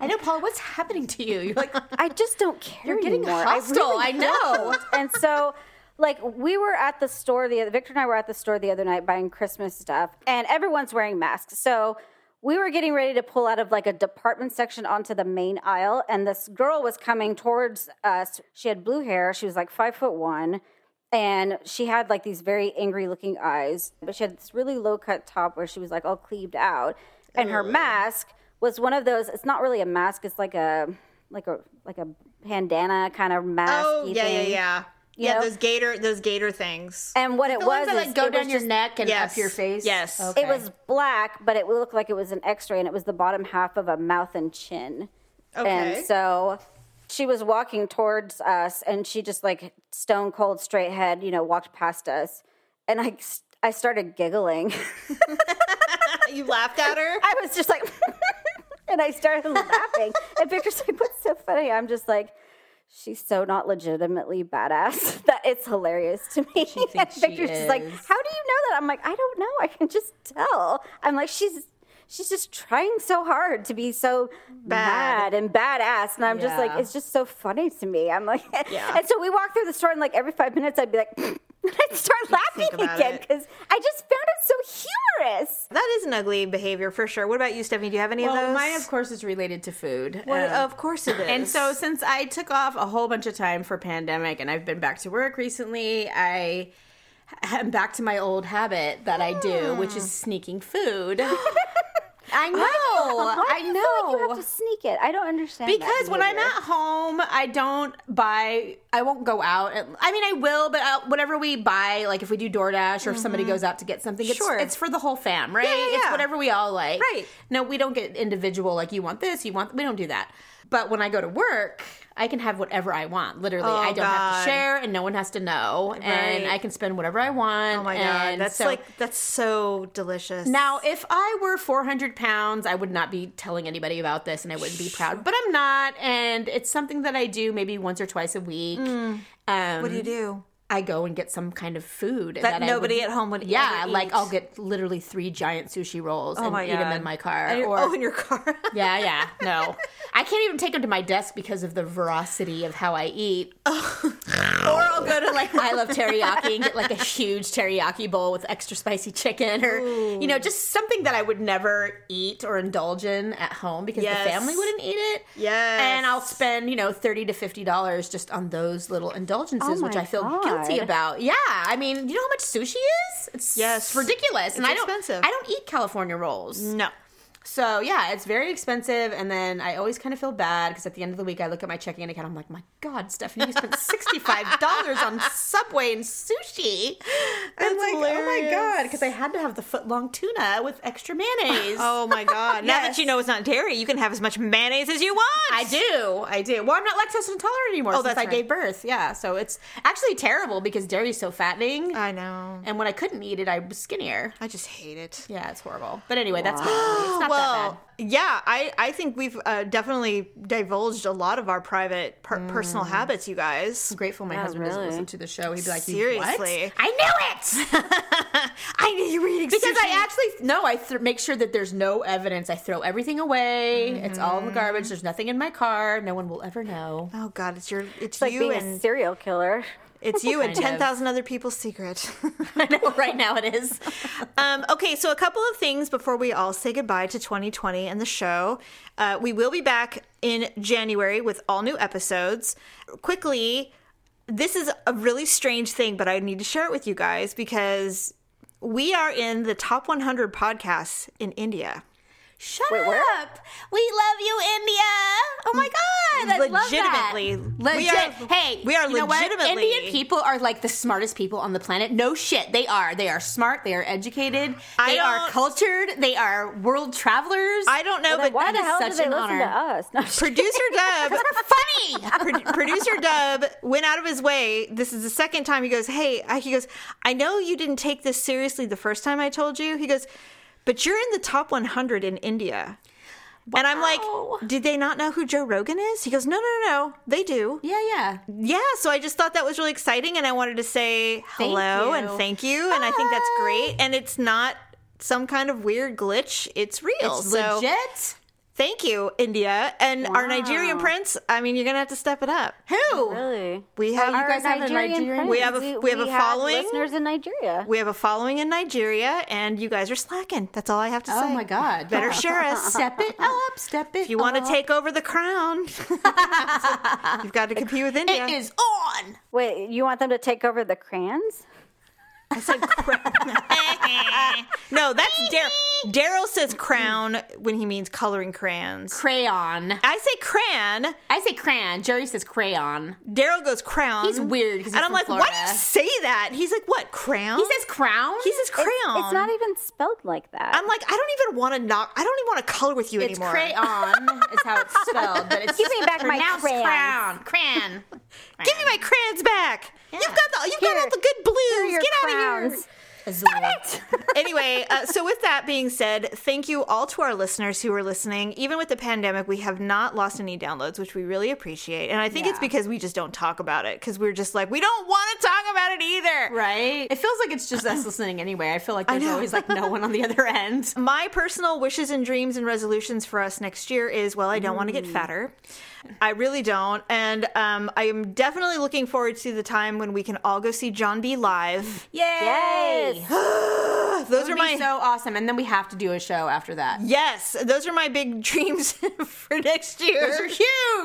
Speaker 2: I know, Paula. What's happening to you? You're
Speaker 3: [laughs]
Speaker 2: like
Speaker 3: I just don't care.
Speaker 2: You're getting
Speaker 3: anymore.
Speaker 2: hostile, I know.
Speaker 3: don't. And so, like, we were at the store the other. Victor and I were at the store the other night buying Christmas stuff, and everyone's wearing masks. So we were getting ready to pull out of like a department section onto the main aisle, and this girl was coming towards us. She had blue hair. She was like five foot one. And she had like these very angry looking eyes, but she had this really low cut top where she was like all cleaved out. And her mask was one of those, it's not really a mask, it's like a like a like a bandana kind of mask.
Speaker 1: Oh yeah, yeah, yeah. Yeah,
Speaker 3: know?
Speaker 1: those gator those gator
Speaker 2: [laughs]
Speaker 1: things.
Speaker 3: And what it
Speaker 2: the
Speaker 3: was
Speaker 2: ones that
Speaker 3: is
Speaker 2: like go
Speaker 3: it was
Speaker 2: down your
Speaker 3: just-
Speaker 2: neck and
Speaker 1: Yes.
Speaker 2: up your face.
Speaker 1: Yes.
Speaker 3: It was black, but it looked like it was an X-ray, and it was the bottom half of a mouth and chin.
Speaker 1: Okay.
Speaker 3: And so she was walking towards us, and she just like stone cold straight head, you know, walked past us, and I I started giggling. [laughs]
Speaker 1: you laughed at her.
Speaker 3: I was just like, [laughs] and I started laughing. And Victor's like, "What's so funny?" I'm just like, "She's so not legitimately badass [laughs] that it's hilarious to me." And
Speaker 2: she
Speaker 3: Victor's just like, "How do you
Speaker 2: is?
Speaker 3: know that?" I'm like, "I don't know. I can just tell." I'm like, "She's." She's just trying so hard to be so bad and badass. And I'm just like,
Speaker 2: Yeah.
Speaker 3: it's just so funny to me. I'm like, [laughs] and so we walk through the store, and like every five minutes, I'd be like, [laughs] and I'd start laughing
Speaker 1: about
Speaker 3: again
Speaker 1: it.
Speaker 3: because I just found it so humorous.
Speaker 1: That is an ugly behavior for sure. What about you, Stephanie? Do you have any of
Speaker 2: Well,
Speaker 1: those?
Speaker 2: mine, of course, is related to food.
Speaker 1: Well,
Speaker 2: Um,
Speaker 1: of course it is.
Speaker 2: [laughs] And so since I took off a whole bunch of time for pandemic and I've been back to work recently, I am back to my old habit that I do, which is
Speaker 1: Hmm. [laughs]
Speaker 2: sneaking food. I know.
Speaker 3: Why do
Speaker 2: I
Speaker 3: you feel like you
Speaker 2: know.
Speaker 3: have to sneak it? I don't understand. that
Speaker 2: because when I'm
Speaker 3: behavior.
Speaker 2: at home, I don't buy. I won't go out. And- I mean, I will, but I, whatever we buy, like if we do DoorDash or if somebody goes out to get something, it's,
Speaker 1: Mm-hmm. Sure.
Speaker 2: it's for the whole fam, right?
Speaker 1: yeah,
Speaker 2: It's
Speaker 1: yeah.
Speaker 2: whatever we all like.
Speaker 1: Right.
Speaker 2: No, we don't get individual. Like you want this, you want. We don't do that. But when I go to work, I can have whatever I want. Literally, I don't have
Speaker 1: Oh, God.
Speaker 2: to share, and no one has to know, and
Speaker 1: Right.
Speaker 2: I can spend whatever I want.
Speaker 1: Oh my god,
Speaker 2: and
Speaker 1: that's
Speaker 2: so-
Speaker 1: like that's so delicious.
Speaker 2: now, if I were 400 pounds, I would not be telling anybody about this and I wouldn't be proud, but I'm not. And it's something that I do maybe once or twice a week. Um,
Speaker 1: Mm. what do you do?
Speaker 2: I go and get some kind of food
Speaker 1: That
Speaker 2: I
Speaker 1: nobody at home would
Speaker 2: Yeah,
Speaker 1: ever
Speaker 2: like
Speaker 1: eat. Oh
Speaker 2: I'll get literally three giant sushi rolls and
Speaker 1: my
Speaker 2: eat them
Speaker 1: God.
Speaker 2: in my car.
Speaker 1: And you're-
Speaker 2: or,
Speaker 1: oh, in your car.
Speaker 2: [laughs] yeah, yeah, no. I can't even take them to my desk because of the veracity of how I
Speaker 1: [laughs]
Speaker 2: eat. or I'll go to like I Love Teriyaki and get like a huge teriyaki bowl with extra spicy chicken or, you know, just something that I would never eat or indulge in at home because
Speaker 1: Yes.
Speaker 2: the family wouldn't eat it.
Speaker 1: Yes.
Speaker 2: And I'll spend, you know, 30 to $50 just on those little indulgences,
Speaker 3: Oh
Speaker 2: which
Speaker 3: my
Speaker 2: I feel
Speaker 3: God.
Speaker 2: guilty about. Yeah. I mean, you know how much sushi is? It's
Speaker 1: Yes.
Speaker 2: ridiculous. and
Speaker 1: It's
Speaker 2: I don't,
Speaker 1: expensive.
Speaker 2: I don't eat California rolls.
Speaker 1: No.
Speaker 2: So yeah, it's very expensive, and then I always kind of feel bad because at the end of the week I look at my checking account. I'm like, my God, Stephanie, you spent sixty five dollars on Subway and sushi. I'm like, oh my
Speaker 1: hilarious.
Speaker 2: God, because I had to have the foot long tuna with extra
Speaker 1: [laughs]
Speaker 2: mayonnaise.
Speaker 1: Oh my god. Now that you know it's not dairy, you can have as much mayonnaise as you want.
Speaker 2: I do, I do. Well, I'm not lactose intolerant anymore since
Speaker 1: Oh, that's
Speaker 2: I
Speaker 1: right.
Speaker 2: gave birth. Yeah, so it's actually terrible because dairy is so fattening,
Speaker 1: I know.
Speaker 2: and when I couldn't eat it, I was skinnier.
Speaker 1: I just hate it.
Speaker 2: Yeah, it's horrible. But anyway, that's my. It's not
Speaker 1: well,
Speaker 3: that
Speaker 1: Oh, yeah, I, I think we've uh, definitely divulged a lot of our private per- personal habits, you guys.
Speaker 5: I'm grateful my husband doesn't
Speaker 3: really?
Speaker 5: listen to the show. He'd be like,
Speaker 1: Seriously.
Speaker 2: I knew it
Speaker 1: I knew you were eating
Speaker 5: Because I actually no, I th- make sure that there's no evidence. I throw everything away. It's all
Speaker 1: Mm-hmm.
Speaker 5: in the garbage. There's nothing in my car. No one will ever
Speaker 1: [laughs]
Speaker 5: know.
Speaker 1: Oh God, it's your, it's,
Speaker 3: Like
Speaker 1: you
Speaker 3: being a
Speaker 1: and
Speaker 3: serial killer.
Speaker 1: it's you and
Speaker 5: Kind of.
Speaker 1: ten thousand other people's secret. [laughs]
Speaker 5: I know. Right now it is.
Speaker 1: Um, okay, so a couple of things before we all say goodbye to 2020 and the show. Uh, we will be back in January with all new episodes. Quickly, this is a really strange thing, but I need to share it with you guys because we are in the top 100 podcasts in India.
Speaker 2: Shut up. We love you, India. Oh my God. I
Speaker 1: Legitimately.
Speaker 2: Love that.
Speaker 1: We
Speaker 2: Legit.
Speaker 1: are-
Speaker 2: hey,
Speaker 1: we are
Speaker 2: you know what?
Speaker 1: legitimately-
Speaker 2: Indian people are like the smartest people on the planet. No shit. They are. They are smart. They are educated.
Speaker 1: I
Speaker 2: They are
Speaker 1: don't-
Speaker 2: cultured. They are world travelers.
Speaker 1: I don't know, but
Speaker 3: Why
Speaker 2: that
Speaker 3: the
Speaker 2: is
Speaker 3: hell
Speaker 2: such
Speaker 3: do they
Speaker 2: an
Speaker 3: listen
Speaker 2: honor.
Speaker 3: to us? No, I'm just kidding.
Speaker 1: producer Dub
Speaker 2: [laughs] They're
Speaker 1: [laughs]
Speaker 2: funny.
Speaker 1: Pro- producer Dub went out of his way. This is the second time he goes, Hey, I- he goes, I know you didn't take this seriously the first time I told you. He goes, But you're in the top 100 in India. And I'm
Speaker 2: Wow.
Speaker 1: like, Did they not know who Joe Rogan is? He goes, No, no, no, no. They do.
Speaker 2: yeah, yeah.
Speaker 1: Yeah. So I just thought that was really exciting. And I wanted to say hello
Speaker 2: you.
Speaker 1: and thank you. And I think that's great. And it's not some kind of weird glitch, it's real. so
Speaker 2: Legit.
Speaker 1: thank you, India. And our Nigerian prince, I mean, you're going to have to step it up.
Speaker 2: Who?
Speaker 3: [laughs] Really?
Speaker 1: We have
Speaker 3: Our
Speaker 2: guys have a Nigerian-
Speaker 1: We have a-
Speaker 3: friends.
Speaker 1: we have a
Speaker 3: had
Speaker 1: following.
Speaker 3: Listeners in Nigeria.
Speaker 1: We have a following in Nigeria, and you guys are slacking. That's all I have to say.
Speaker 2: Oh my God.
Speaker 1: Better
Speaker 2: Yeah.
Speaker 1: share
Speaker 2: [laughs]
Speaker 1: us. [laughs]
Speaker 2: Step it up. Step it
Speaker 1: If you want to take over the
Speaker 2: [laughs]
Speaker 1: crown, you've got to compete with India.
Speaker 2: It is on.
Speaker 3: Wait, you want them to take over the crayons?
Speaker 1: I said crown. [laughs] no, that's Daryl. Daryl says crown when he means coloring crayons.
Speaker 2: Crayon.
Speaker 1: I say crayon.
Speaker 2: I say crayon. Jerry says crayon.
Speaker 1: Daryl goes crown.
Speaker 2: He's weird 'cause he's
Speaker 1: and I'm
Speaker 2: from
Speaker 1: like, why do you
Speaker 2: Florida.
Speaker 1: say that? He's like, what crown?
Speaker 2: He says crown. e
Speaker 1: he says crayon.
Speaker 3: It's
Speaker 2: Um,
Speaker 3: not even spelled like that.
Speaker 1: I'm like, I don't even want to knock. I don't even want to color with you
Speaker 2: It's
Speaker 1: anymore.
Speaker 2: crayon is how it's
Speaker 1: [laughs]
Speaker 2: spelled, but it's
Speaker 3: Give me back my
Speaker 2: pronounced
Speaker 3: crayons.
Speaker 2: crown.
Speaker 1: [laughs]
Speaker 2: Crayon.
Speaker 1: Give me my crayons back. You've got the you've got
Speaker 3: Here.
Speaker 1: all the good blues.
Speaker 3: Your
Speaker 1: Get out of
Speaker 3: crowns.
Speaker 2: Is the word.
Speaker 1: here. [laughs] anyway, uh, so with that being said, thank you all to our listeners who are listening. Even with the pandemic, we have not lost any downloads, which we really appreciate. And I think it's
Speaker 2: Yeah.
Speaker 1: because we just don't talk about it because we're just like we don't want to talk about it either.
Speaker 2: Right? It feels like it's just us listening anyway. I feel like there's
Speaker 1: know.
Speaker 2: always like no one on the
Speaker 1: [laughs]
Speaker 2: other end.
Speaker 1: My personal wishes and dreams and resolutions for us next year is well, I don't want to get fatter. I really don't. And um, I am definitely looking forward to the time when we can all go see John B.
Speaker 2: [laughs]
Speaker 1: live.
Speaker 2: Yay!
Speaker 3: Yes.
Speaker 1: Those
Speaker 2: It
Speaker 1: are
Speaker 2: would be
Speaker 1: my
Speaker 2: so awesome. And then we have to do a show
Speaker 1: [laughs]
Speaker 2: after that.
Speaker 1: Yes, those are my big [laughs] dreams for next year.
Speaker 2: Those are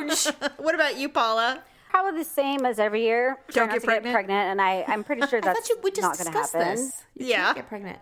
Speaker 1: [laughs]
Speaker 2: huge.
Speaker 1: what about you, Paula?
Speaker 3: Probably the same as every year. Try
Speaker 1: Don't
Speaker 3: not
Speaker 1: get
Speaker 3: to
Speaker 1: pregnant.
Speaker 3: and I, I'm pretty sure
Speaker 2: [laughs] I thought
Speaker 3: that's
Speaker 2: you, we just
Speaker 3: not going to
Speaker 2: discussed
Speaker 3: happen.
Speaker 2: this. You
Speaker 1: Yeah.
Speaker 2: can't
Speaker 1: [laughs]
Speaker 2: get pregnant.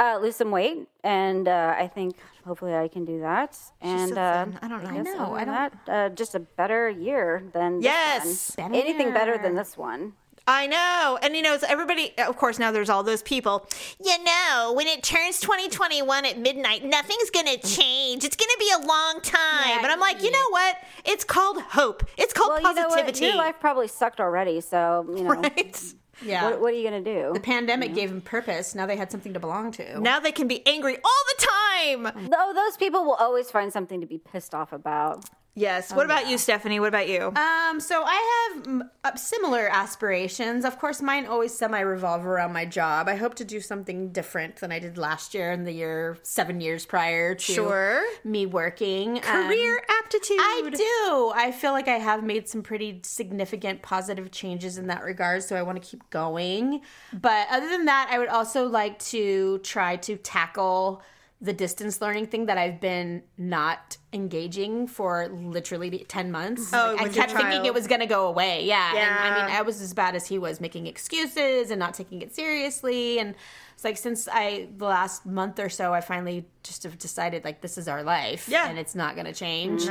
Speaker 3: Uh, lose some weight, and uh, I think hopefully I can do that. and
Speaker 1: so
Speaker 3: uh,
Speaker 1: thin. I don't know.
Speaker 3: guess
Speaker 1: I
Speaker 2: know.
Speaker 3: other
Speaker 2: I
Speaker 3: than That, uh, just a better year than this
Speaker 1: Yes.
Speaker 3: one. anything better than this one.
Speaker 1: I know. And you know, it's everybody, of course, now there's all those people. You know, when it turns 2021 at midnight, nothing's going to change. It's going to be a long time. and I'm like, you know what? It's called hope. It's called
Speaker 3: Well,
Speaker 1: positivity.
Speaker 3: you know what? Your life probably sucked already, so you know.
Speaker 1: [laughs] Right?
Speaker 2: Yeah.
Speaker 3: What, what are you going to do?
Speaker 2: the pandemic gave them purpose. Now they had something to belong to.
Speaker 1: Now they can be angry all the time.
Speaker 3: Oh, those people will always find something to be pissed off about.
Speaker 1: Yes. What about you, Stephanie? What about you?
Speaker 2: Um, so I have mm, uh, similar aspirations. Of course, mine always semi revolve around my job. I hope to do something different than I did last year and the year seven years prior to
Speaker 1: Sure.
Speaker 2: me working. Um,
Speaker 1: Career aptitude.
Speaker 2: I do. I feel like I have made some pretty significant positive changes in that regard, so I want to keep going. But other than that, I would also like to try to tackle the distance learning thing that I've been not engaging for literally 10 months.
Speaker 1: Oh,
Speaker 2: Like, I
Speaker 1: with your
Speaker 2: kept thinking
Speaker 1: child.
Speaker 2: it was going to go away. Yeah. And
Speaker 1: Yeah.
Speaker 2: I mean, I was as bad as he was making excuses and not taking it seriously. And it's like since I, the last month or so, I finally just have decided like this is our life
Speaker 1: Yeah.
Speaker 2: and it's not going to change.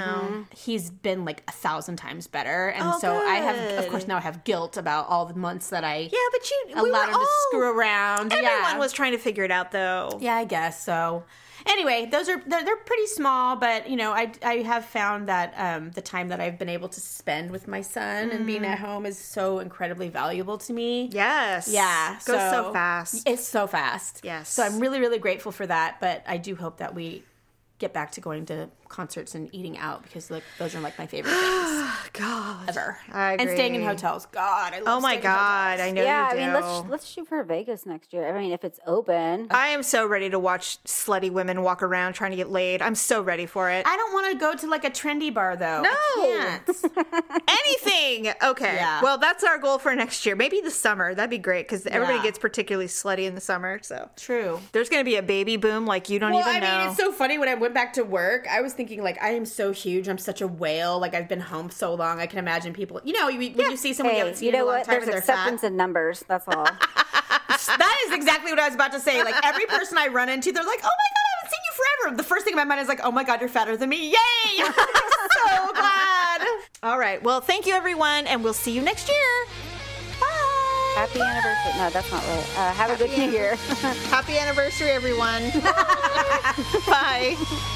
Speaker 2: He's been like a thousand times better. And so I have, of
Speaker 1: Oh, good.
Speaker 2: course, now I have guilt about all the months that I
Speaker 1: Yeah, but you we
Speaker 2: allowed
Speaker 1: were
Speaker 2: him
Speaker 1: all,
Speaker 2: to screw around.
Speaker 1: Everyone
Speaker 2: yeah.
Speaker 1: was trying to figure it out, though.
Speaker 2: Yeah, I guess so. Anyway, those are they're, they're pretty small, but you know, I I have found that um, the time that I've been able to spend with my son and being at home is so incredibly valuable to me.
Speaker 1: Mm. Yes.
Speaker 2: Yeah,
Speaker 1: Goes so, fast.
Speaker 2: It's so fast.
Speaker 1: Yes.
Speaker 2: So I'm really really grateful for that, but I do hope that we get back to going to concerts and eating out because like those are like my
Speaker 1: [gasps]
Speaker 2: favorite things
Speaker 1: God.
Speaker 2: ever.
Speaker 1: I
Speaker 2: And staying in
Speaker 1: agree.
Speaker 2: hotels. God, I love
Speaker 1: Oh my
Speaker 2: staying in hotels.
Speaker 1: God. I know
Speaker 3: yeah, I
Speaker 1: you do. Oh,
Speaker 3: mean, let's let's shoot for Vegas next year. I mean, if it's open,
Speaker 1: I am so ready to watch slutty women walk around trying to get laid. I'm so ready for it.
Speaker 2: I don't want to go to like a trendy bar though.
Speaker 1: No.
Speaker 2: I
Speaker 1: [laughs]
Speaker 2: can't.
Speaker 1: Anything. Okay.
Speaker 2: Yeah.
Speaker 1: Well, that's our goal for next year. Maybe the summer. That'd be great because everybody
Speaker 2: Yeah.
Speaker 1: gets particularly slutty in the summer. So
Speaker 2: True.
Speaker 1: there's going to be a baby boom like you don't
Speaker 2: Well,
Speaker 1: even
Speaker 2: I
Speaker 1: know.
Speaker 2: mean, it's so funny when I went back to work. I was thinking, like, I am so huge. I'm such a whale. Like, I've been home so long. I can imagine people. You know, you, when you see someone you
Speaker 3: hey,
Speaker 2: haven't seen
Speaker 3: you
Speaker 2: in
Speaker 3: know
Speaker 2: a long
Speaker 3: what?
Speaker 2: time
Speaker 3: There's
Speaker 2: and they're fat.
Speaker 3: acceptance in numbers. That's all.
Speaker 2: that is exactly what I was about to say. Like every person I run into, they're like, "Oh my god, I haven't seen you forever." The first thing in my mind is like, "Oh my god, you're fatter than me! Yay!" [laughs] I'm
Speaker 3: [laughs]
Speaker 2: so glad.
Speaker 1: All right. Well, thank you, everyone, and we'll see you next year. Bye.
Speaker 3: Happy anniversary. No, that's not right. Uh, have a good new year.
Speaker 1: Happy anniversary, everyone. [laughs] Bye.